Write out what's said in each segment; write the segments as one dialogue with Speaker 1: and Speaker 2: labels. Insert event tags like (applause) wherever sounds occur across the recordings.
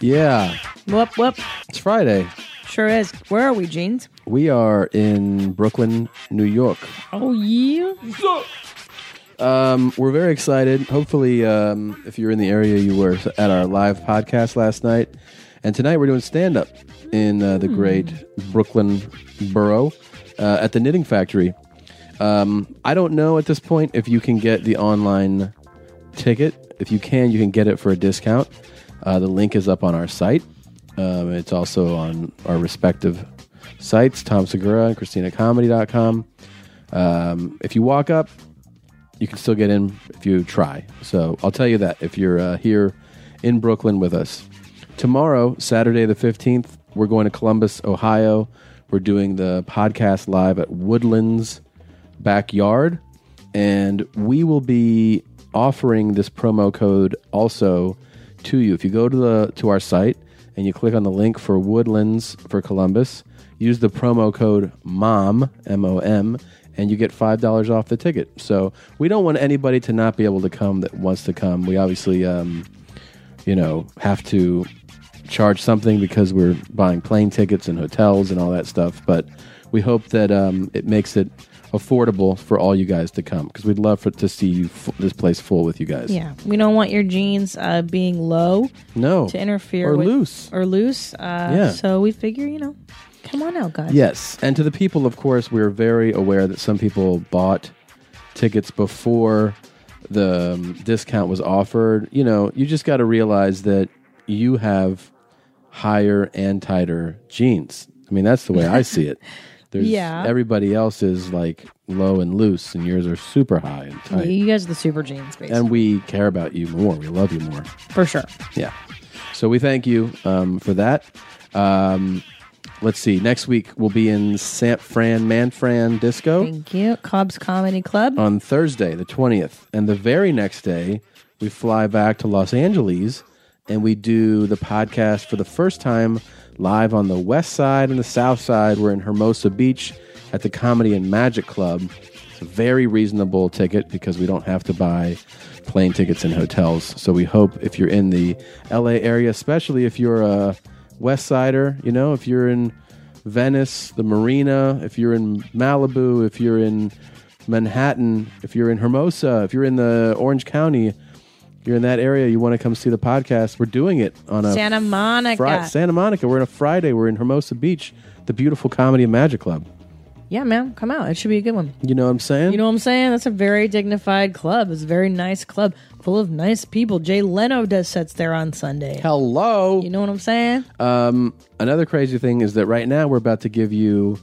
Speaker 1: Yeah,
Speaker 2: Whoop, whoop.
Speaker 1: it's Friday.
Speaker 2: Sure is. Where are we, Jeans?
Speaker 1: We are in Brooklyn, New York.
Speaker 2: Oh, yeah.
Speaker 1: Um, we're very excited. Hopefully, um, if you're in the area, you were at our live podcast last night. And tonight, we're doing stand up in uh, the great Brooklyn borough uh, at the Knitting Factory. Um, I don't know at this point if you can get the online ticket. If you can, you can get it for a discount. Uh, the link is up on our site. Um, it's also on our respective sites, Tom Segura and ChristinaComedy.com. Um, if you walk up, you can still get in if you try. So I'll tell you that if you're uh, here in Brooklyn with us. Tomorrow, Saturday the 15th, we're going to Columbus, Ohio. We're doing the podcast live at Woodlands Backyard. And we will be offering this promo code also to you. If you go to the to our site and you click on the link for Woodlands for Columbus, use the promo code MOM, M O M, and you get $5 off the ticket. So we don't want anybody to not be able to come that wants to come. We obviously, um, you know, have to charge something because we're buying plane tickets and hotels and all that stuff. But we hope that um, it makes it affordable for all you guys to come because we'd love for, to see you f- this place full with you guys.
Speaker 2: Yeah. We don't want your jeans uh, being low
Speaker 1: No.
Speaker 2: to interfere
Speaker 1: or
Speaker 2: with.
Speaker 1: loose.
Speaker 2: Or loose. Uh,
Speaker 1: Yeah.
Speaker 2: So we figure, you know, come on out, guys.
Speaker 1: Yes. And to the people, of course, we're very aware that some people bought tickets before the um, discount was offered. You know, you just got to realize that you have higher and tighter jeans. I mean, that's the way I see it. There's,
Speaker 2: Yeah.
Speaker 1: Everybody else is like low and loose, and yours are super high and tight.
Speaker 2: You guys are the super jeans, basically.
Speaker 1: And we care about you more. We love you more.
Speaker 2: For sure.
Speaker 1: Yeah. So we thank you um, for that. Um, let's see. Next week we'll be in San Fran Man Fran Disco
Speaker 2: Thank you. Cobb's Comedy Club.
Speaker 1: on Thursday, the twentieth, and the very next day we fly back to Los Angeles and we do the podcast for the first time live on the West Side and the South Side. We're in Hermosa Beach at the Comedy and Magic Club. It's a very reasonable ticket because we don't have to buy plane tickets and hotels. So we hope if you're in the LA area, especially if you're a West Sider, you know, if you're in Venice, the marina, if you're in Malibu, if you're in Manhattan, if you're in Hermosa, if you're in the Orange County, you're in that area, you want to come see the podcast. We're doing it on a
Speaker 2: Santa Monica.
Speaker 1: Fri- Santa Monica. We're on a Friday. We're in Hermosa Beach, the beautiful comedy and magic club.
Speaker 2: yeah, man. Come out. It should be a good one.
Speaker 1: You know what I'm saying?
Speaker 2: You know what I'm saying? That's a very dignified club. It's a very nice club full of nice people. Jay Leno does sets there on Sunday.
Speaker 1: Hello.
Speaker 2: You know what I'm saying?
Speaker 1: Another crazy thing is that right now we're about to give you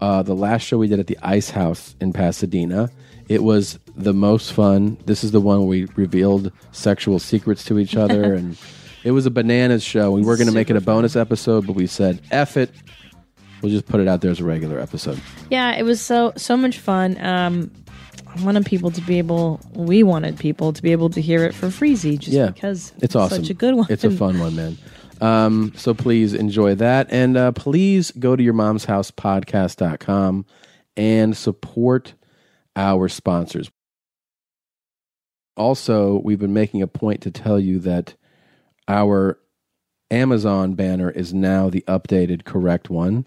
Speaker 1: uh, the last show we did at the Ice House in Pasadena. It was the most fun. This is the one where we revealed sexual secrets to each other, and it was a bananas show. We were going to make it a bonus episode, but we said, "F it." We'll just put it out there as a regular episode.
Speaker 2: Yeah, it was so so much fun. Um, I wanted people to be able. We wanted people to be able to hear it for freezy, just
Speaker 1: Yeah,
Speaker 2: because
Speaker 1: it's awesome.
Speaker 2: such a good one.
Speaker 1: It's a fun one, man. Um, so please enjoy that, and uh, please go to your mom's house podcast.com and support our sponsors. Also, we've been making a point to tell you that our Amazon banner is now the updated, correct one.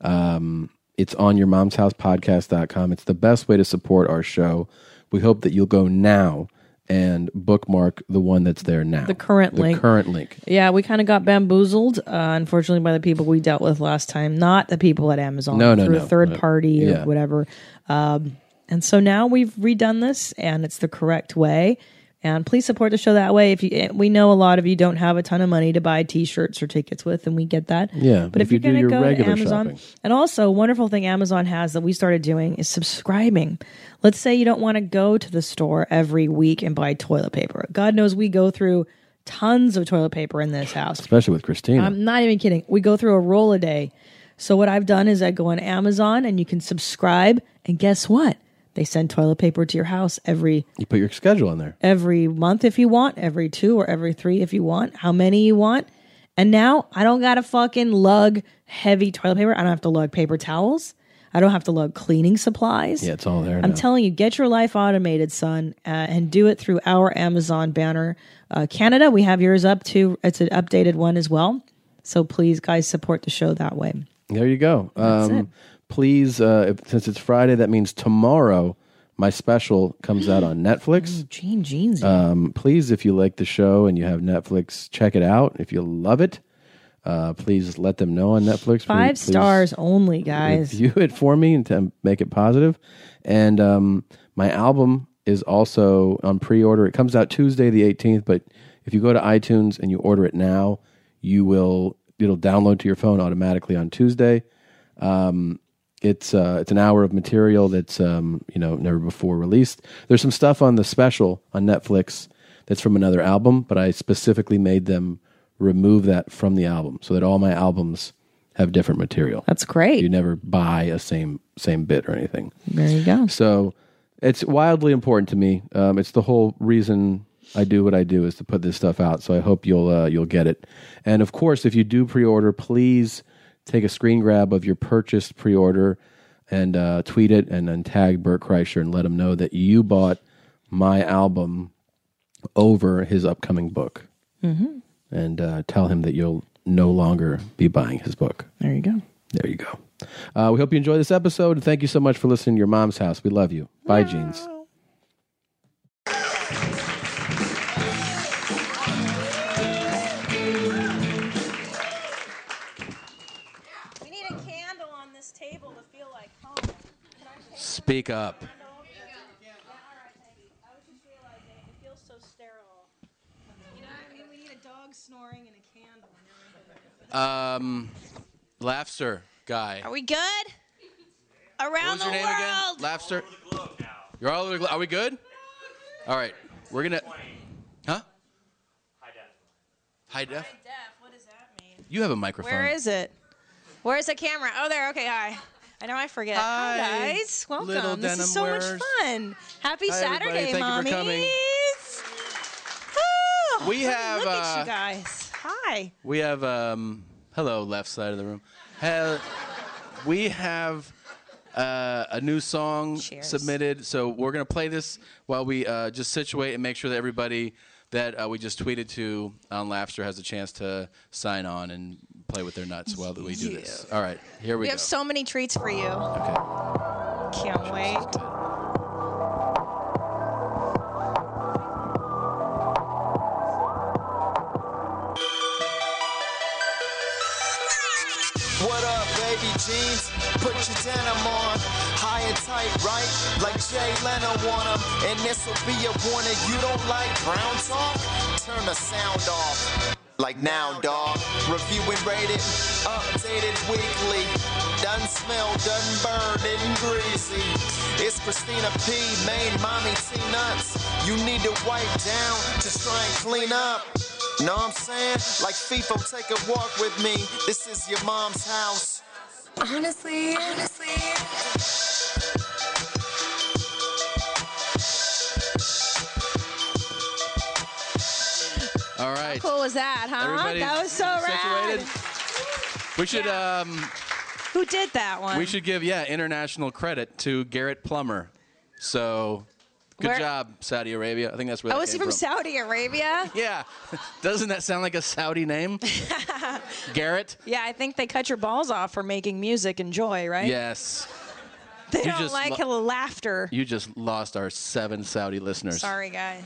Speaker 1: Um, it's on your mom's house podcast.com. It's the best way to support our show. We hope that you'll go now and bookmark the one that's there now.
Speaker 2: The current
Speaker 1: the
Speaker 2: link.
Speaker 1: current link.
Speaker 2: yeah, we kind of got bamboozled, uh, unfortunately, by the people we dealt with last time. Not the people at Amazon.
Speaker 1: No, no,
Speaker 2: through
Speaker 1: no.
Speaker 2: a third
Speaker 1: Uh,
Speaker 2: party or
Speaker 1: yeah.
Speaker 2: whatever. Um, and so now we've redone this, and it's the correct way. And please support the show that way. If you, eh, we know a lot of you don't have a ton of money to buy T-shirts or tickets with, and we get that.
Speaker 1: Yeah,
Speaker 2: But if,
Speaker 1: if you
Speaker 2: you're
Speaker 1: do
Speaker 2: going to
Speaker 1: your
Speaker 2: go to
Speaker 1: regular
Speaker 2: Amazon,
Speaker 1: shopping.
Speaker 2: and also a wonderful thing Amazon has that we started doing is subscribing. Let's say you don't want to go to the store every week and buy toilet paper. God knows we go through tons of toilet paper in this house.
Speaker 1: Especially with Christina.
Speaker 2: I'm not even kidding. We go through a roll a day. So what I've done is I go on Amazon and you can subscribe and guess what? They send toilet paper to your house every
Speaker 1: you put your schedule in there.
Speaker 2: every month if you want, every two or every three if you want, how many you want. And now I don't gotta fucking lug heavy toilet paper. I don't have to lug paper towels. I I don't have to lug cleaning supplies.
Speaker 1: Yeah, it's all there.
Speaker 2: I'm
Speaker 1: now.
Speaker 2: telling you, get your life automated, son, uh, and do it through our Amazon banner. Uh, Canada, we have yours up too. It's an updated one as well. So please, guys, support the show that way.
Speaker 1: There you go.
Speaker 2: it.
Speaker 1: Um, please, uh, if, since it's Friday, that means tomorrow my special comes out on Netflix.
Speaker 2: Gene Jeans.
Speaker 1: Um, please, if you like the show and you have Netflix, check it out. If you love it, uh, please let them know on Netflix.
Speaker 2: Five
Speaker 1: Please- please
Speaker 2: stars only, guys.
Speaker 1: Review it for me and to make it positive. And um, my album is also on pre-order. It comes out Tuesday the 18th, but if you go to iTunes and you order it now, you will it'll download to your phone automatically on Tuesday Um, it's uh, it's an hour of material that's um, you know never before released. There's some stuff on the special on Netflix that's from another album, but I specifically made them remove that from the album so that all my albums have different material.
Speaker 2: That's great.
Speaker 1: You never buy a same same bit or anything.
Speaker 2: there you go.
Speaker 1: So it's wildly important to me. Um, it's the whole reason I do what I do is to put this stuff out. So I hope you'll uh, you'll get it. And of course, if you do pre-order, please take a screen grab of your purchased pre-order and uh, tweet it, and then tag Bert Kreischer and let him know that you bought my album over his upcoming book, mm-hmm. and uh, tell him that you'll no longer be buying his book.
Speaker 2: There you go.
Speaker 1: There you go. Uh, we hope you enjoy this episode. Thank you so much for listening to your mom's house. We love you. Bye, jeans.
Speaker 3: We need a candle on this table to feel like home.
Speaker 1: Speak up.
Speaker 3: It feels so sterile. You know what I mean? We need a dog snoring and a candle.
Speaker 1: Um, Laughster guy.
Speaker 3: Are we good? Around
Speaker 1: What's
Speaker 3: the
Speaker 1: your name
Speaker 3: world.
Speaker 1: again? Laughster. You're all over the globe. Are we good? All right. We're gonna. Huh? High def. High def.
Speaker 3: What does that mean?
Speaker 1: You have a microphone.
Speaker 3: Where is it? Where is the camera? Oh, there. Okay, hi. I know I forget.
Speaker 1: Hi,
Speaker 3: guys. Welcome.
Speaker 1: little
Speaker 3: this is
Speaker 1: denim
Speaker 3: so
Speaker 1: wearers.
Speaker 3: much fun. Happy
Speaker 1: Hi, everybody.
Speaker 3: Saturday,
Speaker 1: Thank you for coming.
Speaker 3: mommies. Woo!
Speaker 1: We
Speaker 3: Look at-
Speaker 1: have,
Speaker 3: Look at
Speaker 1: uh,
Speaker 3: you guys. Hi.
Speaker 1: We have um hello left side of the room. Hell, we have uh, a new song
Speaker 3: Cheers.
Speaker 1: submitted, so we're gonna play this while we uh, just situate and make sure that everybody that uh, we just tweeted to on Laughter has a chance to sign on and play with their nuts while that we do this. All right, here we,
Speaker 3: We
Speaker 1: go.
Speaker 3: have so many treats for you.
Speaker 1: okay.
Speaker 3: Can't wait.
Speaker 4: What up, baby jeans? Put your denim on. High and tight, right? Like Jay Leno on 'em. And this'll be a warning. You don't like brown talk? Turn the sound off. Like now, dog. Reviewing rated, updated weekly. Done smell, done burned and greasy. It's Christina P, main mommy T nuts. You need to wipe down to try and clean up. Know what I'm saying? Like FIFO, take a walk with me. This is your mom's house.
Speaker 5: Honestly, honestly,
Speaker 1: All right.
Speaker 3: cool was that, huh?
Speaker 1: Everybody
Speaker 3: that was so rad.
Speaker 1: situated? We should um,
Speaker 3: Who did that one?
Speaker 1: we should give yeah international credit to Garrett Plummer. So good
Speaker 3: Where-
Speaker 1: job Saudi Arabia. I think that's where.
Speaker 3: Oh,
Speaker 1: that
Speaker 3: was he
Speaker 1: came
Speaker 3: from Saudi Arabia?
Speaker 1: Yeah. (laughs) Doesn't that sound like a Saudi name? Garrett?
Speaker 3: (laughs) Yeah, I think they cut your balls off for making music and joy, right?
Speaker 1: Yes.
Speaker 3: They
Speaker 1: You
Speaker 3: don't
Speaker 1: just
Speaker 3: like
Speaker 1: lo-
Speaker 3: laughter.
Speaker 1: You just lost our seven Saudi listeners.
Speaker 3: Sorry, guys.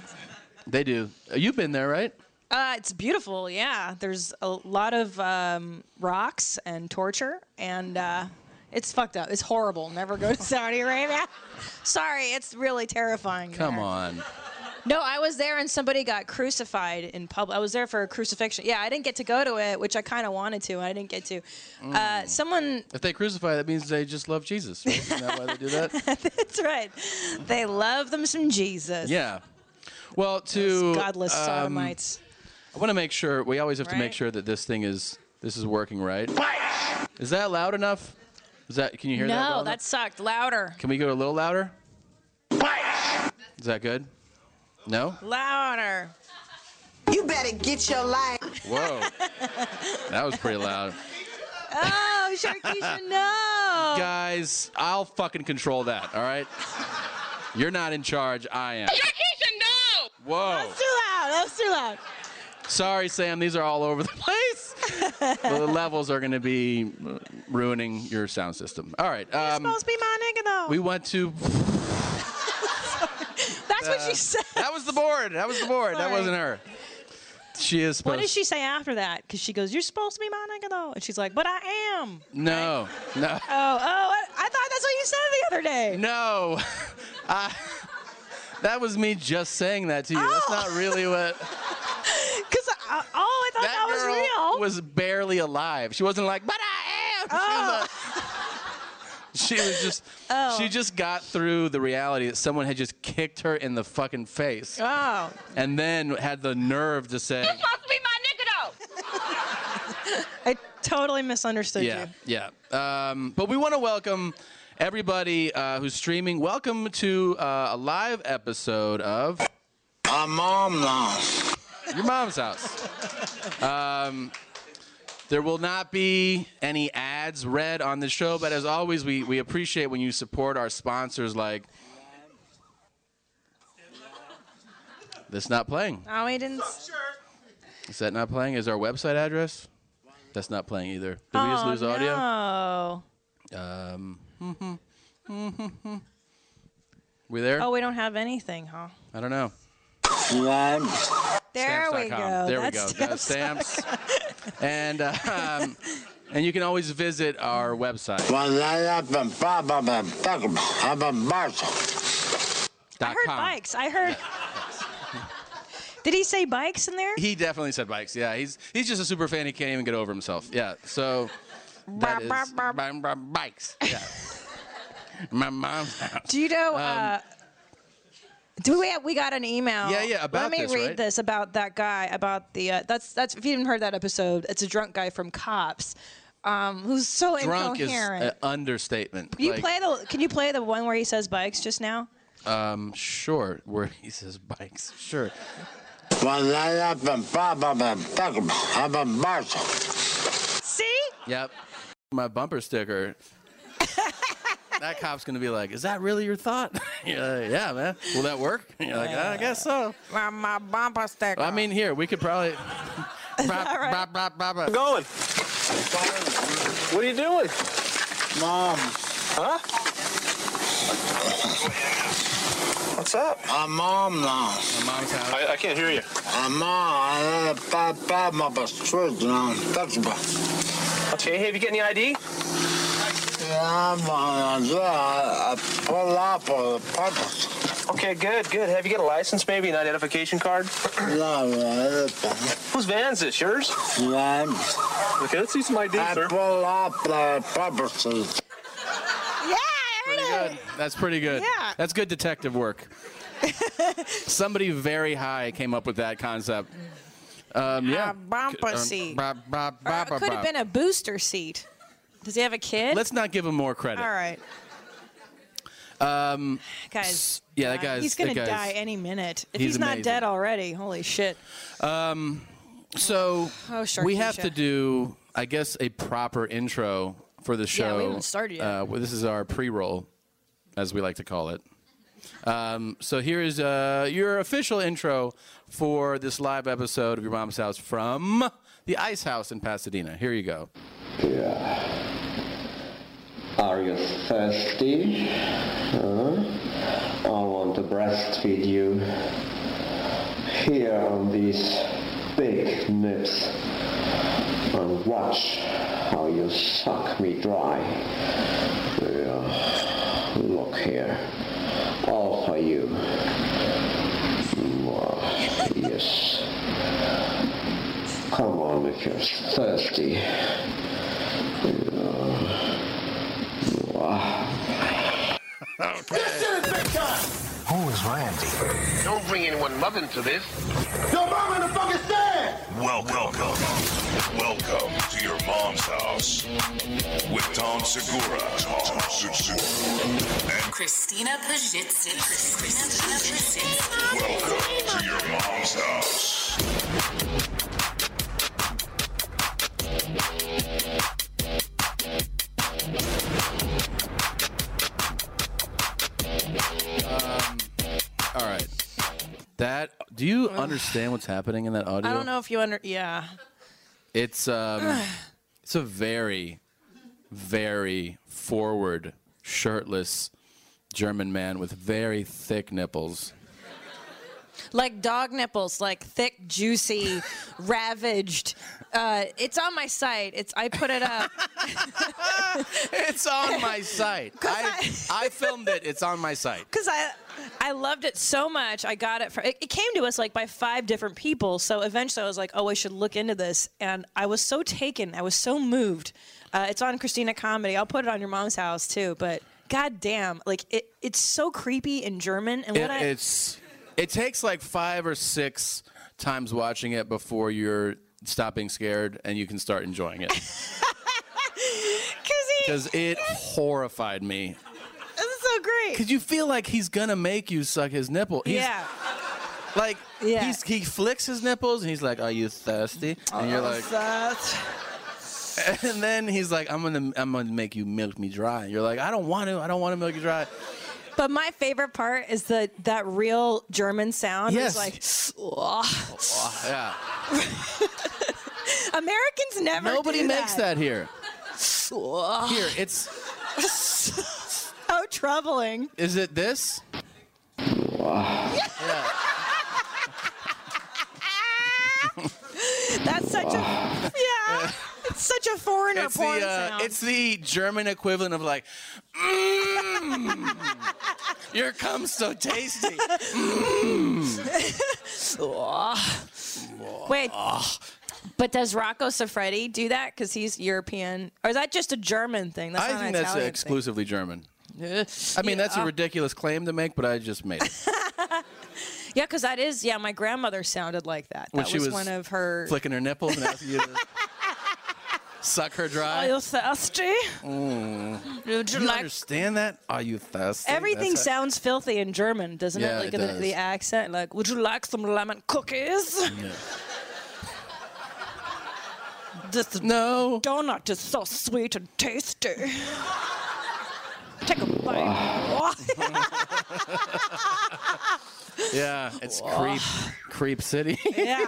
Speaker 1: They do. You've been there, right?
Speaker 3: Uh, it's beautiful, yeah. There's a lot of um, rocks and torture, and uh, it's fucked up. It's horrible. Never go to Saudi Arabia. (laughs) Sorry, it's really terrifying.
Speaker 1: Come
Speaker 3: there.
Speaker 1: on.
Speaker 3: No, I was there and somebody got crucified in public. I was there for a crucifixion. Yeah, I didn't get to go to it, which I kind of wanted to, and I didn't get to.
Speaker 1: Mm.
Speaker 3: Uh, someone,
Speaker 1: If they crucify, that means they just love Jesus. Right? Isn't that why they do
Speaker 3: (laughs)
Speaker 1: that?
Speaker 3: that's right. They love them some Jesus.
Speaker 1: Yeah. Well, to
Speaker 3: Those Godless
Speaker 1: um,
Speaker 3: sodomites.
Speaker 1: I want to make sure. We always have to make
Speaker 3: Right.
Speaker 1: sure that this thing is this is working right. Is that loud enough? Is that? Can you hear that? well
Speaker 3: No,
Speaker 1: enough?
Speaker 3: that sucked. Louder.
Speaker 1: Can we go a little louder? Is that good? No. (laughs)
Speaker 3: Louder.
Speaker 6: You better get your life.
Speaker 1: Whoa. that was pretty loud.
Speaker 3: Oh, no, Sharkeisha, no.
Speaker 1: Guys, I'll fucking control that, all right? You're not in charge, I am. Whoa.
Speaker 3: That's too loud. That's too loud.
Speaker 1: Sorry, Sam, these are all over the (laughs) place. the levels are going to be uh, ruining your sound system. All right. Um,
Speaker 3: Supposed to be my nigga though.
Speaker 1: we went
Speaker 3: (laughs)
Speaker 1: to. Uh,
Speaker 3: That's what she said.
Speaker 1: That was the board. That was the board. That
Speaker 3: Sorry.
Speaker 1: wasn't her. She is supposed
Speaker 3: What does she say after that? Because she goes, "You're supposed to be my nigga though," and she's like, "But I am."
Speaker 1: No, no,
Speaker 3: Oh, oh, I, I thought that's what you said the other day.
Speaker 1: no. (laughs) I, that was me just saying that to you.
Speaker 3: Oh.
Speaker 1: That's not really
Speaker 3: (laughs)
Speaker 1: what.
Speaker 3: Because oh, I thought that,
Speaker 1: That
Speaker 3: was
Speaker 1: girl
Speaker 3: real.
Speaker 1: was barely alive. She wasn't like, but I am.
Speaker 3: Oh.
Speaker 1: She was, like, (laughs) she was just. She just got through the reality that someone had just kicked her in the fucking face,
Speaker 3: oh,
Speaker 1: and then had the nerve to say,
Speaker 3: I totally misunderstood
Speaker 1: Yeah,
Speaker 3: you.
Speaker 1: yeah. Um, but we want to welcome everybody uh, who's streaming. Welcome to uh, a live episode of
Speaker 7: My mom lost.
Speaker 1: your mom's house. Um, there will not be any ads read on the show, but as always, we, we appreciate when you support our sponsors like. That's not playing.
Speaker 3: Oh, he didn't.
Speaker 1: Is that not playing? Is our website address? That's not playing either. Did we just lose audio?
Speaker 3: Oh.
Speaker 1: We there?
Speaker 3: Oh, we don't have anything, huh?
Speaker 1: I don't know.
Speaker 3: There we
Speaker 1: stamps.com.
Speaker 3: go.
Speaker 1: There
Speaker 3: That's
Speaker 1: we go. That's stamps. and uh, um, and you can always visit our website.
Speaker 3: I heard bikes. I
Speaker 1: (laughs)
Speaker 3: heard. Did he say bikes in there?
Speaker 1: He definitely said bikes. Yeah, he's he's just a super fan. He can't even get over himself. Yeah. So that is bum, bum, bikes. Yeah. My mom's house.
Speaker 3: Do you know?
Speaker 1: Um,
Speaker 3: uh, do we have, we got an email?
Speaker 1: Yeah, yeah, about
Speaker 3: Let me
Speaker 1: this,
Speaker 3: read
Speaker 1: right?
Speaker 3: this about that guy about the uh, that's that's if you haven't heard that episode, it's a drunk guy from Cops, um, who's so
Speaker 1: Drunk is
Speaker 3: incoherent.
Speaker 1: an understatement.
Speaker 3: you
Speaker 1: Like,
Speaker 3: play the can you play the one where he says bikes just now?
Speaker 1: Um, sure. Where he says bikes. Sure.
Speaker 3: See,
Speaker 1: Yep. My bumper
Speaker 3: (laughs)
Speaker 1: sticker. that cop's gonna be like, "Is that really your thought?" (laughs) You're like, yeah, man. Will that work? You're like, "Uh, I guess so.
Speaker 3: my, my bumper sticker.
Speaker 1: I mean, here we could
Speaker 3: (laughs)
Speaker 1: probably. (laughs) Bop, bop, bop, bop, bop.
Speaker 8: going? What are you doing?
Speaker 7: Mom,
Speaker 8: What's up?
Speaker 7: my mom lost.
Speaker 1: My mom's house.
Speaker 8: I, I can't hear you.
Speaker 7: My mom, I bad my prescription on Facebook.
Speaker 8: Okay, hey, have you got any ID?
Speaker 7: Yeah, I'm on, I, I pull up on the purpose.
Speaker 8: Okay, good, good. Have you got a license, maybe an identification card?
Speaker 7: No, anything.
Speaker 8: Whose van's this? Yours?
Speaker 7: Yeah,
Speaker 8: Okay, let's see some ID,
Speaker 7: I
Speaker 8: sir.
Speaker 7: pull up the purposes.
Speaker 3: yeah, I heard
Speaker 1: Pretty
Speaker 3: it.
Speaker 1: good. That's pretty good.
Speaker 3: Yeah.
Speaker 1: That's good detective
Speaker 3: (laughs)
Speaker 1: work. Somebody very high came up with that concept. Um, yeah.
Speaker 3: A bumper
Speaker 1: Um,
Speaker 3: seat.
Speaker 1: bop, bop,
Speaker 3: Or
Speaker 1: bop,
Speaker 3: it
Speaker 1: bop,
Speaker 3: could have
Speaker 1: bop.
Speaker 3: Uh, been a booster seat. Does he have a kid?
Speaker 1: Let's not give him more credit.
Speaker 3: All right. Um, guys.
Speaker 1: yeah, that guy's-
Speaker 3: He's gonna
Speaker 1: that guy's-
Speaker 3: die any minute. If
Speaker 1: he's
Speaker 3: he's, not
Speaker 1: amazing.
Speaker 3: dead already, holy shit.
Speaker 1: So
Speaker 3: Oh, sure,
Speaker 1: we have
Speaker 3: Keisha.
Speaker 1: to do, I guess, a proper intro for the show.
Speaker 3: we haven't started yet.
Speaker 1: Uh, well, this is our pre-roll, as we like to call it. Um, so here is uh, your official intro for this live episode of Your Mom's House from the Ice House in Pasadena. Here you go.
Speaker 9: Are you thirsty? Huh? I want to breastfeed you. Here on these big nips. And watch how you suck me dry. Yeah. Look here. All for you. Mwah. Yes. Come on if you're thirsty.
Speaker 10: Who is Randy?
Speaker 11: Don't bring anyone love into this.
Speaker 10: Your mom in the fucking stand!
Speaker 12: Welcome. Welcome. Welcome to your mom's house with Tom Segura. Tom Segura. And
Speaker 13: Christina Pajitsky. Christina Pajitsky.
Speaker 12: welcome to your mom's house.
Speaker 1: That do you understand what's happening in that audio?
Speaker 3: I don't know if you under. Yeah.
Speaker 1: It's um, (sighs) it's a very, very forward, shirtless German man with very thick nipples.
Speaker 3: Like dog nipples, like
Speaker 1: (laughs)
Speaker 3: thick, juicy, ravaged. Uh, it's on my site. It's I put
Speaker 1: (laughs)
Speaker 3: it up.
Speaker 1: it's on my
Speaker 3: (laughs)
Speaker 1: site. I, I filmed it. It's on my site.
Speaker 3: because I I loved it so much. I got it from it, it came to us like by five different people. So eventually, I was like, oh, I should look into this. And I was so taken. I was so moved. Uh, it's on Christina Comedy. I'll put it on your mom's house too. But goddamn, like it, it's so creepy in German. And what
Speaker 1: It,
Speaker 3: I
Speaker 1: it's it takes like five or six times watching it before you're stop being scared and you can start enjoying
Speaker 3: (laughs)
Speaker 1: it. Because it horrified me.
Speaker 3: this is so great.
Speaker 1: Because you feel like he's gonna make you suck his nipple. He's-
Speaker 3: yeah.
Speaker 1: Like
Speaker 3: Yeah.
Speaker 1: he's, he flicks his nipples and he's like, "Are you thirsty?" And you're
Speaker 3: Oh,
Speaker 1: like,
Speaker 3: that-
Speaker 1: (laughs) and then he's like, "I'm gonna I'm gonna make you milk me dry." And you're like, "I don't want to. I don't want to milk you
Speaker 3: (laughs)
Speaker 1: dry."
Speaker 3: But my favorite part is the that real German sound.
Speaker 1: Yes.
Speaker 3: It's like, "Ugh."
Speaker 1: Oh, yeah.
Speaker 3: Americans never.
Speaker 1: Nobody
Speaker 3: do
Speaker 1: makes that
Speaker 3: (laughs)
Speaker 1: here.
Speaker 3: Ugh.
Speaker 1: Here, it's
Speaker 3: so troubling.
Speaker 1: Is it this? Yeah.
Speaker 3: That's such a
Speaker 1: (laughs)
Speaker 3: yeah. It's such a foreigner
Speaker 1: It's the,
Speaker 3: porn
Speaker 1: uh,
Speaker 3: sound.
Speaker 1: it's the German equivalent of like, mm, your cum's so
Speaker 3: (laughs)
Speaker 1: tasty. Mm.
Speaker 3: Wait. But does Rocco Siffredi do that? Because he's European, or is that just a German thing?
Speaker 1: I
Speaker 3: not
Speaker 1: think
Speaker 3: an
Speaker 1: that's
Speaker 3: Italian
Speaker 1: exclusively German.
Speaker 3: thing.
Speaker 1: I mean, that's a
Speaker 3: Yeah. uh.
Speaker 1: ridiculous claim to make, but I just made it.
Speaker 3: uh, yeah, because that is yeah. My grandmother sounded like that.
Speaker 1: When
Speaker 3: that
Speaker 1: she
Speaker 3: was,
Speaker 1: was
Speaker 3: one of her.
Speaker 1: Flicking her nipples and asking you
Speaker 3: (laughs)
Speaker 1: to suck her
Speaker 3: Are
Speaker 1: dry.
Speaker 3: you thirsty?
Speaker 1: Mm.
Speaker 3: Would you
Speaker 1: you
Speaker 3: Oh, like-
Speaker 1: understand that? Are you thirsty?
Speaker 3: Everything
Speaker 1: That's it.
Speaker 3: sounds filthy in German, doesn't
Speaker 1: Yeah,
Speaker 3: it? Like
Speaker 1: it
Speaker 3: the,
Speaker 1: does.
Speaker 3: the accent. Like, would you like some lemon cookies? This
Speaker 1: no
Speaker 3: donut is so sweet and tasty. Take a bite.
Speaker 1: Yeah, it's creep, creep city.
Speaker 3: (laughs)
Speaker 1: (laughs)
Speaker 3: yeah.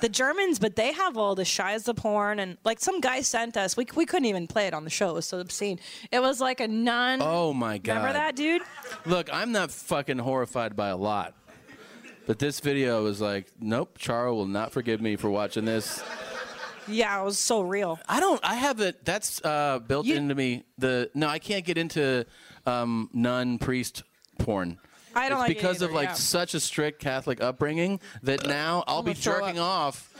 Speaker 3: The Germans, but they have all the shies of porn and like some guy sent us. We, we couldn't even play it on the show. It was so obscene. It was like a nun.
Speaker 1: Oh my god.
Speaker 3: Remember that dude?
Speaker 1: Look, I'm not fucking horrified by a lot. But this video was like, nope, Charo will not forgive me for watching this.
Speaker 3: Yeah, it was so real.
Speaker 1: I don't, I haven't, that's uh, built into me. The No, I can't get into um, nun priest porn.
Speaker 3: I don't
Speaker 1: it's
Speaker 3: like it
Speaker 1: because of
Speaker 3: either,
Speaker 1: like
Speaker 3: yeah.
Speaker 1: such a strict Catholic upbringing that now I'll
Speaker 3: I'm
Speaker 1: be
Speaker 3: gonna throw
Speaker 1: jerking off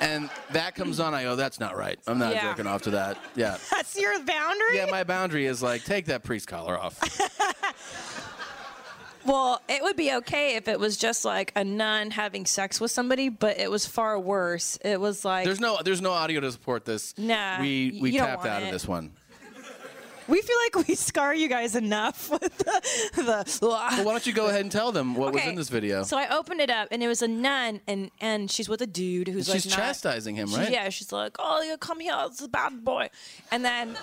Speaker 1: and that comes on. I go, that's not right. I'm not
Speaker 3: Yeah.
Speaker 1: jerking off to that.
Speaker 3: (laughs)
Speaker 1: Yeah.
Speaker 3: That's your boundary?
Speaker 1: Yeah, my boundary is like, take that priest collar off.
Speaker 3: Well, it would be okay if it was just like a nun having sex with somebody, but it was far worse. It was like
Speaker 1: There's no there's no audio to support this.
Speaker 3: Nah,
Speaker 1: we
Speaker 3: y-
Speaker 1: we
Speaker 3: you don't
Speaker 1: tapped
Speaker 3: want
Speaker 1: out of
Speaker 3: it.
Speaker 1: this one.
Speaker 3: we feel like we scar you guys enough (laughs) with the. the
Speaker 1: Well, why don't you go ahead and tell them what was in this video?
Speaker 3: So I opened it up and it was a nun and and she's with a dude who's
Speaker 1: she's
Speaker 3: like not-
Speaker 1: chastising him,
Speaker 3: She-
Speaker 1: right?
Speaker 3: yeah, she's like, "Oh, you come here, it's a bad boy," and then,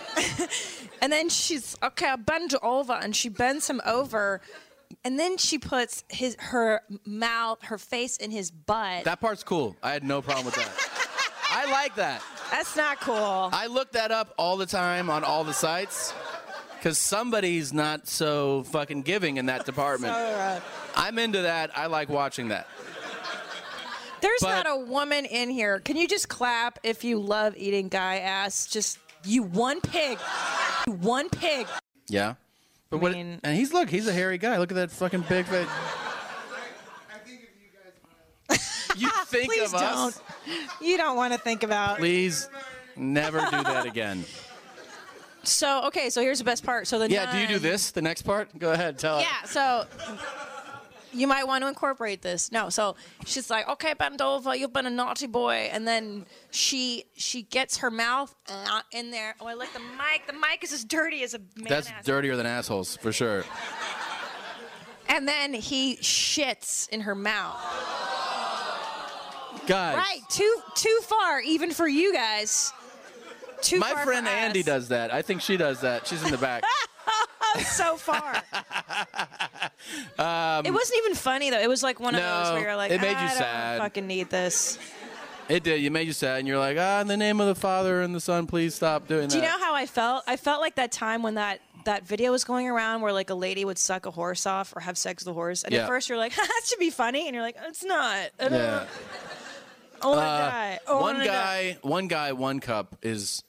Speaker 3: (laughs) and then she's okay. I bend you over, and she bends him over, and then she puts his her mouth, her face in his butt.
Speaker 1: That part's cool. I had no problem with
Speaker 3: (laughs)
Speaker 1: that. I like that.
Speaker 3: That's not cool.
Speaker 1: I look that up all the time on all the sites because somebody's not so fucking giving in
Speaker 3: (laughs)
Speaker 1: that department. I'm into that. I like watching that.
Speaker 3: There's
Speaker 1: But-
Speaker 3: not a woman in here. Can you just clap if you love eating guy ass? Just you one pig. You one pig.
Speaker 1: Yeah. But what? and he's look. He's a hairy guy. Look at that fucking big
Speaker 3: (laughs)
Speaker 1: face. You think
Speaker 3: Please
Speaker 1: of us?
Speaker 3: don't. You don't want to think about.
Speaker 1: Please, never do that
Speaker 3: (laughs)
Speaker 1: again.
Speaker 3: So okay, so here's the best part. So the
Speaker 1: yeah, do you do
Speaker 3: nun-
Speaker 1: this? The next part? Go ahead, tell
Speaker 3: Yeah, so you might want to incorporate this. No, so she's like, "Okay, bend over. You've been a naughty boy," and then she she gets her mouth uh, in there. Oh, I like the mic. The mic is as dirty as a man.
Speaker 1: it. That's
Speaker 3: ass.
Speaker 1: dirtier than assholes, for sure.
Speaker 3: And then he shits in her mouth.
Speaker 1: Guys,
Speaker 3: Right, too too far, even for you guys. Too
Speaker 1: my
Speaker 3: far
Speaker 1: friend
Speaker 3: for
Speaker 1: Andy
Speaker 3: us.
Speaker 1: does
Speaker 3: (laughs)
Speaker 1: that. I think she does that. She's in the back.
Speaker 3: so far.
Speaker 1: (laughs) Um,
Speaker 3: it wasn't even funny though. It was like one of
Speaker 1: No,
Speaker 3: those where you're like,
Speaker 1: it made you
Speaker 3: I don't
Speaker 1: sad.
Speaker 3: fucking need this.
Speaker 1: It did. You made you sad, and you're like, ah, in the name of the Father and the Son, please stop doing that.
Speaker 3: Do you know how I felt? I felt like that time when that that video was going around where like a lady would suck a horse off or have sex with a horse, and
Speaker 1: Yeah.
Speaker 3: at first you're like, (laughs) that should be funny, and you're like, it's not. I don't
Speaker 1: Yeah.
Speaker 3: know. I wanna
Speaker 1: Uh,
Speaker 3: die. I
Speaker 1: one
Speaker 3: wanna die.
Speaker 1: guy, one guy, one cup is.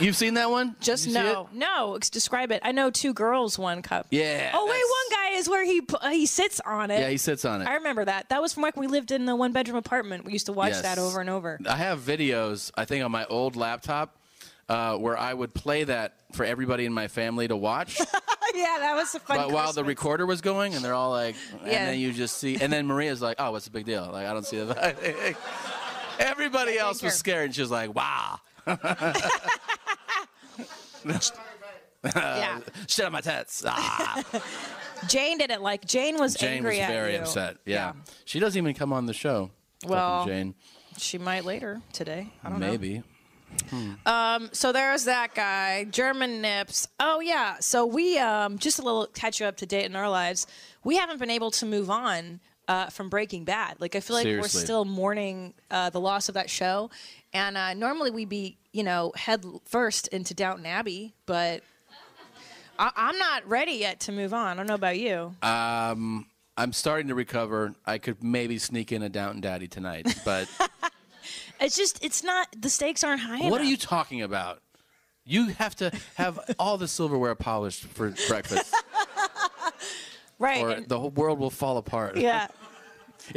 Speaker 1: You've seen that one?
Speaker 3: Just
Speaker 1: You see
Speaker 3: no, no. ex- Describe it. I know two girls, one cup.
Speaker 1: Yeah,
Speaker 3: Oh wait, one guy is where he pu- uh, he sits on it.
Speaker 1: Yeah, he sits on it.
Speaker 3: I remember that. That was from like we lived in the one bedroom apartment. We used to watch
Speaker 1: Yes.
Speaker 3: that over and over.
Speaker 1: I have videos, I think, on my old laptop uh, where I would play that for everybody in my family to watch.
Speaker 3: (laughs) yeah, that was a fun.
Speaker 1: but while the recorder was going, and they're all like, and
Speaker 3: Yeah.
Speaker 1: then you just see, and then Maria's like, oh, what's the big deal? Like, I don't see that. (laughs) Everybody else was scared, and she was like, wow. yeah. Shit on my tits. Ah.
Speaker 3: Jane didn't like. Jane was
Speaker 1: Jane was
Speaker 3: (laughs) angry at
Speaker 1: very
Speaker 3: you.
Speaker 1: upset. Yeah. She doesn't even come on the show. Fucking
Speaker 3: Well,
Speaker 1: Jane.
Speaker 3: She might later today. I don't know.
Speaker 1: Maybe. Hmm.
Speaker 3: Um, so there's that guy, German Nips. Oh yeah. So we um, just a little catch you up to date in our lives. We haven't been able to move on uh, from Breaking Bad. Like I feel like
Speaker 4: Seriously.
Speaker 3: we're still mourning uh, the loss of that show. And uh, normally we'd be, you know, head first into Downton Abbey, but I- I'm not ready yet to move on. I don't know about you.
Speaker 1: Um, I'm starting to recover. I could maybe sneak in a Downton Daddy
Speaker 3: (laughs)
Speaker 1: tonight, but
Speaker 3: It's just, it's not. The stakes aren't high enough.
Speaker 1: what are you talking about? You have to have all the silverware polished for
Speaker 3: (laughs)
Speaker 1: breakfast,
Speaker 3: right?
Speaker 1: or
Speaker 3: and-
Speaker 1: the whole world will fall apart.
Speaker 3: yeah.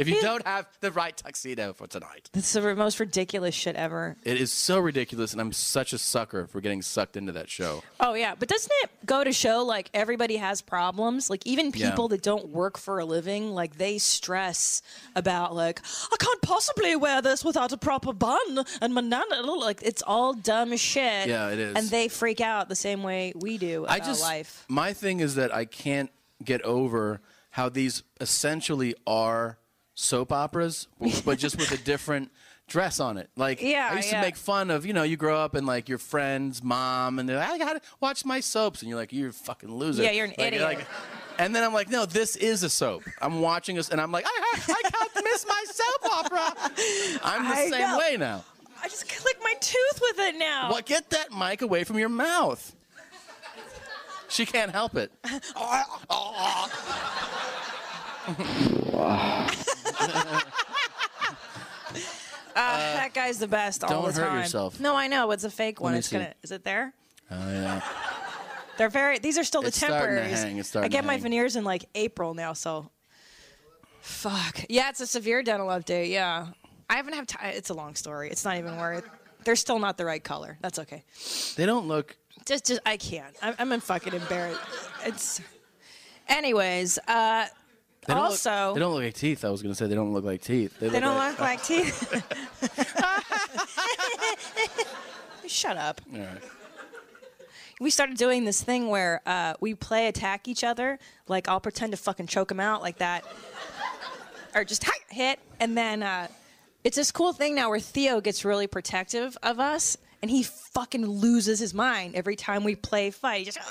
Speaker 1: if you don't have the right tuxedo for tonight,
Speaker 3: It's the most ridiculous shit ever.
Speaker 1: it is so ridiculous, and I'm such a sucker for getting sucked into that show.
Speaker 3: Oh yeah, but doesn't it go to show like everybody has problems? Like even
Speaker 1: Yeah.
Speaker 3: people that don't work for a living, like they stress about like I can't possibly wear this without a proper bun and banana. Like it's all dumb shit.
Speaker 1: Yeah, it is.
Speaker 3: And they freak out the same way we do about
Speaker 1: I just
Speaker 3: life.
Speaker 1: my thing is that I can't get over how these essentially are soap operas,
Speaker 14: (laughs)
Speaker 1: w- but just with a different dress on it. Like
Speaker 14: Yeah,
Speaker 1: I used
Speaker 14: yeah.
Speaker 1: to make fun of you know you grow up and like your friend's mom and they're like, I gotta watch my soaps and you're like you're a fucking loser.
Speaker 14: Yeah, you're an
Speaker 1: Like, you're
Speaker 14: idiot.
Speaker 1: like- and then I'm like, no, this is a soap. I'm watching this, and I'm like, I, I can't miss my soap opera. I'm the
Speaker 3: I
Speaker 1: same
Speaker 3: know.
Speaker 1: way now.
Speaker 3: I just click my tooth with it now.
Speaker 1: Well, get that mic away from your mouth. She can't help it.
Speaker 3: Uh, that guy's the best all
Speaker 1: don't
Speaker 3: the
Speaker 1: hurt
Speaker 3: time.
Speaker 1: yourself.
Speaker 3: No, I know it's a fake
Speaker 1: Let
Speaker 3: one.
Speaker 1: me
Speaker 3: It's
Speaker 1: see.
Speaker 3: gonna. Is it there?
Speaker 1: Oh yeah.
Speaker 3: They're very. These are still the
Speaker 1: It's starting to
Speaker 3: temporaries.
Speaker 1: hang, it's
Speaker 3: I
Speaker 1: starting
Speaker 3: get
Speaker 1: to
Speaker 3: my
Speaker 1: hang.
Speaker 3: veneers in like April now, so fuck. Yeah, it's a severe dental update. Yeah, I haven't had time. It's a long story. It's not even worth. They're still not the right color. That's okay.
Speaker 1: They don't look.
Speaker 3: Just, just I can't. I'm, I'm fucking embarrassed. It's. Anyways, uh,
Speaker 1: They don't
Speaker 3: also
Speaker 1: look, they don't look like teeth. I was gonna say they don't look like teeth.
Speaker 3: they don't
Speaker 1: like,
Speaker 3: look like teeth. (laughs) Shut up.
Speaker 1: All right.
Speaker 3: we started doing this thing where uh, we play attack each other. Like I'll pretend to fucking choke him out like that, or just hi- hit, and then uh, it's this cool thing now where Theo gets really protective of us, and he fucking loses his mind every time we play fight. He just (laughs)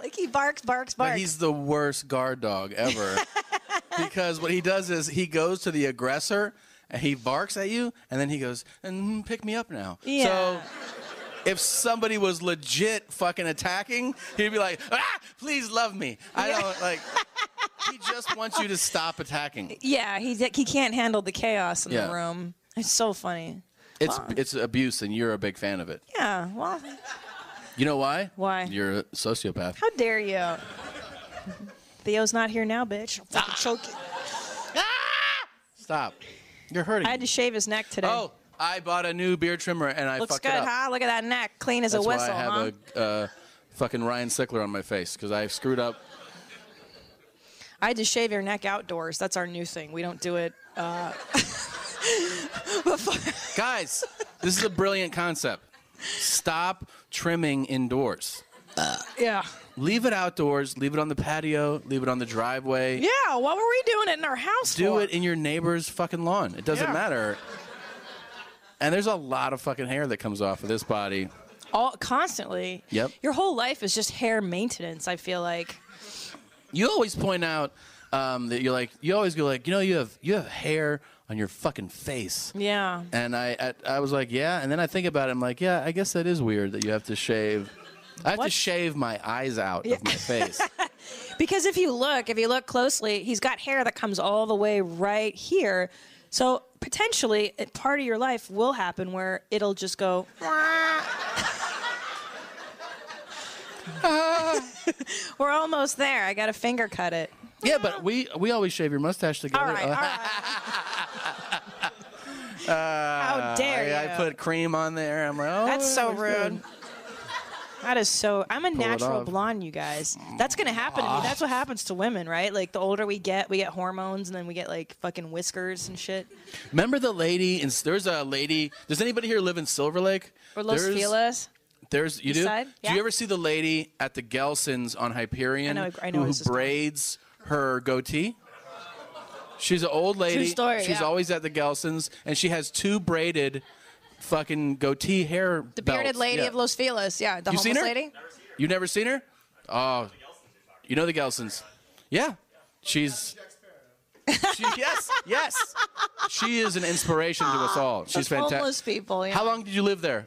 Speaker 3: like he barks, barks, barks.
Speaker 1: But he's the worst guard dog ever.
Speaker 3: (laughs)
Speaker 1: because what he does is he goes to the aggressor and he barks at you, and then he goes and pick me up now.
Speaker 14: Yeah.
Speaker 1: So if somebody was legit fucking attacking, he'd be like, ah, please love me. I don't like. he just wants you to stop attacking.
Speaker 3: (laughs) yeah, he he can't handle the chaos in
Speaker 1: Yeah.
Speaker 3: the room. It's so funny.
Speaker 1: It's
Speaker 3: Wow.
Speaker 1: it's abuse, and you're a big fan of it.
Speaker 3: yeah. Well,
Speaker 1: You know why?
Speaker 3: Why?
Speaker 1: You're a sociopath.
Speaker 3: how dare you? Theo's not here now, bitch. I'll fucking choke you.
Speaker 1: Stop. You're hurting.
Speaker 3: I had to shave his neck today.
Speaker 1: Oh, I bought a new beard trimmer and I
Speaker 3: Looks
Speaker 1: fucked
Speaker 3: good,
Speaker 1: it up.
Speaker 3: huh? Look at that neck, clean as
Speaker 1: That's
Speaker 3: a whistle,
Speaker 1: why I have
Speaker 3: huh?
Speaker 1: a uh, fucking Ryan Sickler on my face because I screwed up.
Speaker 3: I had to shave your neck outdoors. That's our new thing. We don't do it. Uh,
Speaker 1: Guys, this is a brilliant concept. Stop trimming indoors.
Speaker 3: yeah.
Speaker 1: Leave it outdoors. Leave it on the patio. Leave it on the driveway.
Speaker 3: Yeah. What were we doing it in our house?
Speaker 1: Do
Speaker 3: for?
Speaker 1: it in your neighbor's fucking lawn. It doesn't
Speaker 3: Yeah.
Speaker 1: matter. And there's a lot of fucking hair that comes off of this body.
Speaker 3: all constantly.
Speaker 1: Yep.
Speaker 3: Your whole life is just hair maintenance. I feel like.
Speaker 1: You always point out um, that you're like you always go like you know you have you have hair on your fucking face.
Speaker 3: Yeah.
Speaker 1: And I, I I was like yeah, and then I think about it. I'm like yeah, I guess that is weird that you have to shave. I have to shave my eyes out of my
Speaker 3: (laughs)
Speaker 1: face.
Speaker 3: Because if you look, if you look closely, he's got hair that comes all the way right here. So potentially, a part of your life will happen where it'll just go. (laughs) "Wah." We're almost there. I got to finger cut it.
Speaker 1: yeah, but we we always shave your mustache together.
Speaker 3: All right, all right.
Speaker 1: (laughs) How
Speaker 3: dare
Speaker 1: Uh, I, I
Speaker 3: you.
Speaker 1: put cream on there. I'm like, oh,
Speaker 3: That's so
Speaker 1: looks good."
Speaker 3: rude. That is so. I'm a
Speaker 1: Pull it
Speaker 3: natural
Speaker 1: off.
Speaker 3: blonde, you guys. That's gonna happen to me. That's what happens to women, right? Like the older we get, we get hormones, and then we get like fucking whiskers and shit.
Speaker 1: Remember the lady? In, there's a lady. Does anybody here live in Silver Lake?
Speaker 3: Or Los
Speaker 1: There's-
Speaker 3: Feliz.
Speaker 1: There's you
Speaker 3: East
Speaker 1: do.
Speaker 3: side?
Speaker 1: Do
Speaker 3: Yeah.
Speaker 1: you ever see the lady at the Gelsons on Hyperion
Speaker 3: I know- I know
Speaker 1: who
Speaker 3: it's just-
Speaker 1: braids her goatee? She's an old lady.
Speaker 3: story,
Speaker 1: She's
Speaker 3: yeah.
Speaker 1: always at the Gelsons, and she has two braided, fucking goatee hair.
Speaker 3: The bearded
Speaker 1: belts.
Speaker 3: lady
Speaker 1: Yeah.
Speaker 3: of Los Feliz. Yeah, the
Speaker 1: You
Speaker 3: homeless
Speaker 1: seen her?
Speaker 3: lady.
Speaker 1: You've never seen her? Oh, you know the Gelsons. Yeah,
Speaker 3: (laughs)
Speaker 1: she's. She, yes, yes. She is an inspiration to us all. She's
Speaker 3: Homeless
Speaker 1: fantastic.
Speaker 3: people. Yeah.
Speaker 1: How long did you live there?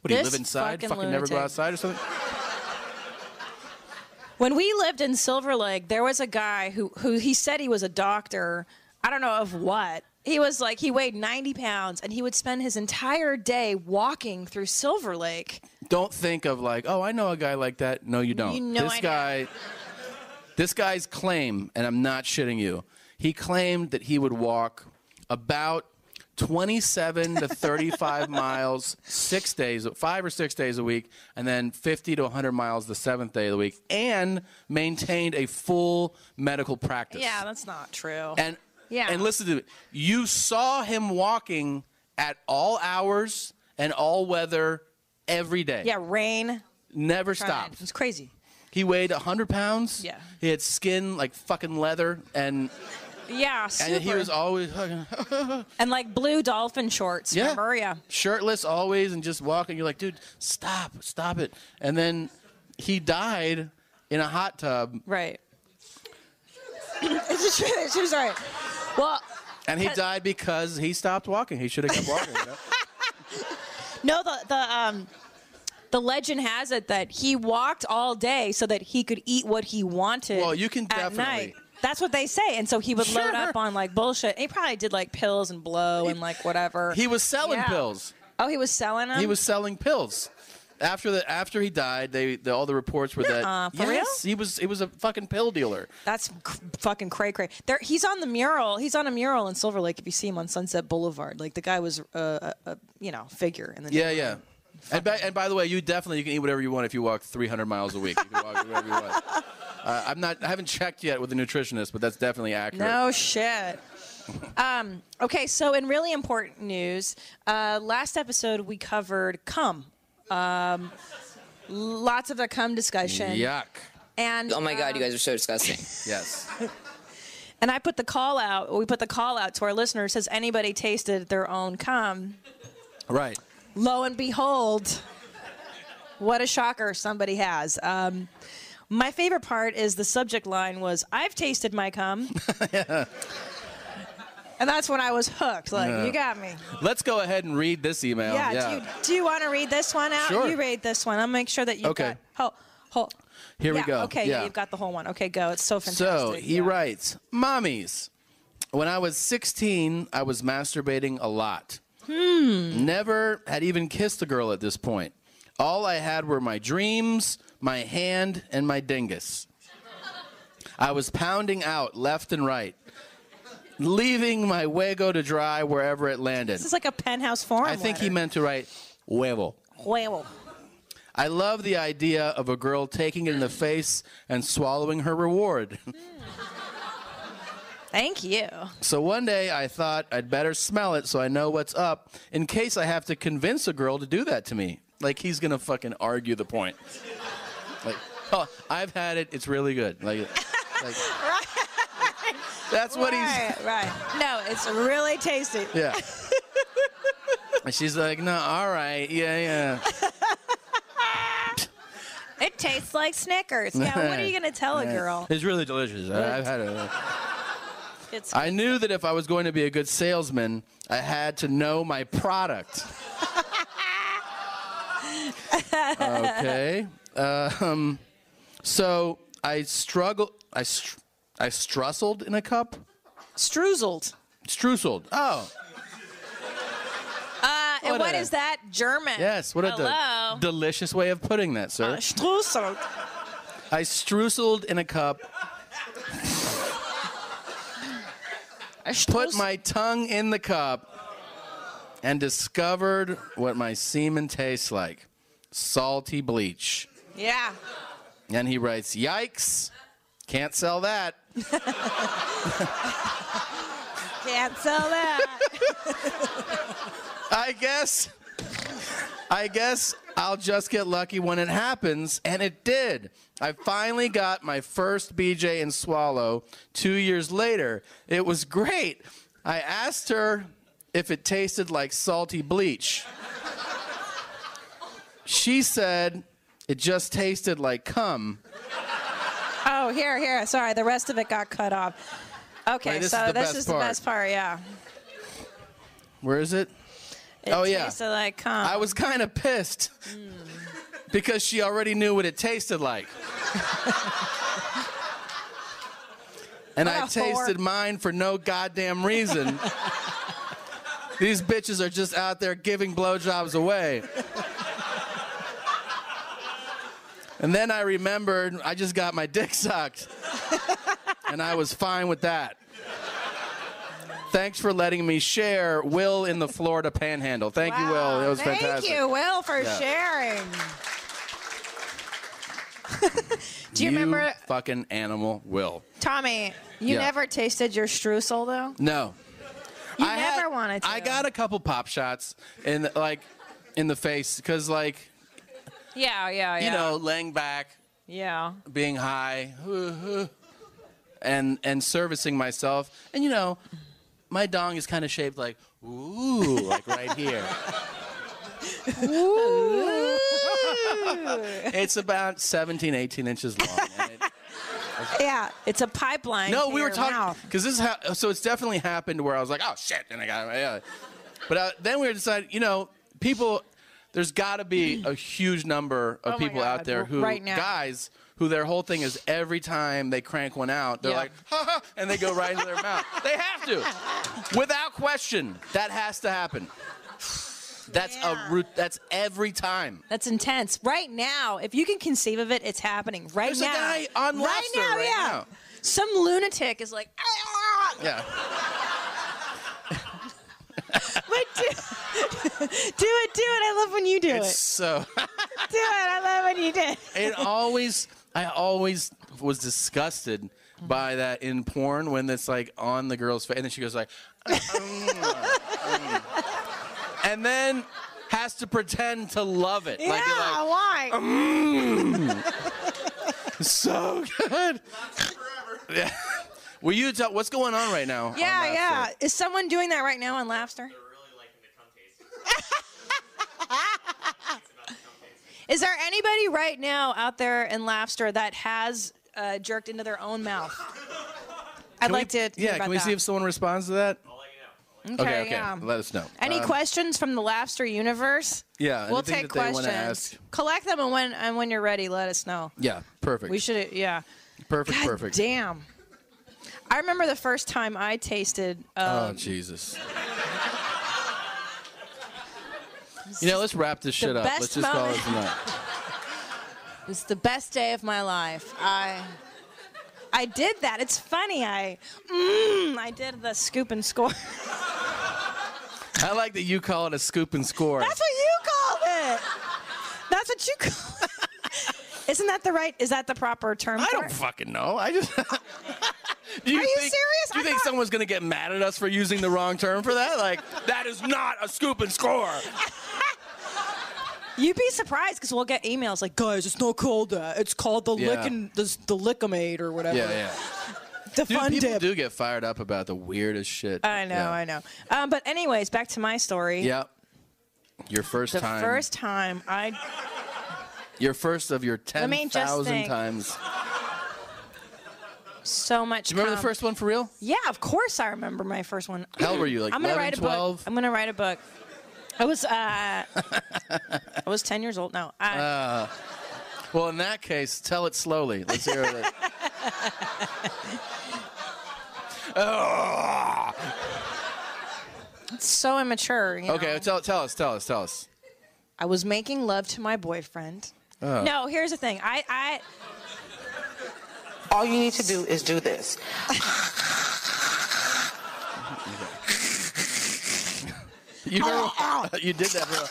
Speaker 1: What do you
Speaker 3: This
Speaker 1: live inside?
Speaker 3: fucking
Speaker 1: Fucking, never go
Speaker 3: lunatic.
Speaker 1: outside or something?
Speaker 3: When we lived in Silver Lake, there was a guy who who he said he was a doctor. I don't know of what. He was like he weighed 90 pounds and he would spend his entire day walking through Silver Lake.
Speaker 1: Don't think of like, oh, I know a guy like that. No, you don't.
Speaker 3: You know
Speaker 1: this
Speaker 3: I know.
Speaker 1: guy, this guy's claim, and I'm not shitting you. He claimed that he would walk about 27 to
Speaker 3: (laughs)
Speaker 1: 35 miles six days, five or six days a week, and then 50 to 100 miles the seventh day of the week, and maintained a full medical practice.
Speaker 3: Yeah, that's not true.
Speaker 1: And
Speaker 3: Yeah.
Speaker 1: and listen to me. You saw him walking at all hours and all weather every day.
Speaker 3: yeah, rain.
Speaker 1: Never
Speaker 3: Try
Speaker 1: stopped.
Speaker 3: It was crazy.
Speaker 1: He weighed 100 pounds.
Speaker 3: Yeah.
Speaker 1: He had skin like fucking leather and
Speaker 3: Yeah, super.
Speaker 1: and he was always fucking (laughs)
Speaker 3: And, like blue dolphin shorts.
Speaker 1: Yeah.
Speaker 3: Remember? Yeah.
Speaker 1: shirtless always and just walking. You're like, "Dude, stop. Stop it." And then he died in a hot tub
Speaker 3: (laughs) Right. it's true. It's true. Sorry. Well,
Speaker 1: and he
Speaker 3: Cut.
Speaker 1: died because he stopped walking. He should have kept walking. you know?
Speaker 3: No, the the um the legend has it that he walked all day so that he could eat what he wanted.
Speaker 1: Well, you can
Speaker 3: at
Speaker 1: definitely-
Speaker 3: Night. That's what they say, and so he would
Speaker 1: Sure.
Speaker 3: load up on like bullshit. He probably did like pills and blow and like whatever.
Speaker 1: He was selling
Speaker 3: Yeah.
Speaker 1: pills.
Speaker 3: Oh, he was selling them.
Speaker 1: he was selling pills. After the after he died, they, the, all the reports were
Speaker 3: Nuh-uh,
Speaker 1: that
Speaker 3: uh, for real?
Speaker 1: yes, he was he was a fucking pill dealer.
Speaker 3: That's c- fucking cray cray. There, he's on the mural. He's on a mural in Silver Lake. If you see him on Sunset Boulevard, like the guy was uh, a, a you know figure in the
Speaker 1: Yeah, yeah. And by, and by the way, you definitely you can eat whatever you want if you walk 300 miles a week. You can walk whatever you
Speaker 3: (laughs)
Speaker 1: want. Uh, I'm not I haven't checked yet with the nutritionist, but that's definitely accurate.
Speaker 3: No shit. (laughs) Um, okay, so in really important news, uh, last episode we covered cum. Um, lots of the cum discussion.
Speaker 1: Yuck.
Speaker 3: And
Speaker 4: Oh my god, you
Speaker 3: um,
Speaker 4: guys are so disgusting.
Speaker 1: Yes.
Speaker 3: And I put the call out. We put the call out to our listeners. Has anybody tasted their own cum?
Speaker 1: Right.
Speaker 3: Lo and behold, what a shocker! Somebody has. Um, My favorite part is the subject line was "I've tasted
Speaker 1: (laughs)
Speaker 3: my cum," and that's when I was hooked. Like
Speaker 1: Yeah.
Speaker 3: you got me.
Speaker 1: Let's go ahead and read this email.
Speaker 3: yeah. Do you, do you want to read this one out?
Speaker 1: Sure.
Speaker 3: You read this one. I'll make sure that you
Speaker 1: Okay.
Speaker 3: got. Oh, oh.
Speaker 1: Here we
Speaker 3: Yeah,
Speaker 1: go.
Speaker 3: Okay,
Speaker 1: Yeah.
Speaker 3: you've got the whole one. Okay, go. It's so fantastic.
Speaker 1: So he writes, Mommies, when I was 16, I was masturbating a lot.
Speaker 13: Hmm.
Speaker 1: Never had even kissed a girl at this point. All I had were my dreams, my hand, and my dingus. I was pounding out left and right, leaving my huevo to dry wherever it landed.
Speaker 3: This is like a penthouse forum.
Speaker 1: I think he meant to write huevo.
Speaker 3: Well,
Speaker 1: I love the idea of a girl taking it in the face and swallowing her reward.
Speaker 3: thank you.
Speaker 1: So one day I thought I'd better smell it so I know what's up in case I have to convince a girl to do that to me. Like he's gonna fucking argue the point. Like, oh, I've had it. It's really good. Like, like that's what
Speaker 3: right, he's. Right. No, it's really tasty.
Speaker 1: yeah. And she's like, no, all right, yeah, yeah.
Speaker 3: It tastes like Snickers. Yeah.
Speaker 1: (laughs)
Speaker 3: What are you gonna tell a
Speaker 1: Yeah.
Speaker 3: girl?
Speaker 1: It's really delicious. I, I've had it.
Speaker 3: (laughs) It's.
Speaker 1: I knew that if I was going to be a good salesman, I had to know my
Speaker 3: (laughs)
Speaker 1: product. okay. Um, so I struggled. I str- I strussled in a cup.
Speaker 3: Struzzled.
Speaker 1: Struzzled. Oh,
Speaker 3: Uh, and
Speaker 1: What
Speaker 3: what
Speaker 1: a-
Speaker 3: is that German?
Speaker 1: yes. What a de-
Speaker 3: Hello.
Speaker 1: delicious way of putting that, sir.
Speaker 3: Struzzled.
Speaker 1: I struzzled in a cup. put my tongue in the cup and discovered what my semen tastes like salty bleach.
Speaker 3: Yeah.
Speaker 1: And he writes, Yikes, can't sell that.
Speaker 3: Can't sell that.
Speaker 1: I guess, I guess I'll just get lucky when it happens. And it did. I finally got my first BJ and swallow two years later. It was great. I asked her if it tasted like salty bleach. She said it just tasted like cum.
Speaker 3: Oh, here, here. Sorry, the rest of it got cut off. Okay,
Speaker 1: Wait, this
Speaker 3: so
Speaker 1: is the
Speaker 3: this
Speaker 1: best
Speaker 3: is
Speaker 1: part.
Speaker 3: the best part. Yeah.
Speaker 1: Where is it?
Speaker 3: It
Speaker 1: oh, yeah.
Speaker 3: tasted like cum.
Speaker 1: I was kind of pissed because she already knew what it tasted like. (laughs) and
Speaker 13: What a
Speaker 1: I
Speaker 13: whore.
Speaker 1: tasted mine for no goddamn reason. These bitches are just out there giving blowjobs away. And then I remembered I just got my dick sucked. and I was fine with that. Thanks for letting me share Will in the Florida Panhandle. Thank you, Will. It was
Speaker 3: Thank
Speaker 1: fantastic.
Speaker 3: you, Will, for
Speaker 1: Yeah.
Speaker 3: sharing. Do you remember-
Speaker 1: fucking animal, Will?
Speaker 3: Tommy, you
Speaker 1: Yeah.
Speaker 3: never tasted your streusel though.
Speaker 1: No,
Speaker 3: You never wanted to.
Speaker 1: I got a couple pop shots in the, like in the face because like
Speaker 3: Yeah, yeah, yeah.
Speaker 1: you know laying back,
Speaker 3: Yeah.
Speaker 1: being high, (laughs) and and servicing myself, and you know my dong is kind of shaped like ooh, like right
Speaker 3: (laughs)
Speaker 1: here. it's about 17, 18 inches long.
Speaker 3: yeah, it's a pipeline.
Speaker 1: No,
Speaker 3: to
Speaker 1: we were
Speaker 3: your
Speaker 1: talking
Speaker 3: mouth.
Speaker 1: because this is how. So it's definitely happened where I was like, oh shit, and I got yeah. But uh, then we were deciding, you know, people. There's got to be a huge number of
Speaker 3: Oh my
Speaker 1: people out
Speaker 3: God,
Speaker 1: there who
Speaker 3: right now.
Speaker 1: guys who their whole thing is every time they crank one out, they're
Speaker 13: Yeah.
Speaker 1: like, ha ha, and they go right into their
Speaker 3: (laughs)
Speaker 1: mouth. They have to, without question. That has to happen. That's a root. That's every time.
Speaker 3: That's intense. Right now, if you can conceive of it, it's happening right
Speaker 1: There's a
Speaker 3: now.
Speaker 1: guy on
Speaker 3: right
Speaker 1: Lobster
Speaker 3: now,
Speaker 1: right
Speaker 3: yeah.
Speaker 1: now.
Speaker 3: Some lunatic is like, "Ah!"
Speaker 1: Yeah.
Speaker 3: but do, do it, do it. I love when you do
Speaker 1: It's
Speaker 3: it.
Speaker 1: so.
Speaker 3: Do it. I love when you do it.
Speaker 1: it always I always was disgusted by that in porn when it's like on the girl's face and then she goes like "Uh, mm, and then has to pretend to love it.
Speaker 13: Yeah,
Speaker 1: Like you're like
Speaker 13: why?
Speaker 1: "Mm, so good. Yeah. Will you tell what's going on right now? on
Speaker 3: Yeah,
Speaker 1: Laughter?
Speaker 3: yeah. Is someone doing that right now on Laughter? (laughs) Is there anybody right now out there in Laughster that has uh, jerked into their
Speaker 1: (laughs)
Speaker 3: own mouth? I'd
Speaker 1: Can we-
Speaker 3: like to. hear
Speaker 1: Yeah,
Speaker 3: about
Speaker 1: can we
Speaker 3: that.
Speaker 1: see if someone responds to that?
Speaker 3: Okay,
Speaker 1: okay, okay.
Speaker 3: yeah.
Speaker 1: Let us know.
Speaker 3: Any
Speaker 1: Um,
Speaker 3: questions from the Laughter universe?
Speaker 1: Yeah,
Speaker 3: we'll
Speaker 1: anything
Speaker 3: take
Speaker 1: that they wanna
Speaker 3: questions.
Speaker 1: ask.
Speaker 3: Collect them and when and when you're ready, let us know.
Speaker 1: Yeah, perfect.
Speaker 3: We should, yeah.
Speaker 1: Perfect,
Speaker 3: God
Speaker 1: perfect.
Speaker 3: Damn. I remember the first time I tasted.
Speaker 1: Oh
Speaker 3: Um,
Speaker 1: Jesus. you know, let's wrap this
Speaker 3: the
Speaker 1: shit up.
Speaker 3: best
Speaker 1: Let's just call it
Speaker 3: moment.
Speaker 1: tonight.
Speaker 3: It was the best day of my life. I. I did that. It's funny. I, mm, I did the scoop and score. (laughs)
Speaker 1: I like that you call it a scoop and score.
Speaker 3: That's what you called it. That's what you call. (laughs) It. Isn't that the right? Is that the proper term?
Speaker 1: I
Speaker 3: for
Speaker 1: don't
Speaker 3: it?
Speaker 1: fucking know. I just. (laughs) Do
Speaker 3: Are you
Speaker 1: think,
Speaker 3: serious?
Speaker 1: Do you think someone's gonna get mad at us for using the wrong term for that? Like that is not a scoop and score.
Speaker 3: You'd be surprised because we'll get emails like, "Guys, it's not called that. It's called the
Speaker 1: Yeah.
Speaker 3: lickin' the, the lickimate or
Speaker 1: Yeah,
Speaker 3: whatever."
Speaker 1: yeah.
Speaker 3: The
Speaker 1: Dude,
Speaker 3: fun
Speaker 1: people
Speaker 3: dip.
Speaker 1: do get fired up about the weirdest shit.
Speaker 3: I know,
Speaker 1: Yeah.
Speaker 3: I know. Um, but anyways, back to my story.
Speaker 1: Yep. Your first
Speaker 3: The
Speaker 1: time.
Speaker 3: first time I
Speaker 1: Your first of your ten
Speaker 3: Let me just
Speaker 1: thousand
Speaker 3: think.
Speaker 1: times.
Speaker 3: so much.
Speaker 1: Do you remember the
Speaker 3: cum.
Speaker 1: first one for real?
Speaker 3: Yeah, of course I remember my first one.
Speaker 1: How old were you, like
Speaker 3: I'm gonna
Speaker 1: 11,
Speaker 3: write a
Speaker 1: 12?
Speaker 3: book. I'm gonna write a book. I was uh, I was ten years old. No, I,
Speaker 1: Uh, well, in that case, tell it slowly. Let's hear it.
Speaker 3: (laughs)
Speaker 1: Ugh.
Speaker 3: it's so immature. You know?
Speaker 1: okay, tell, tell us, tell us, tell us.
Speaker 3: I was making love to my boyfriend.
Speaker 1: Oh.
Speaker 3: No, here's the thing. I, I
Speaker 4: All you need to do is do this.
Speaker 1: You, remember- (laughs) you did that, bro.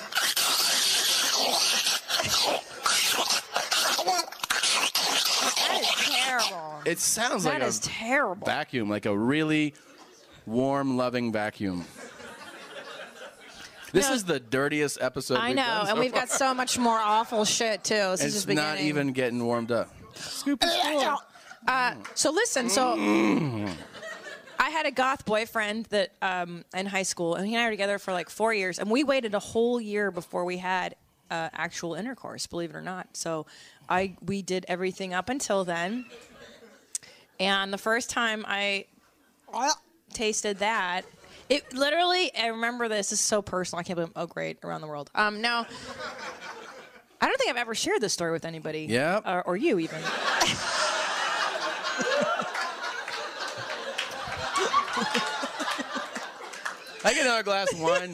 Speaker 3: that is terrible.
Speaker 1: It sounds
Speaker 3: That
Speaker 1: like a
Speaker 3: is terrible.
Speaker 1: vacuum, like a really warm, loving vacuum. This
Speaker 3: No.
Speaker 1: is the dirtiest episode.
Speaker 3: I
Speaker 1: we've
Speaker 3: know,
Speaker 1: done so
Speaker 3: and we've got
Speaker 1: far.
Speaker 3: so much more awful shit too. This is
Speaker 1: It's
Speaker 3: just
Speaker 1: not
Speaker 3: beginning.
Speaker 1: even getting warmed up.
Speaker 3: Uh, so listen, so
Speaker 1: Mm.
Speaker 3: I had a goth boyfriend that um, in high school, and he and I were together for like four years, and we waited a whole year before we had uh, actual intercourse, believe it or not. So I we did everything up until then, and the first time I tasted that. It literally, I remember this. This is so personal. I can't believe I'm oh great around the world. Um, no, I don't think I've ever shared this story with anybody.
Speaker 1: Yeah.
Speaker 3: or, or you even.
Speaker 1: I get another glass of
Speaker 3: (laughs)
Speaker 1: wine.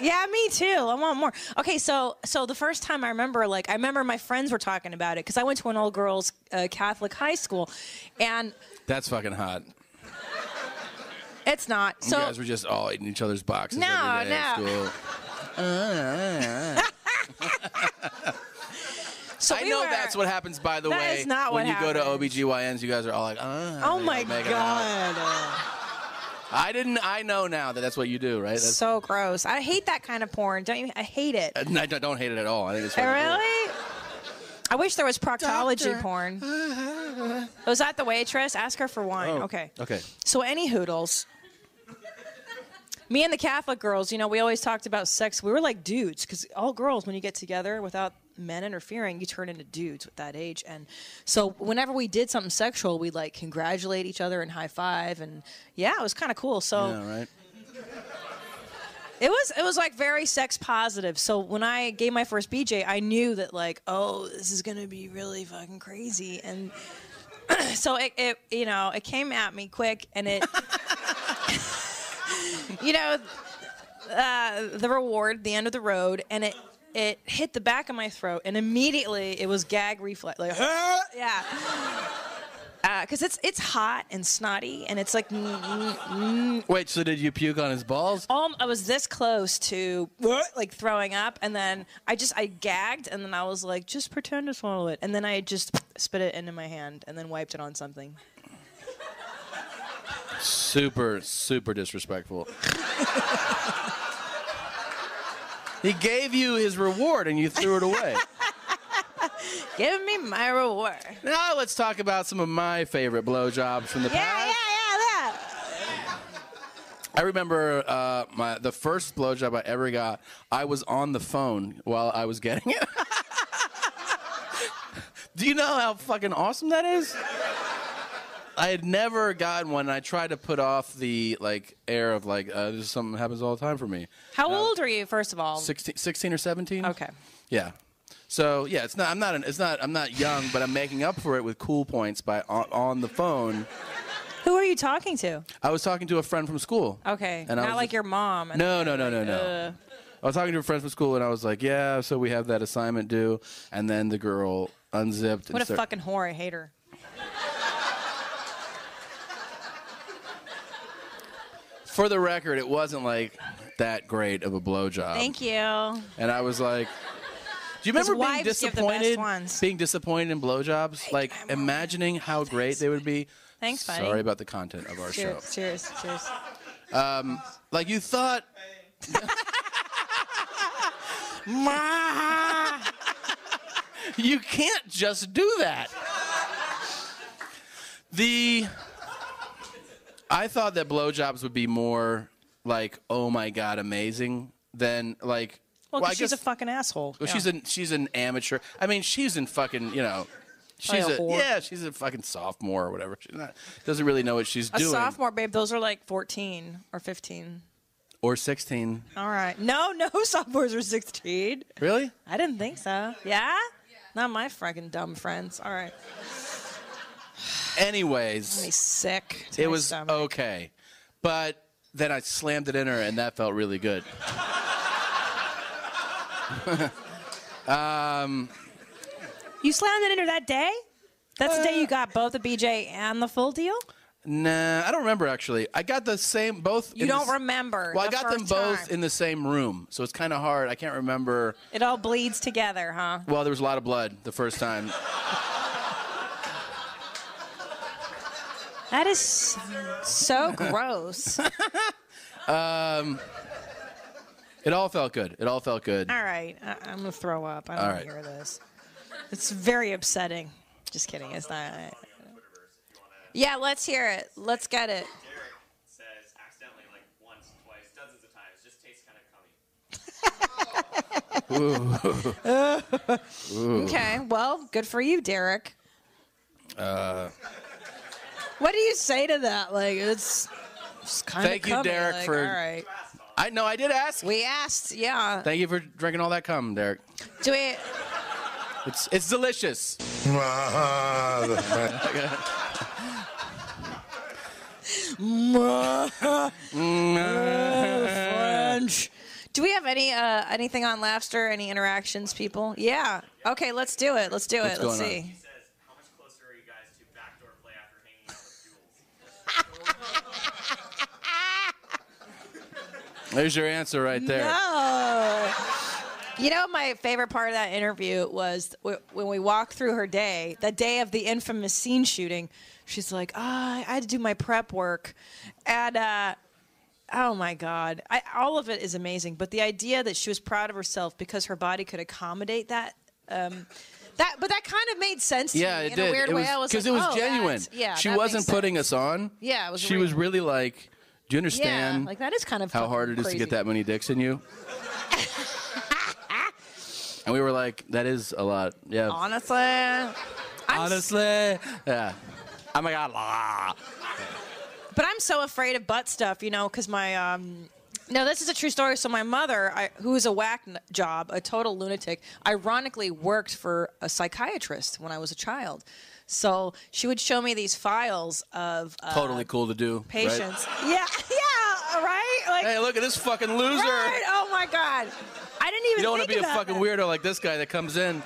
Speaker 3: Yeah, me too. I want more. Okay, so so the first time I remember, like, I remember my friends were talking about it because I went to an old girls' uh, Catholic high school, and
Speaker 1: That's fucking hot.
Speaker 3: it's not. So
Speaker 1: you guys were just all eating each other's boxes
Speaker 3: No,
Speaker 1: every day at
Speaker 3: no. (laughs)
Speaker 1: school. Uh,
Speaker 3: So
Speaker 1: I
Speaker 3: we
Speaker 1: know
Speaker 3: were-
Speaker 1: that's what happens. By the
Speaker 3: That
Speaker 1: way,
Speaker 3: is not
Speaker 1: when
Speaker 3: what
Speaker 1: you go to OBGYNs, you guys are all like, uh,
Speaker 3: oh
Speaker 1: you know,
Speaker 3: my
Speaker 1: making out.
Speaker 3: god,
Speaker 1: I didn't. I know now that that's what you do, right? That's, (laughs)
Speaker 3: so gross. I hate that kind of porn. Don't you? I hate it.
Speaker 1: I don't- don't hate it at all. I think it's
Speaker 3: I
Speaker 1: fucking cool.
Speaker 3: really. I wish there was proctology
Speaker 13: Doctor.
Speaker 3: porn. Was that the waitress? Ask her for wine.
Speaker 1: Oh,
Speaker 3: Okay.
Speaker 1: Okay.
Speaker 3: So any hoodles. Me and the Catholic girls, you know, we always talked about sex. We were like dudes because all girls, when you get together without men interfering, you turn into dudes at that age. And so whenever we did something sexual, we like congratulate each other and high five, and yeah, it was kind of cool. So
Speaker 1: Yeah, right.
Speaker 3: it was it was like very sex positive. So when I gave my first BJ, I knew that like, oh, this is gonna be really fucking crazy. And (clears throat) so it, it you know, it came at me quick and it (laughs) you know uh, the reward, the end of the road, and it it hit the back of my throat and immediately it was gag reflex like (laughs) yeah because it's it's hot and snotty and it's like mm, mm, mm,
Speaker 1: Wait. So did you puke on his balls?
Speaker 3: um, I was this close to like throwing up, and then I just I gagged, and then I was like, just pretend to swallow it, and then I just spit it into my hand, and then wiped it on something.
Speaker 1: Super, super disrespectful. (laughs) he gave you his reward and you threw it
Speaker 3: (laughs)
Speaker 1: away.
Speaker 3: Give me my reward.
Speaker 1: Now let's talk about some of my favorite blowjobs from the
Speaker 3: Yeah, yeah,
Speaker 1: past.
Speaker 3: yeah, that.
Speaker 1: I remember uh, my the first blowjob I ever got. I was on the phone while I was getting it. (laughs) Do you know how fucking awesome that is? I had never gotten one, and I tried to put off the like air of like uh, this is something that happens all the time for me.
Speaker 3: How old are you, first of all?
Speaker 1: 16, 16 or seventeen?
Speaker 3: Okay.
Speaker 1: Yeah. So yeah, it's not. I'm not. An, it's not. I'm not young, but I'm making up for it with cool points by on, on the phone.
Speaker 3: Who are you talking to?
Speaker 1: I was talking to a friend from school.
Speaker 3: Okay.
Speaker 1: And I
Speaker 3: Not
Speaker 1: was
Speaker 3: like
Speaker 1: just-
Speaker 3: your mom. and
Speaker 1: No, no,
Speaker 3: then
Speaker 1: no, no,
Speaker 3: like,
Speaker 1: no.
Speaker 3: uh,
Speaker 1: I was talking to a friend from school, and I was like, "Yeah, so we have that assignment due." And then the girl unzipped. and
Speaker 3: What a
Speaker 1: start-
Speaker 3: fucking whore. I hate her.
Speaker 1: For the record, it wasn't like that great of a blowjob.
Speaker 3: Thank you.
Speaker 1: And I was like, "Do you
Speaker 3: His
Speaker 1: remember being
Speaker 3: wives give the best
Speaker 1: disappointed?
Speaker 3: ones.
Speaker 1: Being disappointed in blowjobs? Like imagining how great they would be."
Speaker 3: Thanks, buddy.
Speaker 1: Sorry about the content of our show.
Speaker 3: Cheers, cheers, cheers.
Speaker 1: Um, like you thought. you can't just do that. The I thought that blowjobs would be more like, oh my god, amazing than like.
Speaker 3: Well, 'cause
Speaker 1: I
Speaker 3: she's a
Speaker 1: guess-
Speaker 3: fucking asshole.
Speaker 1: well,
Speaker 3: Yeah.
Speaker 1: she's an she's an amateur. I mean, she's in fucking you know, she's
Speaker 3: a
Speaker 1: a,
Speaker 3: whore.
Speaker 1: yeah, she's a fucking sophomore or whatever. She's not doesn't really know what she's
Speaker 3: a
Speaker 1: doing
Speaker 3: sophomore, babe. Those are like 14 or 15.
Speaker 1: or sixteen.
Speaker 3: All right. No, no (laughs) sophomores are 16.
Speaker 1: Really?
Speaker 3: I didn't think so. Yeah? Not my fucking dumb friends. All right.
Speaker 1: Anyways,
Speaker 3: Made me sick. to
Speaker 1: it
Speaker 3: my
Speaker 1: was
Speaker 3: stomach.
Speaker 1: okay, but then I slammed it in her, and that felt really good. um,
Speaker 3: You slammed it in her that day? That's the day you got both the BJ and the full deal?
Speaker 1: nah, I don't remember actually. I got the same both.
Speaker 3: You
Speaker 1: in the
Speaker 3: don't
Speaker 1: s-
Speaker 3: remember.
Speaker 1: Well, I
Speaker 3: the
Speaker 1: got them
Speaker 3: first
Speaker 1: both
Speaker 3: time.
Speaker 1: in the same room, so it's kind of hard. I can't remember.
Speaker 3: It all bleeds together, huh?
Speaker 1: Well, there was a lot of blood the first time.
Speaker 3: That is so (laughs) gross. all
Speaker 1: Um, it all felt good. It all felt good.
Speaker 3: right. I- I'm going to throw up. I don't
Speaker 1: All
Speaker 3: want
Speaker 1: right.
Speaker 3: to hear this. It's very upsetting. Just kidding. It's not. Yeah, let's hear it. Let's get it.
Speaker 14: says accidentally like once, twice, dozens of times. Just tastes kind of cummy.
Speaker 1: Ooh.
Speaker 3: okay. Well, good for you, Derek.
Speaker 1: Uh,
Speaker 3: What do you say to that? Like, it's, it's kind of
Speaker 1: Thank you, Derek,
Speaker 3: like,
Speaker 1: for-
Speaker 3: All right.
Speaker 1: I know. I did ask.
Speaker 3: We asked. Yeah.
Speaker 1: thank you for drinking all that cum, Derek.
Speaker 3: do we?
Speaker 1: It's it's delicious.
Speaker 3: French. Do we have any uh, anything on Laughster? Any interactions, people? Yeah. Okay, let's do it. Let's do
Speaker 1: What's
Speaker 3: it. Let's
Speaker 1: going
Speaker 3: see.
Speaker 1: on? There's your answer right there.
Speaker 3: No. You know, my favorite part of that interview was w- when we walked through her day, the day of the infamous scene shooting. She's like, "Ah, I had to do my prep work. And, uh, oh my God. I, all of it is amazing. But the idea that she was proud of herself because her body could accommodate that. Um, that, but that kind of made sense to
Speaker 1: Yeah,
Speaker 3: me
Speaker 1: it
Speaker 3: in
Speaker 1: did.
Speaker 3: a weird
Speaker 1: it
Speaker 3: way.
Speaker 1: was
Speaker 3: I was like,
Speaker 1: it was
Speaker 3: "Oh,
Speaker 1: genuine.
Speaker 3: that's- Yeah,
Speaker 1: she
Speaker 3: that makes
Speaker 1: wasn't
Speaker 3: sense."
Speaker 1: putting us on.
Speaker 3: Yeah, it was
Speaker 1: She
Speaker 3: real.
Speaker 1: was really like, "Do you understand?
Speaker 3: like, that is kind of
Speaker 1: how hard it
Speaker 3: fucking
Speaker 1: is to get
Speaker 3: crazy.
Speaker 1: that many dicks in you." and we were like, "That is a lot." Yeah.
Speaker 3: Honestly, I'm
Speaker 1: Honestly. Yeah. Oh my god. Ah.
Speaker 3: But I'm so afraid of butt stuff, you know, because my um, no, this is a true story. So my mother, I, who is a whack n- job, a total lunatic, ironically worked for a psychiatrist when I was a child. So she would show me these files of uh,
Speaker 1: totally cool to do. right?
Speaker 3: patients. Yeah, (laughs) yeah, right. Like,
Speaker 1: Hey, look at this fucking loser.
Speaker 3: Right? Oh my god, I didn't even.
Speaker 1: You don't want to
Speaker 3: think
Speaker 1: be a
Speaker 3: about
Speaker 1: fucking
Speaker 3: that.
Speaker 1: weirdo like this guy that comes in,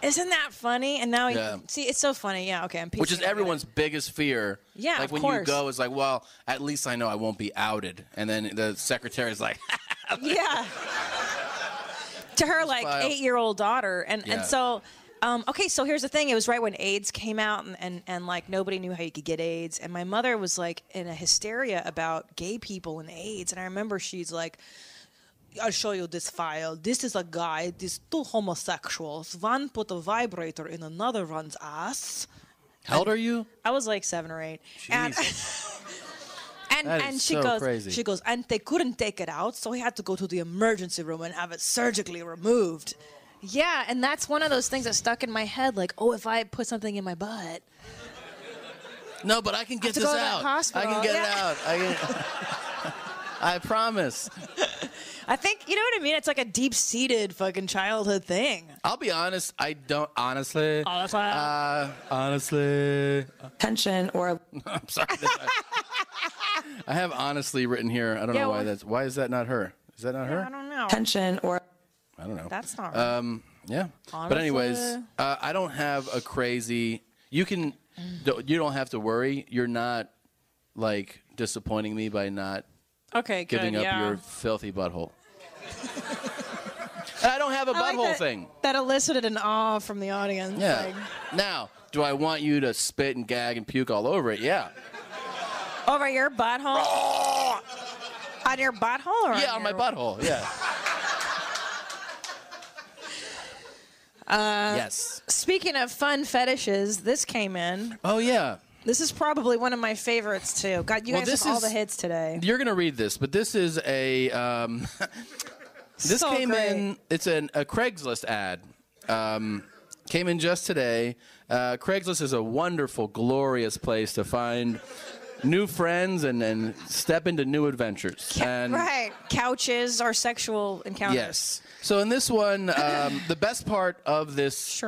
Speaker 3: Isn't that funny? And now,
Speaker 1: Yeah.
Speaker 3: you, see, it's so funny. Yeah. Okay, I'm.
Speaker 1: which is
Speaker 3: piecing it
Speaker 1: everyone's biggest fear.
Speaker 3: Yeah,
Speaker 1: like
Speaker 3: of
Speaker 1: when you
Speaker 3: course.
Speaker 1: go, it's like, well, at least I know I won't be outed. And then the secretary's like,
Speaker 3: yeah. To her, like
Speaker 1: wild.
Speaker 3: eight year old daughter. And
Speaker 1: Yeah.
Speaker 3: and so um, okay, so here's the thing. It was right when AIDS came out and, and, and like nobody knew how you could get AIDS. And my mother was like in a hysteria about gay people and AIDS. And I remember she's like I'll show you this file. This is a guy, these two homosexuals. One put a vibrator in another one's ass.
Speaker 1: "How old are you?"
Speaker 3: I was like seven or eight. (laughs) And, (laughs) and,
Speaker 1: That is
Speaker 3: and she
Speaker 1: so
Speaker 3: goes,
Speaker 1: crazy.
Speaker 3: she goes, and they couldn't take it out, so he had to go to the emergency room and have it surgically removed. Yeah, and that's one of those things that stuck in my head. Like, oh, if I put something in my butt,
Speaker 1: No, but I can get
Speaker 3: to
Speaker 1: this
Speaker 3: go to that
Speaker 1: out. I
Speaker 3: hospital.
Speaker 1: can get it
Speaker 3: Yeah.
Speaker 1: out. I can.
Speaker 3: (laughs)
Speaker 1: (laughs) I promise.
Speaker 3: I think you know what I mean. It's like a deep-seated fucking childhood thing.
Speaker 1: I'll be honest. I don't honestly.
Speaker 3: Honestly.
Speaker 1: Uh, honestly. (laughs)
Speaker 4: Tension or.
Speaker 1: I'm sorry. I have honestly written here. I don't
Speaker 4: Yeah,
Speaker 1: know why
Speaker 4: well-
Speaker 1: that's. Why is that not her? Is that not her? I
Speaker 3: don't know.
Speaker 4: Tension or.
Speaker 1: I don't know.
Speaker 4: That's not right.
Speaker 1: Um, yeah. But anyways,
Speaker 4: Honestly.
Speaker 1: uh, I don't have a crazy. You can.
Speaker 3: Mm.
Speaker 1: don't- You don't have to worry. You're not like disappointing me by not
Speaker 3: Okay, good,
Speaker 1: giving up
Speaker 3: yeah.
Speaker 1: your filthy
Speaker 3: (laughs)
Speaker 1: butthole. And I don't have a
Speaker 3: I like
Speaker 1: butthole
Speaker 3: that-
Speaker 1: thing.
Speaker 3: That elicited an awe from the audience.
Speaker 1: Yeah.
Speaker 3: Like,
Speaker 1: Now, do I want you to spit and gag and puke all over it? Yeah.
Speaker 3: over
Speaker 1: (laughs)
Speaker 3: your butthole. on your butthole, or
Speaker 1: yeah, on my
Speaker 3: your-
Speaker 1: butthole. Yeah.
Speaker 3: Uh,
Speaker 1: Yes.
Speaker 3: Speaking of fun fetishes, this came in.
Speaker 1: Oh yeah.
Speaker 3: This is probably one of my favorites too. God, you
Speaker 1: Well,
Speaker 3: guys
Speaker 1: this
Speaker 3: have all
Speaker 1: is-
Speaker 3: the hits today.
Speaker 1: You're gonna read this, but this is a
Speaker 3: (laughs)
Speaker 1: um, this
Speaker 3: So
Speaker 1: came in.
Speaker 3: great.
Speaker 1: It's an, a Craigslist ad. Um, came in just today. Uh, Craigslist is a wonderful, glorious place to find new friends and and step into new adventures. and
Speaker 3: right, couches are sexual encounters.
Speaker 1: Yes. So in this one, um, the best part of this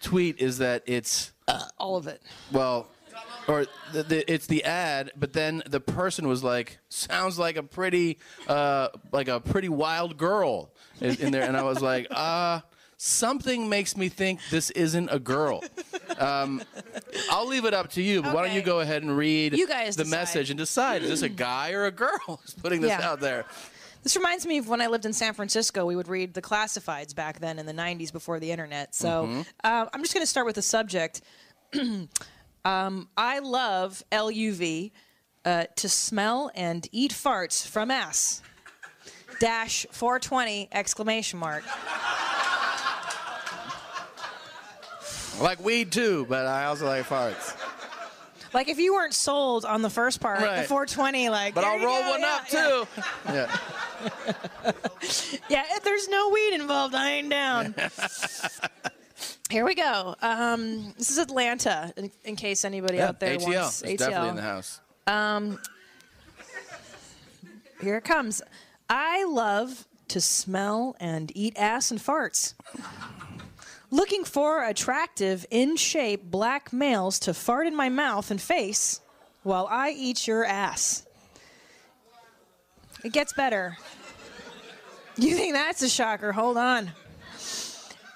Speaker 1: tweet is that it's
Speaker 3: all of it.
Speaker 1: Well, or the, the, it's the ad, but then the person was like, "Sounds like a pretty, uh, like a pretty wild girl in, in there," and I was like, (laughs) "Uh." Something makes me think this isn't a girl. Um, I'll leave it up to you, but why don't you go ahead and read
Speaker 3: You guys
Speaker 1: the
Speaker 3: decide.
Speaker 1: message and decide is this a guy or a girl (laughs) who's putting this
Speaker 3: Yeah.
Speaker 1: out there?
Speaker 3: This reminds me of when I lived in San Francisco. We would read the classifieds back then in the 90s before the internet. So
Speaker 1: Mhm.
Speaker 3: uh, I'm just going to start with the subject. (clears throat) um, I love LUV uh, to smell and eat farts from ass. Dash 420 exclamation mark.
Speaker 1: I like weed too, but I also like farts.
Speaker 3: Like if you weren't sold on the first part, the
Speaker 1: Right.
Speaker 3: 420, like.
Speaker 1: But
Speaker 3: there
Speaker 1: I'll
Speaker 3: you
Speaker 1: roll
Speaker 3: go,
Speaker 1: one
Speaker 3: yeah,
Speaker 1: up
Speaker 3: yeah.
Speaker 1: too. Yeah.
Speaker 3: Yeah, if there's no weed involved, I ain't down. Here we go. Um, this is Atlanta, in, in case anybody
Speaker 1: Yeah,
Speaker 3: out there E
Speaker 1: ATL.
Speaker 3: wants
Speaker 1: E It's definitely in the house.
Speaker 3: Um, here it comes. I love to smell and eat ass and farts. Looking for attractive, in shape black males to fart in my mouth and face while I eat your ass. It gets better. You think that's a shocker? Hold on.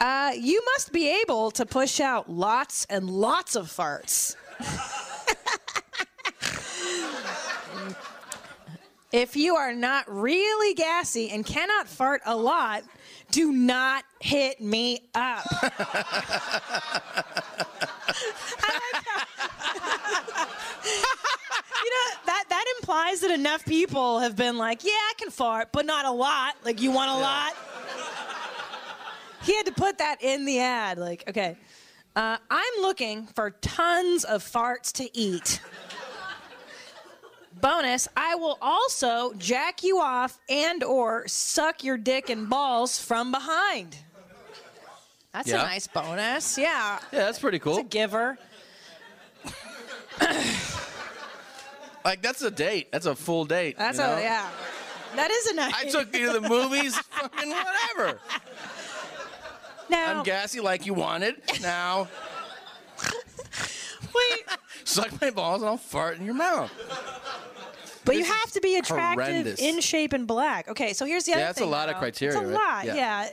Speaker 3: Uh, you must be able to push out lots and lots of farts. if you are not really gassy and cannot fart a lot, do not hit me up. you know that that implies that enough people have been like, yeah, I can fart, but not a lot. Like you want a lot. He had to put that in the ad. Like, okay, uh, I'm looking for tons of farts to eat. Bonus: I will also jack you off and or suck your dick and balls from behind. That's
Speaker 1: Yeah.
Speaker 3: a nice bonus. Yeah.
Speaker 1: Yeah, that's pretty cool.
Speaker 3: It's a giver.
Speaker 1: Like that's a date. That's a full date.
Speaker 3: That's
Speaker 1: you know?
Speaker 3: a yeah. That is a nice.
Speaker 1: I took you to the
Speaker 3: (laughs)
Speaker 1: movies, fucking whatever.
Speaker 3: Now
Speaker 1: I'm gassy like you wanted. Now
Speaker 3: wait.
Speaker 1: suck my balls and I'll fart in your mouth.
Speaker 3: But you
Speaker 1: This
Speaker 3: have
Speaker 1: is
Speaker 3: to be attractive,
Speaker 1: horrendous.
Speaker 3: in shape, and black. Okay, so here's the other
Speaker 1: Yeah, that's a
Speaker 3: thing,
Speaker 1: lot of
Speaker 3: though.
Speaker 1: criteria,
Speaker 3: It's a
Speaker 1: right?
Speaker 3: lot, yeah.
Speaker 1: Yeah.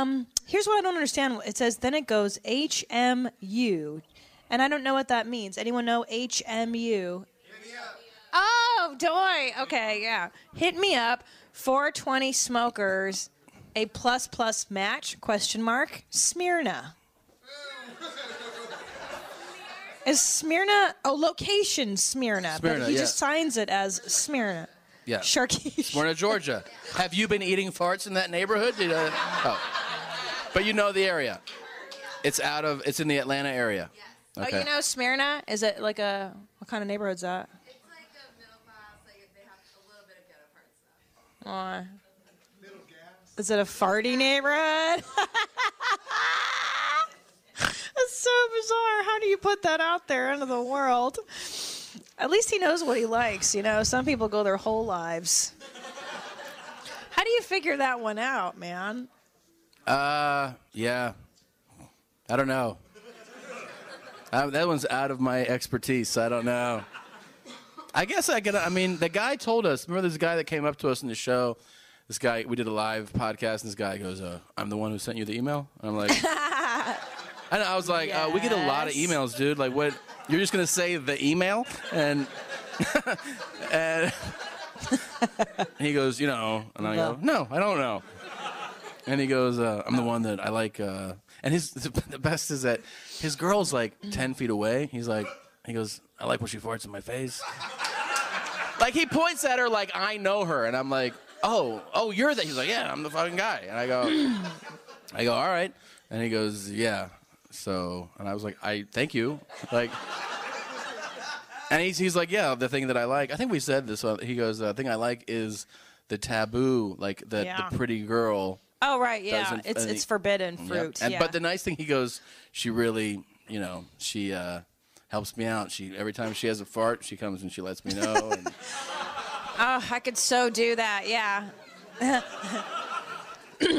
Speaker 3: Um, here's what I don't understand. It says then it goes HMU, and I don't know what that means. Anyone know HMU? Oh, doy. Okay, yeah. Hit me up. 420 smokers, a plus plus match? Question mark. Smyrna. Is Smyrna? Oh, location Smyrna.
Speaker 1: Smyrna,
Speaker 3: but he
Speaker 1: yeah.
Speaker 3: just signs it as Smyrna.
Speaker 1: Yeah.
Speaker 3: Sharky. (laughs)
Speaker 1: Smyrna, Georgia. Have you been eating farts in that neighborhood? Did I- oh. But you know the area. It's out of. It's in the Atlanta area.
Speaker 3: Oh, you know Smyrna? Is it like a what kind of neighborhood's that? It's like a middle class, like they have a little bit of ghetto parts. Is it a farty neighborhood? (laughs) so bizarre. How do you put that out there into the world? At least he knows what he likes, you know. Some people go their whole lives. How do you figure that one out, man?
Speaker 1: Uh, yeah. I don't know. Uh, that one's out of my expertise. so I don't know. I guess I could. I mean, the guy told us. Remember this guy that came up to us in the show? This guy, we did a live podcast, and this guy goes, uh, "I'm the one who sent you the email." And I'm like, I, know, I was like, uh, "We get a lot of
Speaker 15: Yes.
Speaker 1: emails, dude. Like, what? You're just gonna say the email?" And (laughs) and he goes, "You know," and I go, "No, I don't know." And he goes, uh, "I'm the one that I like." Uh, and his (laughs) the best is that his girl's like ten feet away. He's like, he goes, "I like when she farts in my face." like he points at her like I know her, and I'm like, "Oh, oh, you're that." He's like, "Yeah, I'm the fucking guy." And I go, (clears throat) "I go, all right." And he goes, "Yeah." So, and I was like, "I thank you." Like. And he's, he's like, yeah, the thing that I like. I think we said this. uh, He goes, the thing I like is the taboo, like the,
Speaker 3: Yeah.
Speaker 1: the pretty girl.
Speaker 3: Oh right, yeah.
Speaker 1: Doesn't-
Speaker 3: it's
Speaker 1: uh,
Speaker 3: it's forbidden
Speaker 1: Yep.
Speaker 3: fruit.
Speaker 1: And,
Speaker 3: yeah.
Speaker 1: But the nice thing, he goes, she really, you know, she uh, helps me out. She every time she has a fart, she comes and she lets me know.
Speaker 3: (laughs)
Speaker 1: And
Speaker 3: Oh, I could so do that. Yeah. (laughs)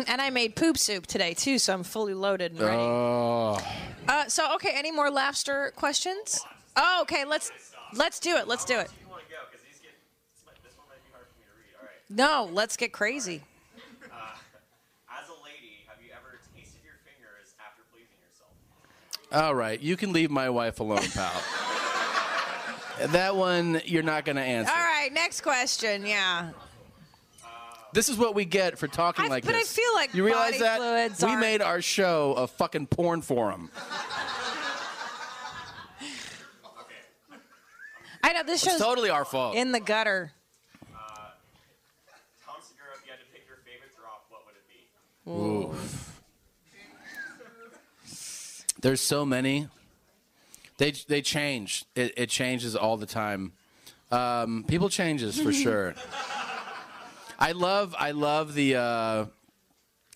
Speaker 3: and I made poop soup today too, so I'm fully loaded and ready.
Speaker 1: oh,
Speaker 3: Uh, so okay, any more laughter questions? Oh, okay, let's let's do it. Let's do it. No, let's get crazy.
Speaker 14: Uh, as a lady, have you ever tasted your fingers after pleasing yourself?
Speaker 1: all right, you can leave my wife alone,
Speaker 3: (laughs)
Speaker 1: pal. that one you're not gonna
Speaker 3: All
Speaker 1: answer.
Speaker 3: right, next question. Yeah.
Speaker 1: This is what we get for talking like
Speaker 3: but I
Speaker 1: this.
Speaker 3: feel like
Speaker 1: you realize
Speaker 3: body
Speaker 1: that
Speaker 3: fluids
Speaker 1: we
Speaker 3: aren't-
Speaker 1: made our show a fucking porn forum.
Speaker 3: I know this
Speaker 1: It's
Speaker 3: show's
Speaker 1: totally our fault.
Speaker 3: In the gutter.
Speaker 14: Tom Segura, if you had to pick your favorite drop, what would it be?
Speaker 1: Oof. There's so many. They they change. It, it changes all the time. Um, people changes for sure. I love I love the uh,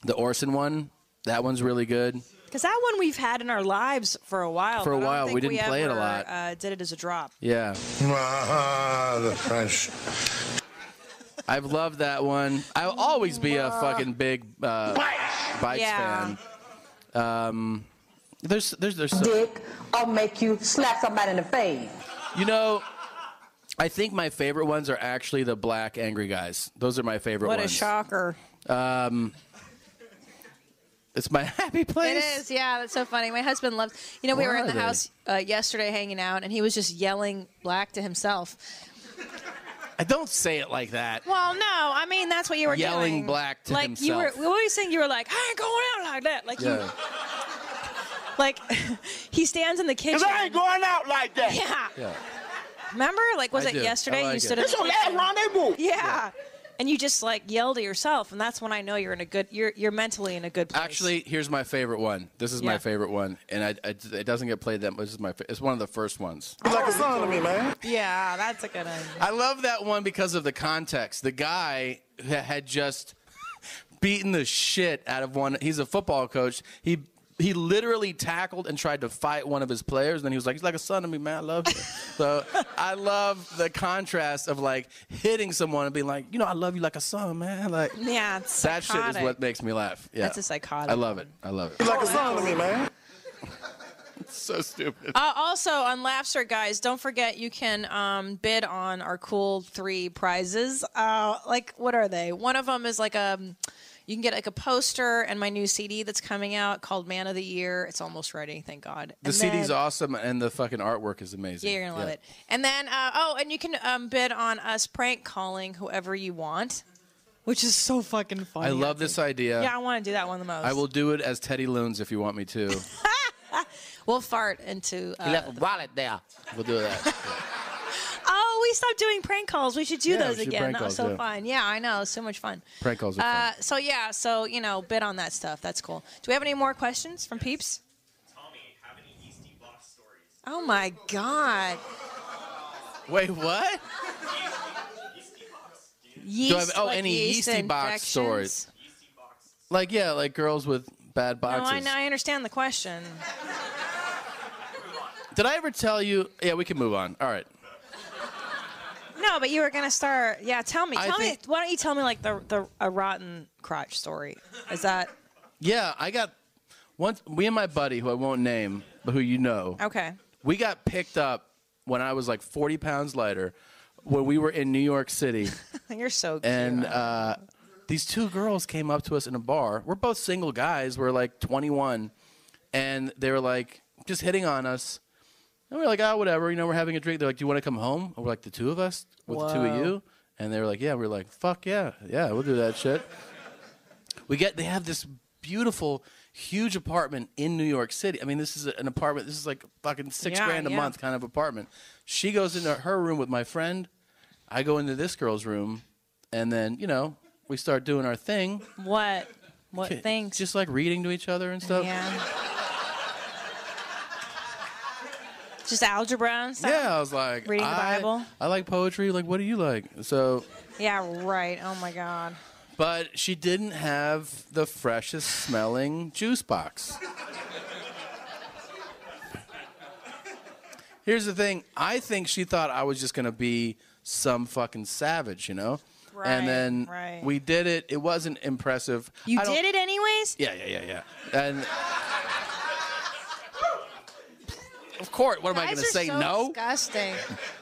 Speaker 1: the Orson one. That one's really good.
Speaker 3: Because that one we've had in our lives for a while.
Speaker 1: For a
Speaker 3: but I don't
Speaker 1: while,
Speaker 3: think
Speaker 1: we didn't play it a
Speaker 3: ever,
Speaker 1: lot.
Speaker 3: Uh, did it as a drop.
Speaker 1: Yeah. the French. I've loved that one. I'll always be a fucking big uh, Bites
Speaker 4: Yeah.
Speaker 1: fan. Um, there's there's there's so
Speaker 4: Dick, I'll make you slap somebody in the face.
Speaker 1: You know, I think my favorite ones are actually the black angry guys. Those are my favorite
Speaker 3: What a
Speaker 1: ones.
Speaker 3: shocker.
Speaker 1: Um, it's my (laughs) happy place.
Speaker 3: It is, yeah. That's so funny. My husband loves. You know, we
Speaker 1: Where
Speaker 3: were in
Speaker 1: are
Speaker 3: the
Speaker 1: they?
Speaker 3: house uh, yesterday hanging out, and he was just yelling black to himself.
Speaker 1: I don't say it like that.
Speaker 3: Well, no, I mean that's what you were
Speaker 1: Yelling
Speaker 3: doing.
Speaker 1: black to
Speaker 3: like you were.
Speaker 1: himself.
Speaker 3: We always think you were like, I ain't going out like that. Like you,
Speaker 1: Yeah.
Speaker 3: like (laughs) he stands in the kitchen. I ain't going out like that. Yeah.
Speaker 1: Yeah.
Speaker 3: Remember, like, was
Speaker 1: I
Speaker 3: it
Speaker 1: do. I
Speaker 3: yesterday?
Speaker 1: like
Speaker 3: you
Speaker 1: it.
Speaker 3: stood. in
Speaker 1: It's
Speaker 3: the
Speaker 1: your
Speaker 3: kitchen.
Speaker 1: last
Speaker 3: Yeah. And you just like yell to yourself, and that's when I know you're in a good. You're you're mentally in a good place.
Speaker 1: Actually, here's my favorite one. This is my
Speaker 3: Yeah.
Speaker 1: favorite one, and I, I, it doesn't get played that much. This is my. fa- It's one of the first ones.
Speaker 3: like a son to me, man. Yeah, that's a good one.
Speaker 1: I love that one because of the context. The guy ha- had just (laughs) beaten the shit out of one. He's a football coach. He he literally tackled and tried to fight one of his players. And then he was like, "He's like a son to me, man. I
Speaker 3: (laughs)
Speaker 1: love you." so I love the contrast of like hitting someone and being like, "You know, I love you like a son, man." (laughs) Like
Speaker 3: Yeah, it's
Speaker 1: that shit is
Speaker 3: psychotic.
Speaker 1: what makes me laugh. Yeah,
Speaker 3: That's a psychotic
Speaker 1: I love it. I (laughs) love it.
Speaker 3: like a son to me, man.
Speaker 1: It's so stupid.
Speaker 3: Uh, also on Laughster, guys, don't forget you can um, bid on our cool three prizes. Uh, like, what are they? One of them is like a, you can get like a poster and my new CD that's coming out called Man of the Year. It's almost ready, thank God.
Speaker 1: the
Speaker 3: And
Speaker 1: CD's
Speaker 3: then-
Speaker 1: awesome, and the fucking artwork is amazing.
Speaker 3: Yeah, you're gonna love it. And then, uh, oh, and you can um, bid on us prank calling whoever you want, which is so fucking funny.
Speaker 1: I love this idea.
Speaker 3: Yeah, I want to do that one the most.
Speaker 1: I will do it as Teddy Loons if you want me to.
Speaker 3: We'll fart into. Uh,
Speaker 1: wallet there. We'll do that.
Speaker 3: Oh, we stopped doing prank calls. We should do
Speaker 1: Yeah, we
Speaker 3: those
Speaker 1: should
Speaker 3: again.
Speaker 1: prank
Speaker 3: That was
Speaker 1: calls,
Speaker 3: so
Speaker 1: yeah.
Speaker 3: fun. Yeah, I know. It was so much fun.
Speaker 1: (laughs) Prank calls are
Speaker 3: Uh,
Speaker 1: fun.
Speaker 3: so yeah, so you know, bid on that stuff. That's cool. Do we have any more questions from peeps? Oh, Tommy, have any Eastie Box stories?
Speaker 1: Oh my God! Wait, what?
Speaker 3: Yeast,
Speaker 1: do I have, oh,
Speaker 3: like
Speaker 1: any
Speaker 3: yeast
Speaker 1: yeasty box
Speaker 3: infections?
Speaker 1: stories? Like yeah, like girls with bad
Speaker 3: No, I,
Speaker 1: boxes.
Speaker 3: I understand the question.
Speaker 1: Did I ever tell you? Yeah, we can move on. All right.
Speaker 3: No, but you were gonna start. Yeah, tell me.
Speaker 1: I
Speaker 3: Tell
Speaker 1: think-
Speaker 3: me. Why don't you tell me like the the a rotten crotch story? Is that
Speaker 1: Yeah, I got once. Me and my buddy, who I won't name, but who you know,
Speaker 3: okay?
Speaker 1: we got picked up when I was like 40 pounds lighter, when we were in New York
Speaker 3: (laughs)
Speaker 1: City.
Speaker 3: You're so cute.
Speaker 1: and uh, these two girls came up to us in a bar. We're both single guys. We're like 21, and they were like just hitting on us. And we're like, oh, whatever. You know, we're having a drink. They're like, do you want to come home? And we're like, the two of us with the two of
Speaker 15: Whoa.
Speaker 1: you. And they were like, yeah. We are like, fuck yeah, yeah, we'll do that shit. We get. They have this beautiful, huge apartment in New York City. I mean, this is an apartment. This is like fucking six
Speaker 15: Yeah,
Speaker 1: grand a
Speaker 15: yeah.
Speaker 1: month kind of apartment. She goes into her room with my friend. I go into this girl's room, and then you know we start doing our thing.
Speaker 3: What? What
Speaker 1: Ki-
Speaker 3: thing?
Speaker 1: Just uh, like reading to each other and stuff.
Speaker 3: Yeah. Just algebra and stuff.
Speaker 1: Yeah, I was like
Speaker 3: Reading the
Speaker 1: I-
Speaker 3: Bible?
Speaker 1: I like poetry. Like, what do you like? So,
Speaker 3: Yeah. Right. Oh my God.
Speaker 1: but she didn't have the freshest smelling juice box. Here's the thing. I think she thought I was just gonna be some fucking savage, you know.
Speaker 3: Right,
Speaker 1: and then
Speaker 3: right.
Speaker 1: we did it. It wasn't impressive.
Speaker 3: You
Speaker 1: I don't-
Speaker 3: did it anyways.
Speaker 1: Yeah, yeah, yeah, yeah. And of course, what am I
Speaker 3: Guys
Speaker 1: going to
Speaker 3: are
Speaker 1: say?
Speaker 3: so
Speaker 1: no.
Speaker 3: Disgusting.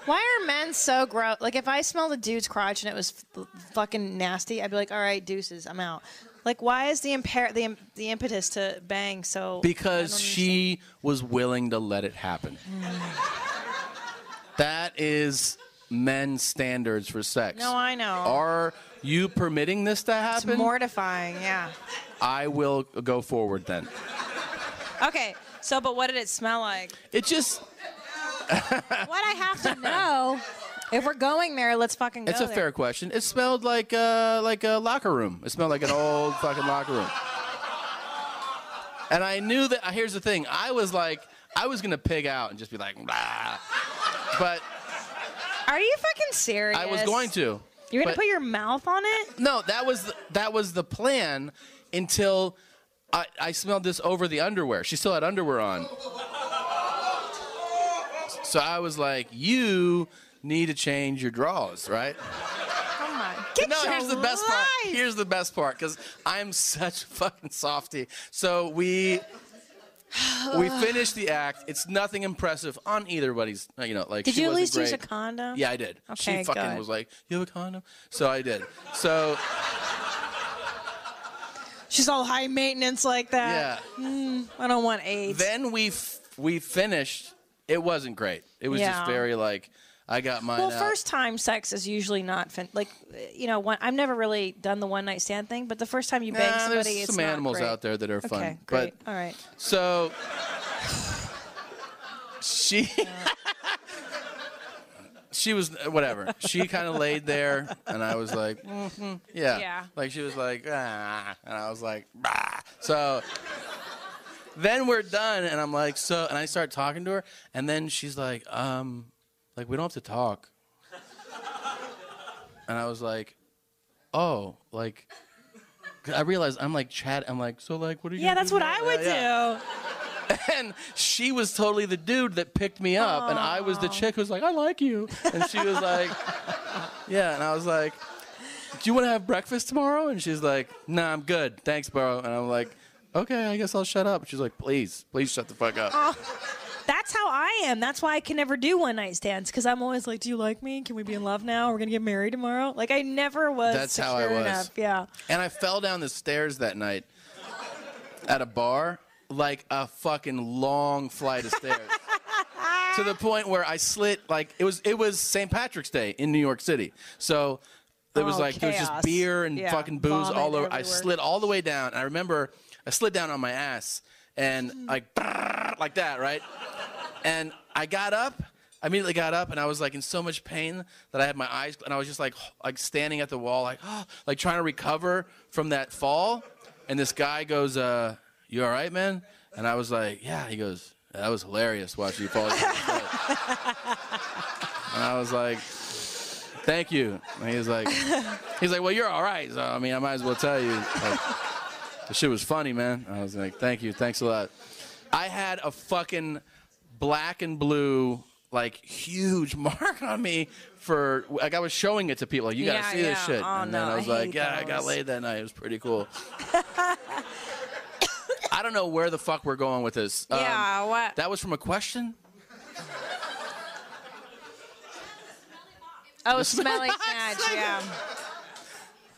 Speaker 3: Why are men so gross? Like if I smelled a dude's crotch and it was f- fucking nasty, I'd be like, all right, deuces, I'm out. Like why is the impair the im- the impetus to bang so?
Speaker 1: Because she was willing to let it happen. That is men's standards for sex.
Speaker 3: No, I know.
Speaker 1: Are you permitting this to
Speaker 3: it's
Speaker 1: happen?
Speaker 3: mortifying. Yeah.
Speaker 1: I will go forward then.
Speaker 3: Okay. So, but what did it smell like?
Speaker 1: It just.
Speaker 3: (laughs) what I have to know. If we're going there, let's fucking go.
Speaker 1: It's a
Speaker 3: there.
Speaker 1: fair question. It smelled like uh, like a locker room. It smelled like an old fucking locker room. And I knew that. Here's the thing. I was like, I was gonna pig out and just be like, "Rah." but
Speaker 3: Are you fucking serious?
Speaker 1: I was going to.
Speaker 3: You're gonna
Speaker 1: But-
Speaker 3: put your mouth on it?
Speaker 1: No, that was the, that was the plan until I, I smelled this over the underwear. She still had underwear on. So I was like, you need to change your drawers, right?
Speaker 3: Come on. Get
Speaker 1: no,
Speaker 3: your
Speaker 1: here's the best part. Here's the best part because I'm such a fucking softy. So we
Speaker 3: (sighs)
Speaker 1: we finished the act. It's nothing impressive on either buddy's. You know, like
Speaker 3: Did
Speaker 1: she
Speaker 3: you at
Speaker 1: wasn't
Speaker 3: least use a
Speaker 1: great.
Speaker 3: condom?
Speaker 1: Yeah, I did.
Speaker 3: Okay,
Speaker 1: she fucking
Speaker 3: good.
Speaker 1: was like, "You have a condom?" So I did. So
Speaker 3: She's all high maintenance like that.
Speaker 1: Yeah.
Speaker 3: Mm, I don't want AIDS.
Speaker 1: then we f- we finished. It wasn't great. It was
Speaker 3: Yeah.
Speaker 1: just very like I got mine.
Speaker 3: well,
Speaker 1: out.
Speaker 3: first time sex is usually not fin- like you know. One, I've never really done the one night stand thing, but the first time you bang
Speaker 1: Nah,
Speaker 3: somebody,
Speaker 1: there's
Speaker 3: it's
Speaker 1: some
Speaker 3: not
Speaker 1: animals
Speaker 3: great.
Speaker 1: out there that are fun.
Speaker 3: Okay,
Speaker 1: but
Speaker 3: great. all right.
Speaker 1: So she she was whatever. She kind of laid there, and I was like, mm-hmm,
Speaker 15: Mhm.
Speaker 1: yeah,
Speaker 15: Yeah.
Speaker 1: Like she was like, ah, and I was like, bah. So then we're done, and I'm like, so, and I start talking to her, and then she's like, um, like we don't have to talk. And I was like, oh, like. 'cause I realized I'm like Chad. I'm like, so like, what are you?
Speaker 3: Yeah,
Speaker 1: gonna
Speaker 3: that's
Speaker 1: do
Speaker 3: what
Speaker 1: now?"
Speaker 3: I would
Speaker 1: Yeah, yeah
Speaker 3: do.
Speaker 1: and she was totally the dude that picked me up, and I was the chick who was like, "I like you," and she was like, "Yeah," and I was like, "Do you want to have breakfast tomorrow?" And she's like, "Nah, I'm good, thanks, bro." And I'm like, "Okay, I guess I'll shut up." She's like, "Please, please shut the fuck up."
Speaker 3: Oh, that's how I am. That's why I can never do one night stands because I'm always like, "Do you like me? Can we be in love now? We're gonna get married tomorrow." Like I never was.
Speaker 1: That's
Speaker 3: secure
Speaker 1: how I was.
Speaker 3: Enough. Yeah.
Speaker 1: And I fell down the stairs that night at a bar, like a fucking long flight of stairs. to the point where I slid like it was it was St. Patrick's Day in New York City. So there was
Speaker 15: Oh,
Speaker 1: like there was
Speaker 15: chaos.
Speaker 1: just beer and
Speaker 15: Yeah,
Speaker 1: fucking booze
Speaker 15: vomit
Speaker 1: all over. I
Speaker 15: everywhere.
Speaker 1: slid all the way down. And I remember I slid down on my ass and like like that, right? And I got up, I immediately got up, and I was like in so much pain that I had my eyes, and I was just like like standing at the wall, like (gasps) like trying to recover from that fall. And this guy goes, uh, "You all right, man?" And I was like, "Yeah." He goes, "That was hilarious watching you fall." down the stairs." and I was like, "Thank you." And he was
Speaker 3: (laughs)
Speaker 1: like, "He's like, well, you're all right." So I mean, I might as well tell you. Like, the shit was funny, man. I was like, "Thank you, thanks a lot." I had a fucking black and blue like huge (laughs) mark on me for like I was showing it to people like you gotta
Speaker 3: Yeah,
Speaker 1: see this
Speaker 3: yeah.
Speaker 1: shit
Speaker 3: Oh,
Speaker 1: and then
Speaker 3: no,
Speaker 1: I was
Speaker 3: I
Speaker 1: like
Speaker 3: hate
Speaker 1: yeah I got
Speaker 3: those.
Speaker 1: laid that night it was pretty
Speaker 3: (laughs)
Speaker 1: cool. I don't know where the fuck we're going with this. Um, (laughs)
Speaker 3: Yeah, what?
Speaker 1: That was from a question.
Speaker 3: Oh,
Speaker 1: The smelly (laughs)
Speaker 3: smelly snatch. Yeah.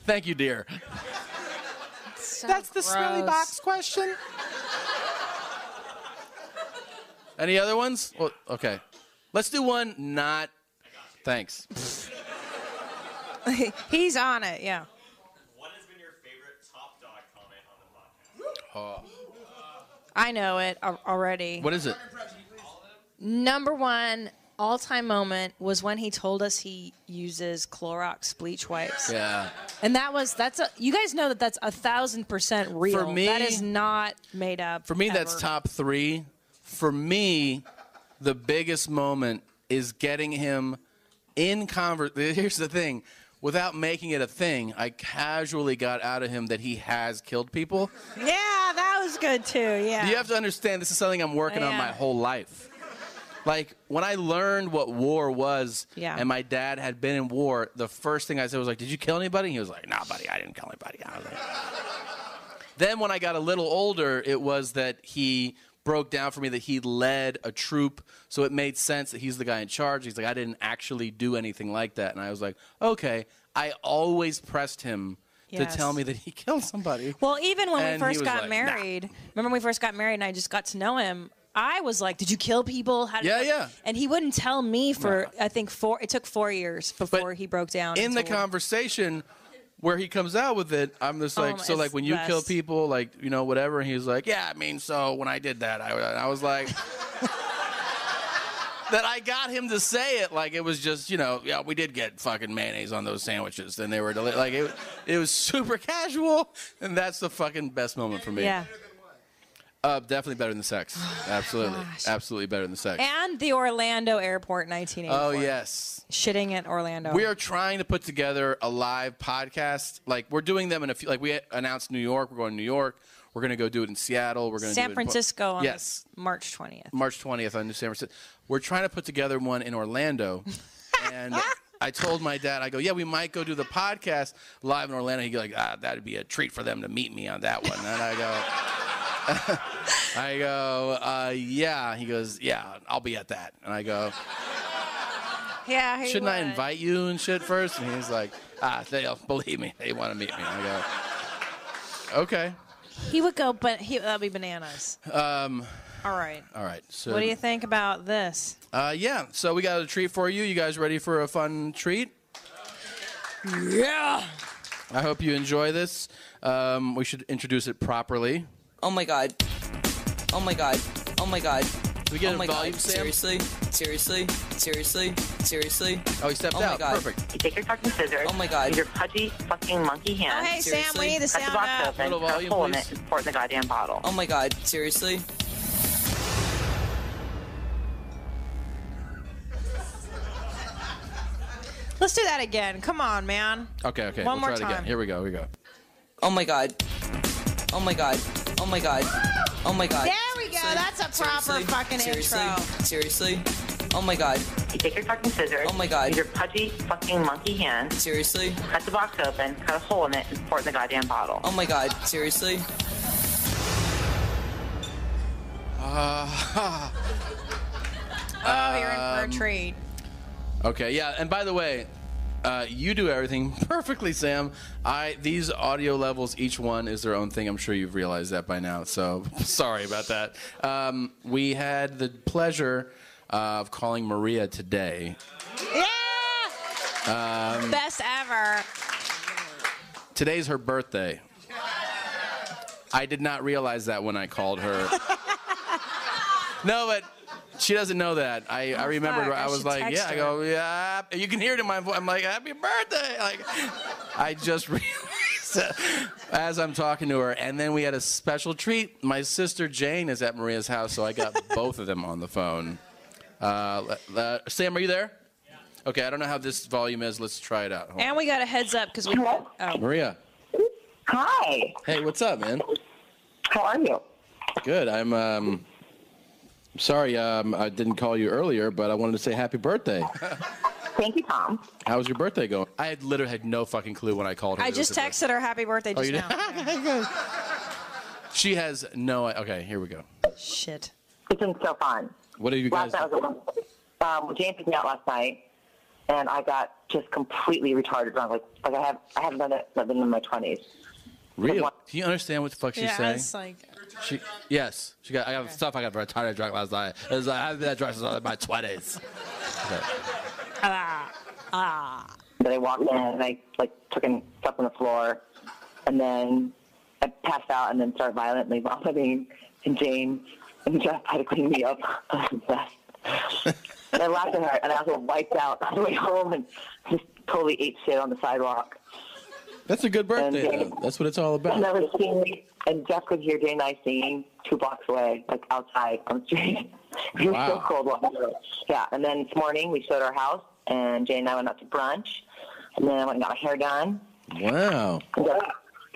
Speaker 1: Thank you, dear.
Speaker 3: That's the
Speaker 1: smelly box question. Any other ones? Well, okay, let's do one. Not thanks.
Speaker 3: (laughs) He's on it. Yeah.
Speaker 1: Oh.
Speaker 3: I know it al- already.
Speaker 1: What is it?
Speaker 3: Number one all time moment was when he told us he uses Clorox bleach wipes.
Speaker 1: Yeah.
Speaker 3: And that was, that's a, you guys know that that's a thousand percent real.
Speaker 1: For me-
Speaker 3: that is not made up.
Speaker 1: For me, that's
Speaker 3: ever.
Speaker 1: top three. For me, the biggest moment is getting him in convers. Here's the thing. Without making it a thing, I casually got out of him that he has killed people.
Speaker 3: Yeah, that was good too. Yeah.
Speaker 1: You have to understand this is something I'm working on
Speaker 3: Yeah.
Speaker 1: my whole life. Like when I learned what war was,
Speaker 3: Yeah.
Speaker 1: and my dad had been in war, the first thing I said was like, "Did you kill anybody?" He was like, "Nah, buddy, I didn't kill anybody." I was like, (laughs) then when I got a little older, it was that he broke down for me that he led a troop, so it made sense that he's the guy in charge. He's like, "I didn't actually do anything like that," and I was like, "Okay." I always pressed him
Speaker 3: Yes.
Speaker 1: to tell me that he (laughs) killed somebody.
Speaker 3: Well, even when
Speaker 1: And
Speaker 3: we
Speaker 1: he
Speaker 3: first
Speaker 1: was
Speaker 3: got
Speaker 1: like, "Nah."
Speaker 3: married, remember when we first got married and I just got to know him, I was like, Did you kill people? How did
Speaker 1: Yeah, yeah.
Speaker 3: And he wouldn't tell me for, I think, four, it took four years before he broke down.
Speaker 1: in
Speaker 3: and
Speaker 1: the
Speaker 3: told-
Speaker 1: conversation where he comes out with it, I'm just like,
Speaker 3: Um,
Speaker 1: so like
Speaker 3: it's
Speaker 1: when you
Speaker 3: best.
Speaker 1: kill people, like you know whatever, and he's like, yeah, I mean, so when I did that, I, and I was like, (laughs) that I got him to say it like it was just you know yeah we did get fucking mayonnaise on those sandwiches, and they were deli- like it it was super casual, and that's the fucking best moment for me.
Speaker 3: Yeah.
Speaker 1: Uh, definitely better than sex. Absolutely, absolutely better than sex.
Speaker 3: And the Orlando airport in 1984.
Speaker 1: oh yes.
Speaker 3: Shitting at Orlando.
Speaker 1: We are trying to put together a live podcast. Like we're doing them in a few. Like we announced New York. We're going to New York. We're going to go do it in Seattle. We're going to
Speaker 3: San
Speaker 1: do it
Speaker 3: Francisco
Speaker 1: In,
Speaker 3: on
Speaker 1: yes,
Speaker 3: March 20th.
Speaker 1: March twentieth on New San Francisco. We're trying to put together one in
Speaker 3: (laughs)
Speaker 1: Orlando, and I told my dad, I go, yeah, we might go do the podcast live in Orlando. He'd be like, ah, that'd be a treat for them to meet me on that one. And I go. (laughs) I go, uh, yeah. He goes, yeah, I'll be at that. And I go,
Speaker 3: Yeah.
Speaker 1: shouldn't I invite you and shit first? And he's like, ah, they'll (laughs) believe me. They want to meet me. And I go, okay.
Speaker 3: He would go, but he, that'd be bananas.
Speaker 1: Um,
Speaker 3: All right.
Speaker 1: all right. So,
Speaker 3: what do you think about this?
Speaker 1: Uh, yeah. So we got a treat for you. You guys ready for a fun treat?
Speaker 3: Yeah.
Speaker 1: I hope you enjoy this. Um, we should introduce it properly.
Speaker 15: Oh my god. Oh my god. Oh my god.
Speaker 1: we get
Speaker 15: oh
Speaker 1: a
Speaker 15: my
Speaker 1: volume,
Speaker 15: god.
Speaker 1: Sam?
Speaker 15: Seriously? Seriously? Seriously? Seriously?
Speaker 1: Oh, he stepped
Speaker 15: oh my
Speaker 1: out.
Speaker 15: God.
Speaker 1: Perfect.
Speaker 15: You take your fucking scissors. Oh my god. Your pudgy fucking monkey
Speaker 3: hand. Oh, hey, Sam, we need the
Speaker 15: Cut
Speaker 3: sound
Speaker 15: the box
Speaker 3: up.
Speaker 15: open.
Speaker 3: Little
Speaker 15: cut a
Speaker 3: volume,
Speaker 15: hole in
Speaker 3: please.
Speaker 15: it and pour it in the goddamn bottle. Oh my god. Seriously?
Speaker 3: Let's do that again. Come on, man.
Speaker 1: Okay. Okay.
Speaker 3: One
Speaker 1: we'll
Speaker 3: more
Speaker 1: try it
Speaker 3: time.
Speaker 1: again. Here we go. Here we go.
Speaker 15: Oh my god. Oh my god. Oh my god. Oh my god.
Speaker 3: There we go. That's a proper fucking
Speaker 15: Seriously?
Speaker 3: intro.
Speaker 15: Seriously? Oh my god. You take your fucking scissors. Oh my god. Your pudgy fucking monkey hand. Seriously? Cut the box open, cut a hole in it, and pour it in the goddamn bottle. Oh my god. Seriously?
Speaker 1: Uh, (laughs)
Speaker 3: Oh, you're in for a
Speaker 1: Um,
Speaker 3: treat.
Speaker 1: Okay, yeah, and by the way, uh, you do everything (laughs) perfectly, Sam. I these audio levels, each one is their own thing. I'm sure you've realized that by now. So (laughs) sorry about that. Um, we had the pleasure uh, of calling Maria today. Yeah. Um,
Speaker 3: Best ever.
Speaker 1: today's her birthday. I did not realize that when I called
Speaker 12: (laughs)
Speaker 1: her. no, but she doesn't know that. I, I remembered.
Speaker 12: Oh, fuck,
Speaker 1: I,
Speaker 12: I
Speaker 1: was
Speaker 12: should
Speaker 1: like,
Speaker 12: text
Speaker 1: yeah. I
Speaker 12: her.
Speaker 1: go, yeah. You can hear it in my voice. I'm like, happy birthday. Like, I just (laughs) realized that as I'm talking to her. And then we had a special treat. My sister Jane is at Maria's house, so
Speaker 12: (laughs)
Speaker 1: I got both of them on the phone. Uh, le- le- Sam, are you there? Okay, I don't know how this volume is. Let's try it out. Hold
Speaker 3: And we got a heads up because we.
Speaker 1: on.
Speaker 3: Oh.
Speaker 1: Maria.
Speaker 15: Hi.
Speaker 1: Hey, what's up, man?
Speaker 15: How are you?
Speaker 1: Good. I'm um Sorry, um, I didn't call you earlier, but I wanted to say happy birthday.
Speaker 4: Thank you, Tom.
Speaker 1: How's your birthday going? I had literally had no fucking clue when I called her.
Speaker 3: I
Speaker 1: that it was
Speaker 3: just
Speaker 1: her birthday.
Speaker 3: texted her happy birthday
Speaker 1: Oh,
Speaker 3: just
Speaker 1: you
Speaker 3: (laughs) now.
Speaker 1: She has no. Okay, here we go.
Speaker 3: Shit.
Speaker 4: It's been so fun.
Speaker 1: What have you guys?
Speaker 4: Last night was a- um, James took me out last night, and I got just completely retarded drunk. Like, like I have, I haven't done it. I've been in my twenties.
Speaker 1: Real? Do you understand what the fuck she's saying?
Speaker 3: like,
Speaker 1: She, yes, she got. I got stuff. I got retarded drunk last night. It was like, I've been that drunk since I was in my twenties.
Speaker 3: ah, ah.
Speaker 4: Then I walked in and I like took and slept on the floor, and then I passed out and then started violently vomiting. And Jane and Jeff had to clean me up. and I laughed at her, and I was all wiped out on the way (laughs) home and just totally ate shit on the sidewalk.
Speaker 1: That's a good birthday. though. That's what it's all
Speaker 4: And I
Speaker 1: about.
Speaker 4: was singing, and Jeff could hear Jane and I singing two blocks away, like outside on the street. (laughs) it was so
Speaker 1: Wow.
Speaker 4: cold. walking through. Yeah, and then this morning we showed our house, and Jane and I went out to brunch, and then I went and got my hair done,
Speaker 1: Wow.
Speaker 4: and then-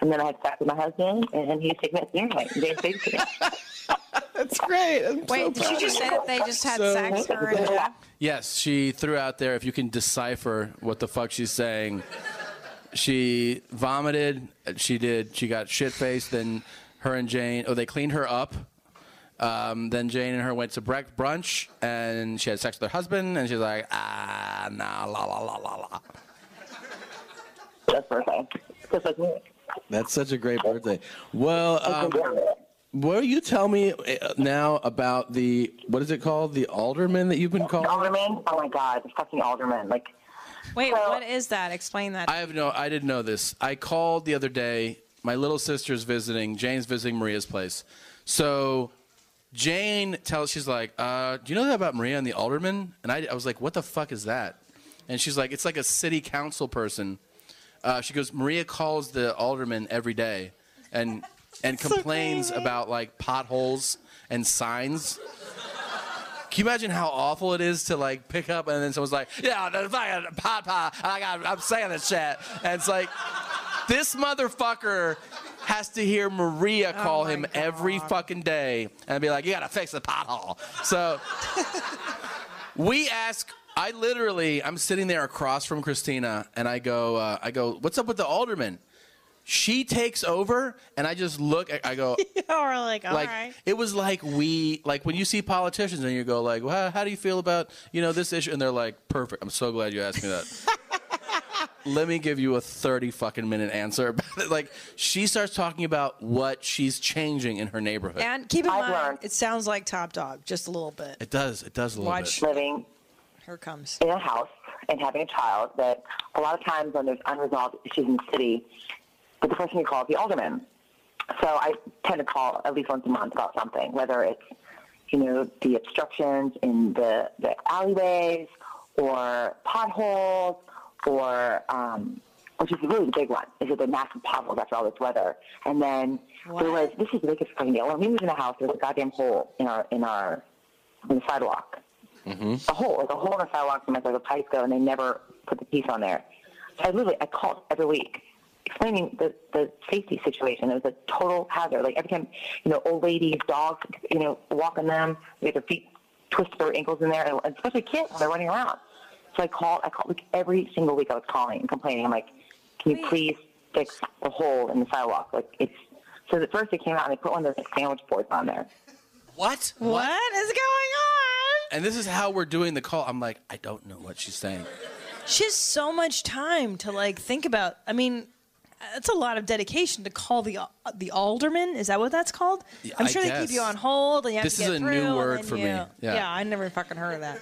Speaker 4: and then I had sex with my husband, and he was taking it seriously. And Jane's babysitting.
Speaker 1: That's great.
Speaker 3: Wait, did you just say that they just had
Speaker 4: So-
Speaker 3: sex, her and Jeff?
Speaker 1: Yes, she threw out there. If you can decipher what the fuck she's saying, she vomited. She did. She got shit faced. Then her and Jane. Oh, they cleaned her up. Um, then Jane and her went to brec- brunch, and she had sex with her husband. And she's like, ah, nah, la la la la la.
Speaker 4: That's birthday. Just like me.
Speaker 16: That's such a great birthday. Well, um, will you tell me uh, now about the what is it called? The alderman that you've been calling?
Speaker 4: Alderman? Oh my god, the fucking alderman! Like
Speaker 3: Wait, what is that? Explain that.
Speaker 1: I have no. I didn't know this. I called the other day. My little sister's visiting. Jane's visiting Maria's place. So Jane tells she's like, uh, "Do you know that about Maria and the alderman?" And I, I was like, "What the fuck is that?" And she's like, "It's like a city council person." Uh, she goes, "Maria calls the alderman every day, and and complains about like potholes and signs." Can you imagine how awful it is to like pick up and then someone's like, yeah, the fucking pot pot, I got, I'm saying this shit. And it's like, this motherfucker has to hear Maria call him every fucking day and be like, you gotta fix the pothole. So we ask, I literally, I'm sitting there across from Christina and I go, uh, I go, what's up with the alderman? She takes over and I just look, I- I go,
Speaker 2: or like, all right.
Speaker 1: like it was like we like when you see politicians and you go like well, how do you feel about you know this issue and they're like perfect i'm so glad you asked me that
Speaker 3: (laughs)
Speaker 1: let me give you a 30 fucking minute answer about it like she starts talking about what she's changing in her neighborhood
Speaker 3: And keep in mind, it sounds like Top Dog, just a little bit.
Speaker 1: it does it does a little
Speaker 3: Watch
Speaker 1: bit
Speaker 4: living
Speaker 3: Here comes.
Speaker 4: in a house and having a child that a lot of times when there's unresolved issues in the city, the person you call is the alderman. So I tend to call at least once a month about something, whether it's you know the obstructions in the, the alleyways or potholes or um, which is really the big one is it the massive potholes after all this weather and then there was this is the biggest fucking deal when we moved in the house there was a goddamn hole in our in our in the sidewalk a hole, like a hole in the sidewalk from like where the pipes go, and they never put the piece on there. So I literally, I called every week explaining the, the safety situation. It was a total hazard. Like every time, you know, old ladies, dogs, you know, walk on them, they get their feet twisted, their ankles in there, and and especially kids, they're running around. So I called, I called like every single week I was calling and complaining. I'm like, can you please fix the hole in the sidewalk? Like it's, so at first they came out and they put one of those like, sandwich boards on there.
Speaker 1: what
Speaker 3: What is going
Speaker 1: and this is how we're doing the call i'm like i don't know what she's saying
Speaker 3: on? She has so much time to like think about. I mean, that's a lot of dedication to call the uh, the alderman. Is that what that's called?
Speaker 1: Yeah,
Speaker 3: I'm
Speaker 1: I
Speaker 3: sure they keep
Speaker 1: guess.
Speaker 3: you on hold. And you have
Speaker 1: This
Speaker 3: to get
Speaker 1: is a new
Speaker 3: through, and
Speaker 1: word
Speaker 3: then
Speaker 1: for me.
Speaker 3: you-
Speaker 1: Yeah.
Speaker 3: Yeah. I never fucking heard of that.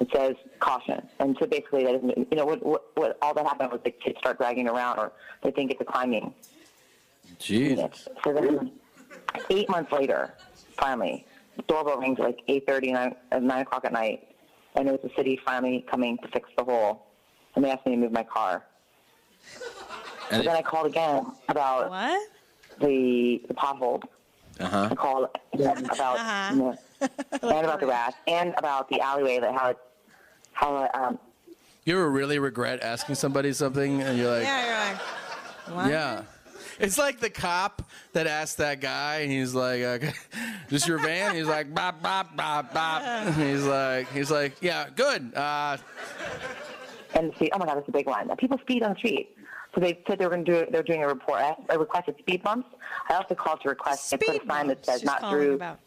Speaker 4: it says caution. And so basically, that isn't, you know, what, what, what all that happened was the kids start dragging around or they think it's a climbing.
Speaker 16: Jesus.
Speaker 4: So then, eight months later, finally, the doorbell rings at like 8.30, 9, uh, 9 o'clock at night, and it was the city finally coming to fix the hole. And they asked me to move my car. And then I called again about
Speaker 3: what?
Speaker 4: the, the pothole.
Speaker 16: Uh-huh.
Speaker 4: I called again about
Speaker 3: Uh-huh.
Speaker 4: you know, and about the rash and about the alleyway that how it, how it, um,
Speaker 1: you ever really regret asking somebody something and you're like
Speaker 3: yeah, you're like, what?
Speaker 1: yeah It's like the cop that asked that guy, and he's like, uh, (laughs) "Just your van?" He's like, "Bop, bop, bop, bop." And he's like, "He's like, yeah, good." Uh,
Speaker 4: and the street. Oh my God, that's a big one. People speed on the street. So they said they were going to do. They're doing a report. I, I requested speed bumps. I also called to request. I put a sign that says
Speaker 3: she's
Speaker 4: not
Speaker 3: calling
Speaker 4: through
Speaker 3: about.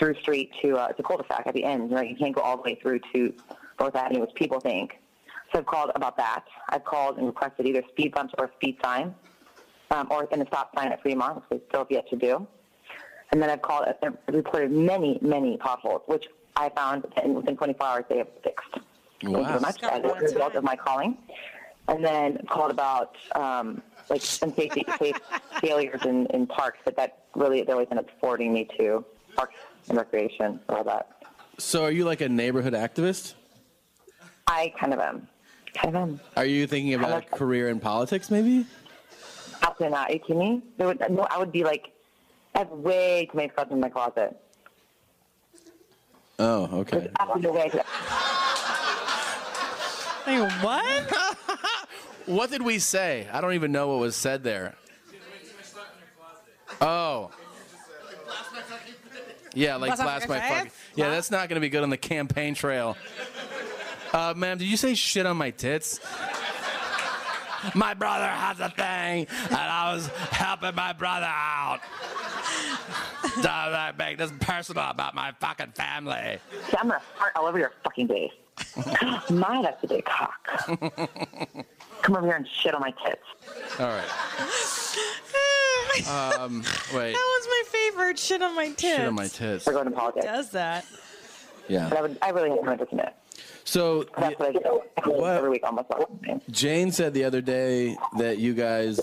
Speaker 4: through street to uh, to cul-de-sac at the end. You, know, you can't go all the way through to North Avenue, which people think. So I've called about that. I've called and requested either speed bumps or a speed sign, um, or and a stop sign at Fremont, which they still have yet to do. And then I've called uh, and reported many, many potholes, which I found that in- within 24 hours they have fixed. Thank you very much. As a result of my calling, and then called about um, like some safety safe failures in, in parks, but that really they always end up forwarding me to parks and recreation or all that.
Speaker 1: so, are you like a neighborhood activist?
Speaker 4: I kind of am. Kind of am.
Speaker 1: Are you thinking about a career in politics, maybe?
Speaker 4: Absolutely not. Are you kidding me? There would, no, I would be like, I have way too many scrubs in my closet.
Speaker 16: Oh, okay.
Speaker 4: Absolutely no way. to-
Speaker 2: what?
Speaker 1: (laughs) what did we say? I don't even know what was said there. Oh. Yeah, like
Speaker 14: Blast off
Speaker 1: blast
Speaker 14: your
Speaker 1: my fucking.
Speaker 14: tits?
Speaker 1: Yeah, that's not going to be good on the campaign trail. Uh, ma'am, did you say shit on my tits? My brother has a thing, and I was helping my brother out. Don't I make this personal about my fucking family.
Speaker 4: See, I'm gonna fart all over your fucking (laughs) face. my, that's a big cock. (laughs) Come over here and shit on my tits.
Speaker 1: All
Speaker 2: (laughs)
Speaker 1: right. Um, wait.
Speaker 2: That was my favorite. Shit on my tits.
Speaker 1: Shit on my tits.
Speaker 4: going to politics.
Speaker 2: Does that?
Speaker 1: Yeah.
Speaker 4: But I, would, I really have no interest in it.
Speaker 1: So
Speaker 4: that's what I do every week, almost all the time.
Speaker 16: Jane said the other day that you guys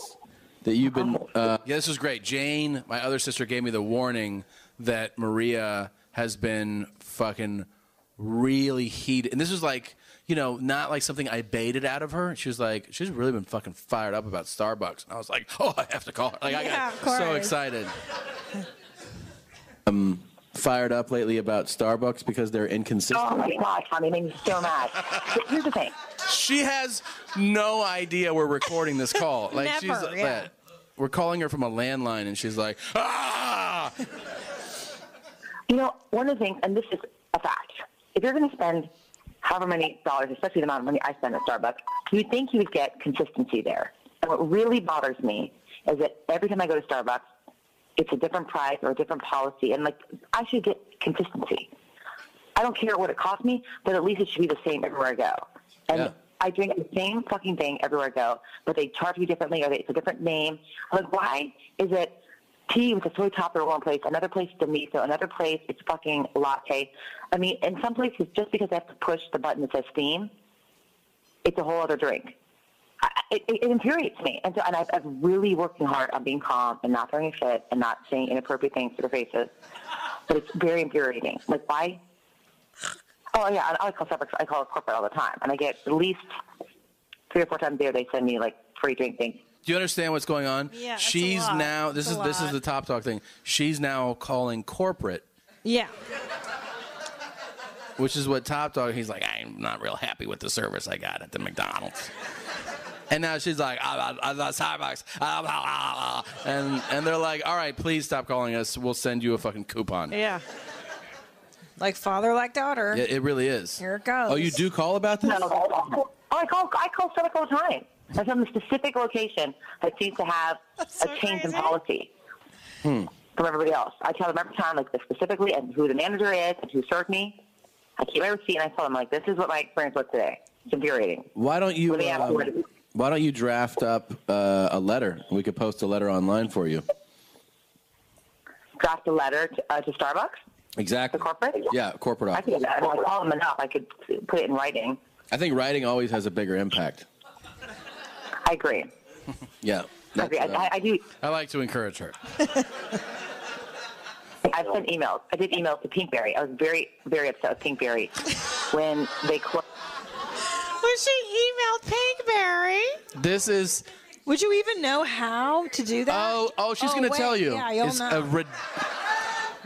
Speaker 16: that you've been
Speaker 1: Uh, yeah, this was great. Jane, my other sister, gave me the warning that Maria has been fucking really heated. And this was like, you know, not like something I baited out of her. She was like, she's really been fucking fired up about Starbucks. And I was like, oh, I have to call her. Like, I
Speaker 14: Yeah,
Speaker 1: got
Speaker 14: of
Speaker 1: so
Speaker 14: course.
Speaker 1: excited.
Speaker 16: (laughs) um, fired up lately about Starbucks because they're inconsistent.
Speaker 4: Oh my god, Tommy made me so mad. Here's the thing.
Speaker 1: She has no idea we're recording this
Speaker 4: (laughs)
Speaker 1: call. Like, she's uh,
Speaker 4: Never, yeah.
Speaker 1: we're calling her from a landline, and she's like, ah!
Speaker 4: You know, one of the things, and this is a fact, if you're going to spend however many dollars, especially the amount of money I spend at Starbucks, you'd think you would get consistency there. And what really bothers me is that every time I go to Starbucks, it's a different price or a different policy. And like, I should get consistency. I don't care what it costs me, but at least it should be the same everywhere I go. And I drink the same fucking thing everywhere I go, but they charge me differently or they, it's a different name. Like, why is it tea with a soy topper one place, another place it's a miso, another place it's fucking latte? I mean, in some places, just because I have to push the button that says steam, it's a whole other drink. I- It, it, it infuriates me. And so, and I've, I've really working hard on being calm and not throwing a shit and not saying inappropriate things to their faces. But it's very infuriating. Like, why Oh yeah, and I call Starbucks. I call corporate all the time, and I get at least three or four times a year they send me like free drink things.
Speaker 1: Do you understand what's going on?
Speaker 4: Yeah, it's a
Speaker 1: She's
Speaker 4: lot.
Speaker 1: now this
Speaker 4: It's
Speaker 1: is
Speaker 4: a
Speaker 1: this is
Speaker 4: lot.
Speaker 1: the top talk thing. She's now calling corporate,
Speaker 2: Yeah.
Speaker 1: which is what top talk. He's like, I'm not real happy with the service I got at the McDonald's. And now she's like, "Ah, I'm at Starbucks, ah, blah, blah, blah." and and they're like, all right, please stop calling us. We'll send you a fucking coupon.
Speaker 2: Yeah.
Speaker 3: Like father, like daughter.
Speaker 1: Yeah, it really is.
Speaker 3: Here it goes.
Speaker 1: Oh, you do call about this?
Speaker 4: No, Oh, I call I call Starbucks all the time. I'm from a specific location that seems to have a change in policy
Speaker 14: Hmm.
Speaker 4: from everybody else. I tell them every time like this specifically and who the manager is and who served me. I keep my receipt and I tell them like this is what my experience was today. It's infuriating.
Speaker 16: Why don't you?
Speaker 4: Let me ask
Speaker 16: um,
Speaker 4: you what it is.
Speaker 16: why don't you draft up uh, a letter? We could post a letter online for you.
Speaker 4: Draft a letter to, uh, to Starbucks.
Speaker 16: Exactly.
Speaker 4: The corporate?
Speaker 16: Yeah, corporate
Speaker 4: I
Speaker 16: office.
Speaker 4: could if I call them enough. I could put it in writing.
Speaker 16: I think writing always has a bigger impact.
Speaker 4: I agree.
Speaker 16: (laughs) Yeah.
Speaker 4: I, agree. I, I, I do.
Speaker 1: I like to encourage her.
Speaker 4: I've sent emails. I did emails to Pinkberry. I was very, very upset with Pinkberry when they closed.
Speaker 2: When she emailed Pinkberry.
Speaker 1: This is.
Speaker 2: Would you even know how to do that?
Speaker 1: Oh, oh, she's gonna
Speaker 2: wait,
Speaker 1: tell you.
Speaker 2: Yeah, you'll
Speaker 1: it's
Speaker 2: know.
Speaker 1: a rid-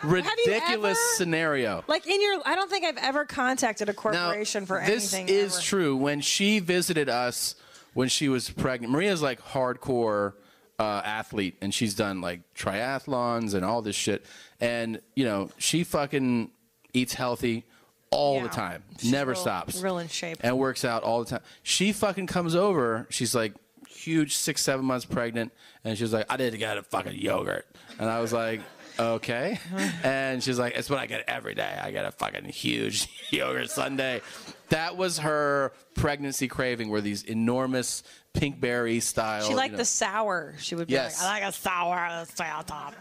Speaker 1: ridiculous scenario.
Speaker 2: like in your, I don't think I've ever contacted a corporation for
Speaker 1: this
Speaker 2: anything.
Speaker 1: is true. When she visited us when she was pregnant, Maria's like hardcore uh, athlete, and she's done like triathlons and all this shit. And you know, she fucking eats healthy all the time, never
Speaker 3: real-
Speaker 1: stops,
Speaker 3: real in shape.
Speaker 1: and works out all the time. She fucking comes over. She's like huge, six seven months pregnant, and she's like, I did get a fucking yogurt, and I was like.
Speaker 3: (laughs)
Speaker 1: Okay, and she's like, "It's what I get every day. I get a fucking huge (laughs) yogurt sundae." That was her pregnancy craving. Were these enormous pink berry style?
Speaker 3: She
Speaker 1: you
Speaker 3: liked
Speaker 1: know-
Speaker 3: the sour. She would be
Speaker 1: Yes.
Speaker 3: like, I like a sour. Let's stay on top.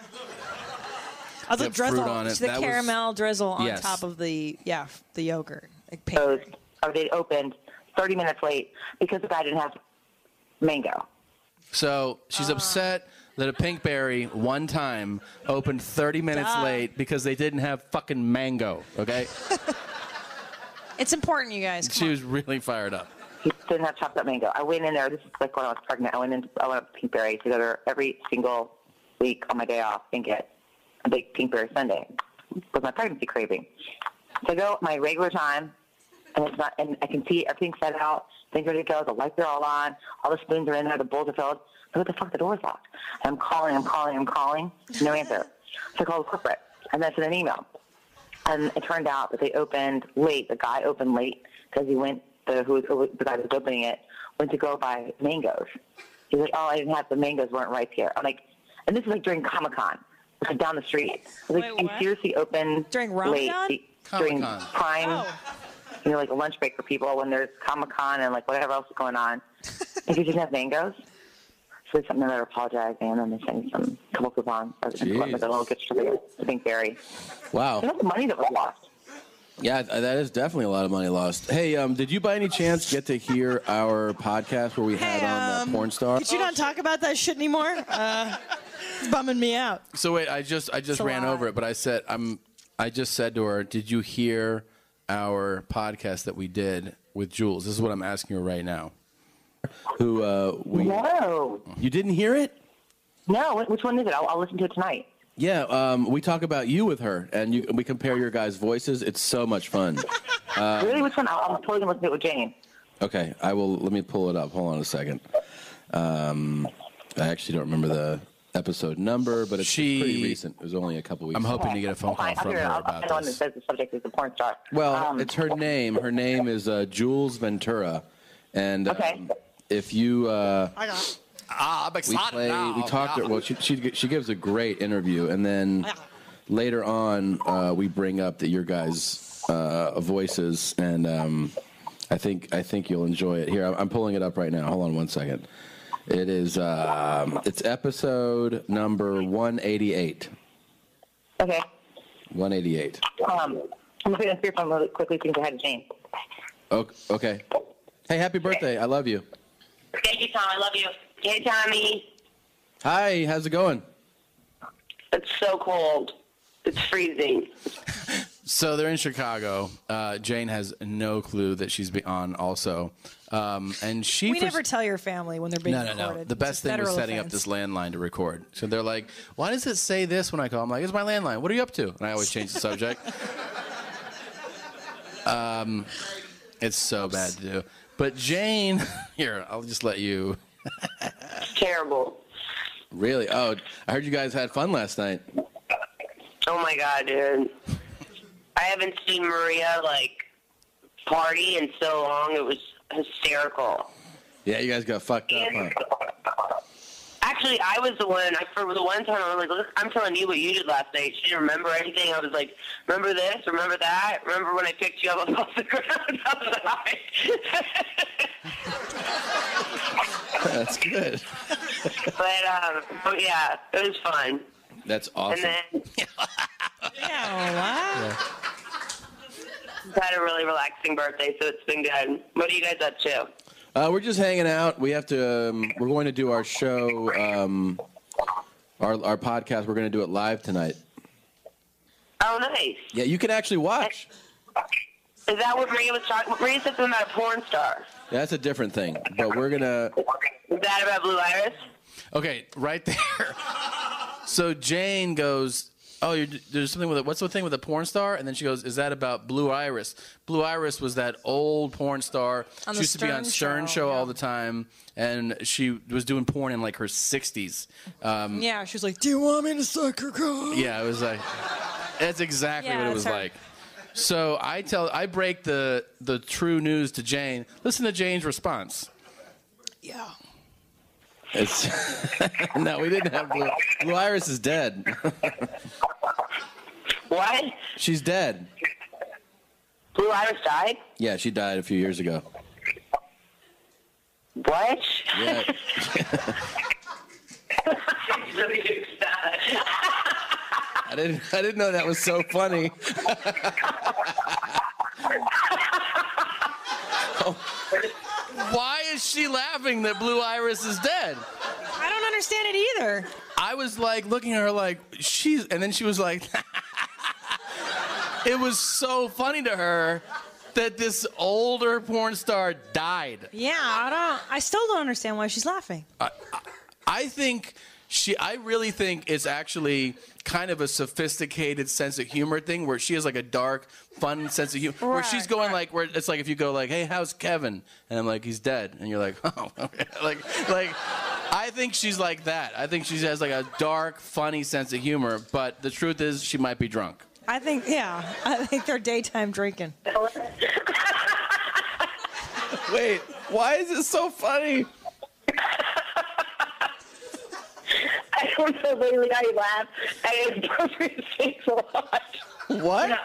Speaker 3: I was
Speaker 1: The
Speaker 3: a drizzle.
Speaker 1: fruit on it,
Speaker 3: It's the
Speaker 1: that was-
Speaker 3: caramel drizzle on
Speaker 1: Yes.
Speaker 3: top of the yeah the yogurt. Like pink.
Speaker 7: Oh,
Speaker 4: Those or they opened 30 minutes late because the guy didn't have mango.
Speaker 1: So she's
Speaker 3: Ah.
Speaker 1: upset that a pink berry one time opened 30 minutes
Speaker 3: Duh.
Speaker 1: late because they didn't have fucking mango.
Speaker 3: (laughs)
Speaker 1: Okay,
Speaker 3: It's important, you guys.
Speaker 1: she was really fired up.
Speaker 4: He didn't have chopped up mango. I went in there. This is like when I was pregnant. I went in. I went up to Pinkberry to go there every single week on my day off and get a big Pinkberry Sunday with my pregnancy craving. So I go at my regular time, and it's not. And I can see everything set out. Things ready to go. The lights are all on. All the spoons are in there. The bowls are filled. But what the fuck? The door's locked. And I'm calling. I'm calling. I'm calling. No answer. So I called corporate, and then I sent an email. And it turned out that they opened late. The guy opened late because he went. The who was the guy that was opening it went to go buy mangoes. He's like, "Oh, I didn't have the mangoes weren't ripe here." I'm like, and this is like during Comic Con, like down the street. I was like,
Speaker 3: Wait,
Speaker 4: "You
Speaker 3: what?
Speaker 4: seriously open
Speaker 3: During
Speaker 4: late
Speaker 3: Ramadan?
Speaker 4: the- during
Speaker 1: Comic-Con.
Speaker 4: prime, you know, like a lunch break for people when there's Comic Con and like whatever else is
Speaker 3: (laughs)
Speaker 4: going on." Like, you didn't have mangoes. So they sent me a letter apologizing, and then they sent me some couple coupons. I was uh, like, "Let me go I'll get you the the pink berry."
Speaker 16: Wow.
Speaker 4: You know the money that was lost.
Speaker 16: Yeah, th- that is definitely a lot of money lost. Hey, um, did you by any chance get to hear our podcast where we had on
Speaker 2: um,
Speaker 16: that porn star?
Speaker 2: Could you not talk about that shit anymore? Uh, it's bumming me out.
Speaker 1: So wait, I just I just
Speaker 2: It's a
Speaker 1: ran
Speaker 2: lot.
Speaker 1: over it, but I said I'm I just said to her, "Did you hear our podcast that we did with Jules?" This is what I'm asking her right now.
Speaker 16: Who uh we
Speaker 4: Whoa.
Speaker 16: You didn't hear it?
Speaker 4: No, wh- which one is it? I'll, I'll listen to it tonight.
Speaker 16: Yeah, um, we talk about you with her, and you, we compare your guys' voices. It's so much fun. Um,
Speaker 4: really, which one? I'll, I'll totally listen to it with Jane.
Speaker 16: Okay, I will. Let me pull it up. Hold on a second. Um, I actually don't remember the episode number, but it's pretty recent. It was only a couple weeks.
Speaker 1: I'm
Speaker 16: ago.
Speaker 1: hoping to get a phone call
Speaker 4: I'll
Speaker 1: from
Speaker 4: figure it
Speaker 1: her
Speaker 4: out. I'll
Speaker 1: about
Speaker 4: find the one that
Speaker 1: this.
Speaker 4: says the subject is the porn star.
Speaker 16: Well, it's her name. Her name is uh, Jules Ventura, and um, if you. Uh,
Speaker 2: I got.
Speaker 1: Ah, I'm
Speaker 16: we play, we talked. Well, she, she she gives a great interview, and then later on, uh, we bring up that your guys' uh, voices, and um, I think I think you'll enjoy it. Here, I'm, I'm pulling it up right now. Hold on one second. It is um, it's episode number 188.
Speaker 4: Okay.
Speaker 16: 188.
Speaker 4: Um, I'm going to speak phone really quickly since I had Jane.
Speaker 16: O- Okay. Hey, happy birthday! I love you.
Speaker 4: Thank you, Tom. I love you. Hey, Tommy.
Speaker 16: Hi, how's it going?
Speaker 4: It's so cold. It's freezing.
Speaker 1: So they're in Chicago. Uh, Jane has no clue that she's be- on also, um, and she
Speaker 2: We
Speaker 1: for-
Speaker 2: never tell your family when they're being
Speaker 1: no, no,
Speaker 2: recorded.
Speaker 1: no. The
Speaker 2: It's
Speaker 1: best
Speaker 2: a
Speaker 1: thing was
Speaker 2: federal
Speaker 1: setting up
Speaker 2: offense.
Speaker 1: this landline to record. So they're like, "Why does it say this when I call?" I'm like, "It's my landline. What are you up to?" And I always change the subject. (laughs) um, it's so bad to do. But Jane, (laughs) here, I'll just let you.
Speaker 4: Terrible.
Speaker 16: Really? Oh, I heard you guys had fun last night.
Speaker 17: Oh my god, dude. I haven't seen Maria like party in so long. It was hysterical.
Speaker 16: Yeah, you guys got fucked up.
Speaker 1: (laughs)
Speaker 16: Huh?
Speaker 17: Actually, I was the one. I for the one time I was like, "Look, I'm telling you what you did last night." She didn't remember anything. I was like, "Remember this? Remember that? Remember when I picked you up (laughs) off the ground?" I was like,
Speaker 16: That's
Speaker 17: (laughs)
Speaker 16: good.
Speaker 17: but um, but yeah, it was fun.
Speaker 16: That's awesome.
Speaker 17: And then.
Speaker 3: (laughs)
Speaker 17: had a really relaxing birthday, so it's been good. What are you guys up to?
Speaker 16: Uh, we're just hanging out. We have to. Um, we're going to do our show, um, our our podcast. We're going to do it live tonight.
Speaker 17: Oh, nice.
Speaker 16: Yeah, you can actually watch.
Speaker 17: Is that what Maria was talking? Maria said something about a porn star.
Speaker 16: That's a different thing, but we're gonna.
Speaker 17: Is that about Blue Iris?
Speaker 1: (laughs) Okay, right there. So Jane goes, oh, you're, there's something with it. What's the thing with a porn star? And then she goes, is that about Blue Iris? Blue Iris was that old porn star.
Speaker 18: On
Speaker 1: she
Speaker 18: the
Speaker 1: used to be on
Speaker 18: Stern
Speaker 1: Stern
Speaker 18: Show,
Speaker 1: Show all the time, and she was doing porn in like her 60s. Um,
Speaker 3: Yeah, she was like, "Do you want me to suck her cock?"
Speaker 1: yeah, it was like that's exactly
Speaker 3: Yeah,
Speaker 1: what it was
Speaker 3: that's her.
Speaker 1: like. So I tell I break the the true news to Jane. Listen to Jane's response.
Speaker 3: Yeah.
Speaker 1: It's, (laughs) no, we didn't have Blue. Blue Iris is dead.
Speaker 17: what?
Speaker 16: She's dead.
Speaker 17: Blue Iris died?
Speaker 16: Yeah, she died a few years ago.
Speaker 17: What? (laughs)
Speaker 16: Yeah. I didn't. I didn't know that was so
Speaker 1: (laughs)
Speaker 16: funny.
Speaker 1: Oh, Why is she laughing that Blue Iris is dead?
Speaker 3: I don't understand it either.
Speaker 1: I was like looking at her like she's, and then she was like, (laughs) it was so funny to her that this older porn star died.
Speaker 3: Yeah, I don't. I still don't understand why she's laughing.
Speaker 1: I think she. I really think it's actually kind of a sophisticated sense of humor thing where she has like a dark, fun sense of humor. where she's going like, where it's like if you go like, "Hey, how's Kevin?" and I'm like, "He's dead," and you're like, (laughs) "Oh, okay." like, like. I think she's like that. I think she has like a dark, funny sense of humor. But the truth is, she might be drunk.
Speaker 3: I think, yeah, I think they're daytime drinking.
Speaker 1: Wait, why is it so funny?
Speaker 17: I don't know literally how you laugh. I just perfect face (laughs) a lot.
Speaker 16: What?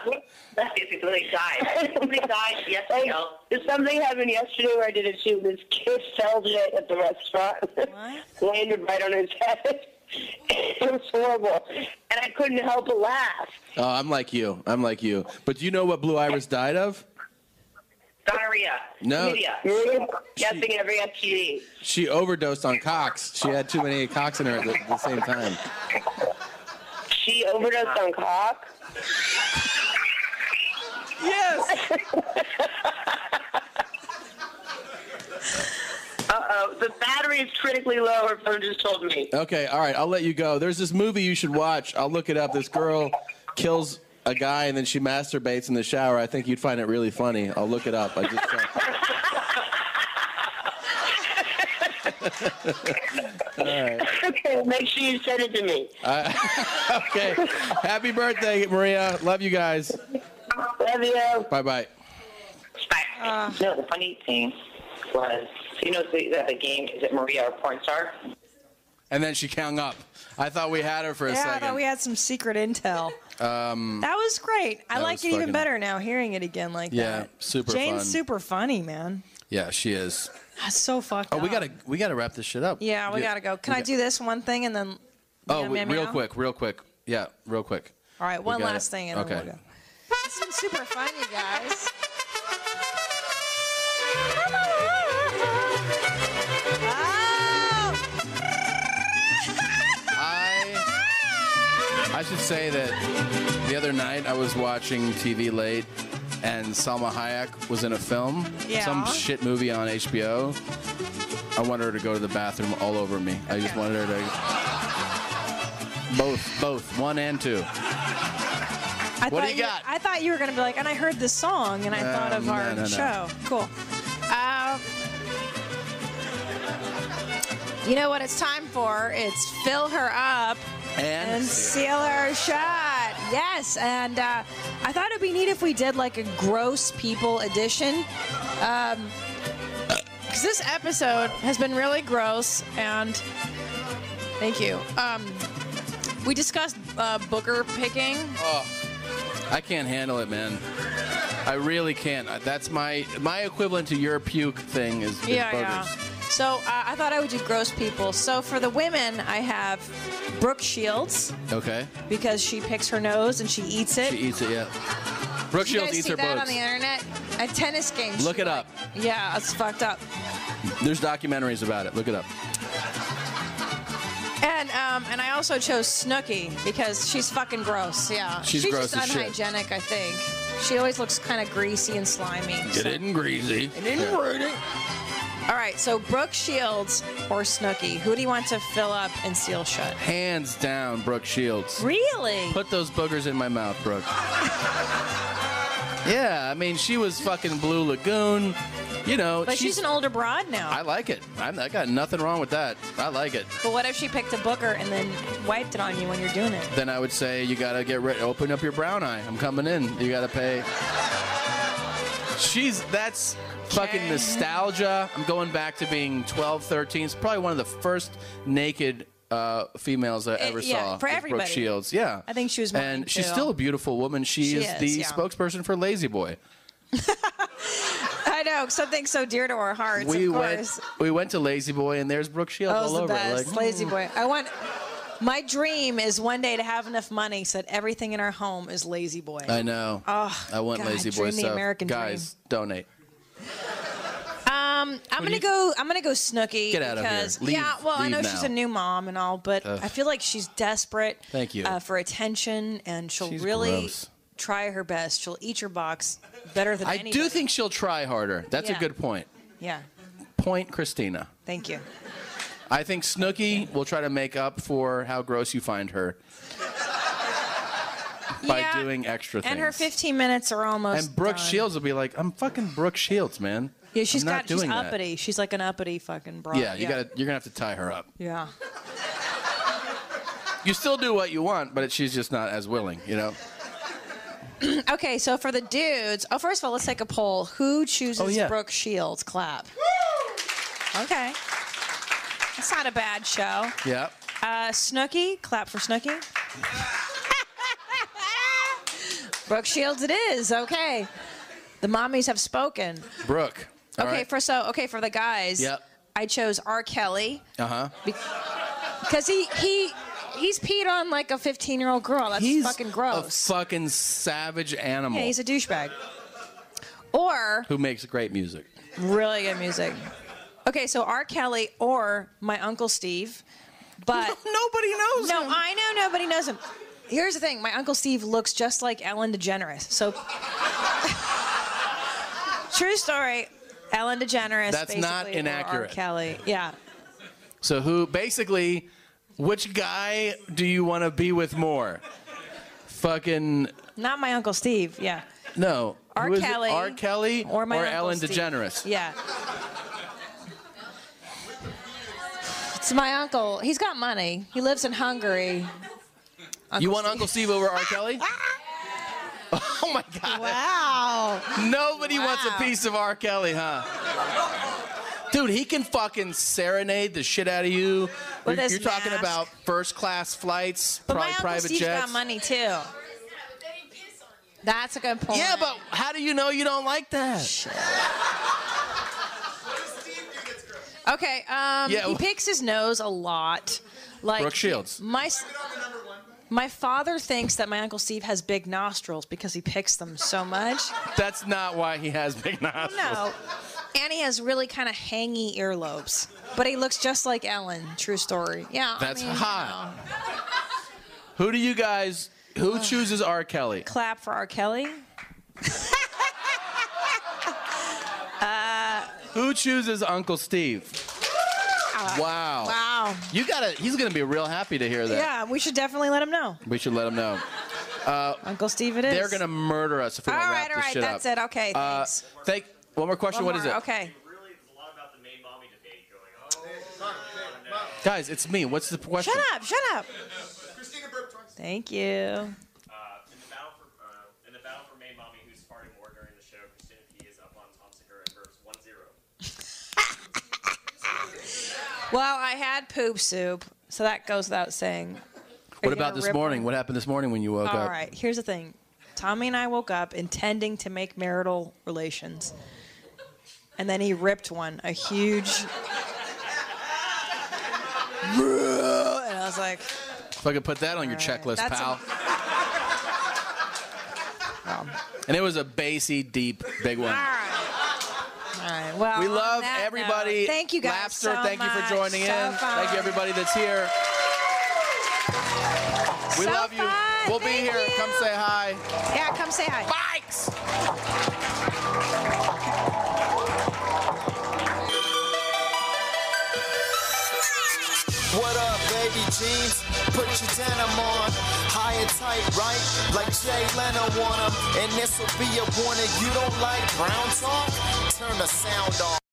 Speaker 17: That's basically (laughs) died. Somebody died yesterday. Like, something happened yesterday where I did a shoot. This kid fell dead at the restaurant. What? (laughs) Landed right on his head. (laughs) it was horrible, and I couldn't help but laugh.
Speaker 16: Oh, I'm like you. I'm like you. But do you know what Blue Iris died of?
Speaker 17: Gonorrhea.
Speaker 16: No.
Speaker 17: Chlamydia. Guessing every STD.
Speaker 16: She overdosed on cocks. She had too many cocks in her at the, the same time.
Speaker 17: She overdosed on cock. (laughs)
Speaker 1: Yes.
Speaker 17: uh oh, the battery is critically low. Her phone just told
Speaker 1: Uh.
Speaker 17: me.
Speaker 16: Okay, all right. I'll let you go. There's this movie you should watch. I'll look it up. This girl kills a guy and then she masturbates in the shower. I think you'd find it really funny. I'll look it up. I just saw. all right.
Speaker 17: okay, make sure you send it to me.
Speaker 16: Uh, okay. Happy birthday, Maria. Love you guys.
Speaker 17: Love you.
Speaker 16: Bye bye.
Speaker 17: no, the funny thing was, you know, the, the game is it Maria or porn star?
Speaker 1: And then she hung up. I thought we had her for a
Speaker 3: yeah, I
Speaker 1: second.
Speaker 3: thought we had some secret intel.
Speaker 1: um,
Speaker 3: That was great. I
Speaker 1: That
Speaker 3: like
Speaker 1: was
Speaker 3: it even
Speaker 1: fucking-
Speaker 3: better now, hearing it again like
Speaker 1: yeah,
Speaker 3: that.
Speaker 1: super
Speaker 3: Jane's
Speaker 1: fun.
Speaker 3: super funny, man.
Speaker 1: yeah, she is.
Speaker 3: That's so fucked
Speaker 1: Oh,
Speaker 3: up.
Speaker 1: we gotta we gotta wrap this shit up.
Speaker 3: Yeah, we gotta go. Can I do this one thing and then?
Speaker 1: Oh,
Speaker 3: Yeah,
Speaker 1: wait,
Speaker 3: meow,
Speaker 1: real
Speaker 3: meow.
Speaker 1: quick, real quick. Yeah, real quick.
Speaker 3: All right,
Speaker 1: We
Speaker 3: one
Speaker 1: gotta-
Speaker 3: last thing and then
Speaker 1: okay.
Speaker 3: we'll go. It's been super fun, you guys.
Speaker 1: I I should say that the other night I was watching TV late, and Salma Hayek was in a film,
Speaker 18: Yeah.
Speaker 1: some shit movie on HBO. I wanted her to go to the bathroom all over me. I just wanted her to. Both, both, one and two.
Speaker 3: I
Speaker 1: What do
Speaker 3: thought
Speaker 1: you got?
Speaker 3: I thought you were gonna be like, and I heard this song, and I
Speaker 1: Um,
Speaker 3: thought of
Speaker 1: no,
Speaker 3: our
Speaker 1: no, no.
Speaker 3: show. Cool. Uh, you know what it's time for? It's fill her up
Speaker 1: And
Speaker 3: seal her shut. Yes, and uh, I thought it'd be neat if we did like a gross people edition. Um, because this episode has been really gross and thank you um we discussed uh, booger picking
Speaker 1: Oh, I can't handle it, man. I really can't. Uh, That's my my equivalent to your puke thing is, is
Speaker 3: yeah yeah
Speaker 1: boogers.
Speaker 3: so uh, i thought i would do gross people so for the women i have brooke shields
Speaker 1: Okay.
Speaker 3: because she picks her nose and she eats it
Speaker 1: She eats it. Yeah. Brooke
Speaker 3: Did you
Speaker 1: Shields
Speaker 3: guys
Speaker 1: eats
Speaker 3: see
Speaker 1: her
Speaker 3: that on
Speaker 1: bugs.
Speaker 3: the internet at tennis games
Speaker 1: Look it up.
Speaker 3: yeah it's fucked up
Speaker 1: There's documentaries about it. Look it up.
Speaker 3: And um, and I also chose Snooky because she's fucking gross. Yeah,
Speaker 1: She's gross as
Speaker 3: just
Speaker 1: shit.
Speaker 3: unhygienic. I think she always looks kind of greasy and slimy.
Speaker 1: Get it in greasy.
Speaker 3: It isn't
Speaker 1: Yeah.
Speaker 3: All right, right, so Brooke Shields or Snooki, who do you want to fill up and seal shut?
Speaker 1: Hands down, Brooke Shields.
Speaker 3: Really?
Speaker 1: Put those boogers in my mouth,
Speaker 3: (laughs)
Speaker 1: Brooke. yeah, I mean, she was fucking Blue Lagoon. You know,
Speaker 3: But she's, an older broad now.
Speaker 1: I like it. I'm, I got nothing wrong with that. I like it.
Speaker 3: but what if she picked a booker and then wiped it on you when you're doing it?
Speaker 1: Then I would say you gotta get rid. Open up your brown eye. I'm coming in. You gotta pay. She's that's fucking nostalgia. I'm going back to being 12, 13. It's probably one of the first naked uh, females I ever
Speaker 3: Eh, yeah,
Speaker 1: saw.
Speaker 3: for
Speaker 1: was
Speaker 3: everybody.
Speaker 1: Brooke Shields. Yeah.
Speaker 3: I think she was mine,
Speaker 1: And she's
Speaker 3: too.
Speaker 1: still a beautiful woman. She,
Speaker 3: She
Speaker 1: is,
Speaker 3: is,
Speaker 1: the
Speaker 3: yeah.
Speaker 1: spokesperson for Lazy Boy.
Speaker 3: I know something so dear to our hearts.
Speaker 1: we
Speaker 3: of
Speaker 1: went
Speaker 3: course.
Speaker 1: we went to Lazy Boy and there's Brooke Shields
Speaker 3: That was
Speaker 1: all over
Speaker 3: the
Speaker 1: it, like,
Speaker 3: best.
Speaker 1: "Hmm."
Speaker 3: Lazy boy. I want. My dream is one day to have enough money so that everything in our home is lazy boy.
Speaker 1: I know.
Speaker 3: Oh,
Speaker 1: I want
Speaker 3: God,
Speaker 1: Lazy Boy
Speaker 3: dream the
Speaker 1: stuff.
Speaker 3: American dream.
Speaker 1: Guys, donate.
Speaker 3: Um, I'm gonna
Speaker 1: you-
Speaker 3: go. I'm gonna go Snooki.
Speaker 1: Get out of here.
Speaker 3: because,
Speaker 1: Leave-
Speaker 3: Yeah, well, I
Speaker 1: leave
Speaker 3: know
Speaker 1: now.
Speaker 3: she's a new mom and all, but
Speaker 1: Ugh.
Speaker 3: I feel like she's desperate.
Speaker 1: Thank you.
Speaker 3: uh, for attention, and she'll
Speaker 1: She's
Speaker 3: really
Speaker 1: gross.
Speaker 3: try her best. She'll eat your box better than
Speaker 1: I
Speaker 3: anybody.
Speaker 1: do think she'll try harder. That's
Speaker 3: Yeah.
Speaker 1: a good point.
Speaker 3: Yeah.
Speaker 1: Point Christina.
Speaker 3: Thank you.
Speaker 1: I think Snooki will try to make up for how gross you find
Speaker 3: (laughs)
Speaker 1: her by
Speaker 3: yeah.
Speaker 1: doing extra things.
Speaker 3: and her 15 minutes are almost.
Speaker 1: And Brooke
Speaker 3: done.
Speaker 1: Shields will be like, "I'm fucking Brooke Shields, man."
Speaker 3: Yeah, she's
Speaker 1: I'm
Speaker 3: got.
Speaker 1: not doing
Speaker 3: she's
Speaker 1: that.
Speaker 3: uppity. She's like an uppity fucking broad.
Speaker 1: Yeah, you gotta. You're gonna have to tie her up.
Speaker 3: Yeah.
Speaker 1: You still do what you want, but she's just not as willing. You know.
Speaker 3: (laughs) okay, so for the dudes, oh, first of all, let's take a poll. Who chooses
Speaker 1: Oh, yeah.
Speaker 3: Brooke Shields? Clap. Okay. That's not a bad show.
Speaker 1: Yeah.
Speaker 3: Uh, Snooki, clap for Snooki. (laughs) Brooke Shields, it is. Okay. The mommies have spoken.
Speaker 1: Brooke. all
Speaker 3: okay,
Speaker 1: right?
Speaker 3: for so okay for the guys.
Speaker 1: Yeah.
Speaker 3: I chose R. Kelly
Speaker 1: Uh huh.
Speaker 3: because he he he's peed on like a 15 year old girl. That's
Speaker 1: He's
Speaker 3: fucking
Speaker 1: A
Speaker 3: gross.
Speaker 1: fucking savage animal
Speaker 3: yeah, he's a douchebag. Or
Speaker 1: who makes great music.
Speaker 3: Really good music. Okay, so R. Kelly or my Uncle Steve,
Speaker 1: (laughs)
Speaker 3: but
Speaker 1: nobody knows.
Speaker 3: No, I know nobody knows him. Here's the thing: my Uncle Steve looks just like Ellen DeGeneres. So, (laughs) true story. Ellen DeGeneres.
Speaker 1: That's not
Speaker 3: basically, or
Speaker 1: inaccurate.
Speaker 3: R. Kelly. Yeah.
Speaker 1: So who basically which guy do you want to be with more? Fucking
Speaker 3: Not my Uncle Steve. Yeah.
Speaker 1: no.
Speaker 3: R.
Speaker 1: Who is it?
Speaker 3: Kelly.
Speaker 1: R. Kelly
Speaker 3: Or my
Speaker 1: or
Speaker 3: Uncle
Speaker 1: Ellen
Speaker 3: Steve.
Speaker 1: DeGeneres.
Speaker 3: Yeah. It's my uncle. He's got money. He lives in Hungary.
Speaker 1: you want Uncle Steve over R. Kelly? (laughs) oh my god.
Speaker 3: (laughs) Wow.
Speaker 1: Nobody wants a piece of R. Kelly, huh? Dude, he can fucking serenade the shit out of you.
Speaker 3: With
Speaker 1: you're
Speaker 3: his
Speaker 1: you're talking
Speaker 3: mask.
Speaker 1: about first class flights,
Speaker 3: But
Speaker 1: probably
Speaker 3: my
Speaker 1: private
Speaker 3: uncle Steve's
Speaker 1: jets.
Speaker 3: got money too. That's a good point.
Speaker 1: Yeah, but how do you know you don't like that?
Speaker 3: Okay. Um,
Speaker 1: Yeah,
Speaker 3: he
Speaker 1: well-
Speaker 3: picks his nose a lot. Like
Speaker 1: Brooke Shields.
Speaker 3: My s- my father thinks that my uncle Steve has big nostrils because he picks them so much.
Speaker 1: That's not why he has big nostrils.
Speaker 3: No. And he has really kind of hangy earlobes, but he looks just like Ellen. True story. Yeah. I
Speaker 1: That's
Speaker 3: mean,
Speaker 1: hot. Who do you guys? Who chooses R. Kelly?
Speaker 3: Clap for R. Kelly. uh,
Speaker 1: Who chooses Uncle Steve? Wow.
Speaker 3: wow.
Speaker 1: You gotta. He's gonna be real happy to hear that.
Speaker 3: Yeah, we should definitely let him know.
Speaker 1: We should let him know. Uh,
Speaker 3: Uncle Steve, it is.
Speaker 1: They're gonna murder us if we
Speaker 3: All
Speaker 1: don't
Speaker 3: right,
Speaker 1: wrap
Speaker 3: all
Speaker 1: this
Speaker 3: right,
Speaker 1: shit
Speaker 3: that's
Speaker 1: up.
Speaker 3: it. Okay,
Speaker 1: Uh,
Speaker 3: thanks.
Speaker 1: thank. One more question.
Speaker 3: One
Speaker 1: What is
Speaker 3: more,
Speaker 1: it?
Speaker 3: Okay.
Speaker 4: Oh,
Speaker 1: Guys, it's me. What's the question?
Speaker 3: Shut up, shut up. Thank you.
Speaker 4: Uh,
Speaker 3: Well, I had poop soup, so that goes without saying. Are
Speaker 1: What
Speaker 3: you
Speaker 1: about
Speaker 3: gonna
Speaker 1: this
Speaker 3: rip
Speaker 1: morning?
Speaker 3: on-
Speaker 1: What happened this morning when you woke
Speaker 3: All
Speaker 1: up?
Speaker 3: right, here's the thing. Tommy and I woke up intending to make marital relations. And then he ripped one, a huge.
Speaker 1: (laughs)
Speaker 3: and I was like,
Speaker 1: Fucking put that on your checklist,
Speaker 3: That's
Speaker 1: pal. and it was a bassy, deep, big one.
Speaker 3: all right, well.
Speaker 1: we
Speaker 3: Ah, on
Speaker 1: love
Speaker 3: that
Speaker 1: everybody.
Speaker 3: note, thank you guys.
Speaker 1: Lapster,
Speaker 3: so
Speaker 1: thank you for
Speaker 3: much.
Speaker 1: joining
Speaker 3: So
Speaker 1: in.
Speaker 3: fun.
Speaker 1: Thank you everybody that's here. We
Speaker 3: So
Speaker 1: love you.
Speaker 3: fun.
Speaker 1: We'll be
Speaker 3: Thank
Speaker 1: here.
Speaker 3: you.
Speaker 1: Come say hi.
Speaker 3: Yeah, come say hi.
Speaker 1: Bikes!
Speaker 4: baby jeans, put your denim on. High and tight, right? Like Jay Leno on 'em. And this'll be a warning you don't like brown talk? Turn the sound off.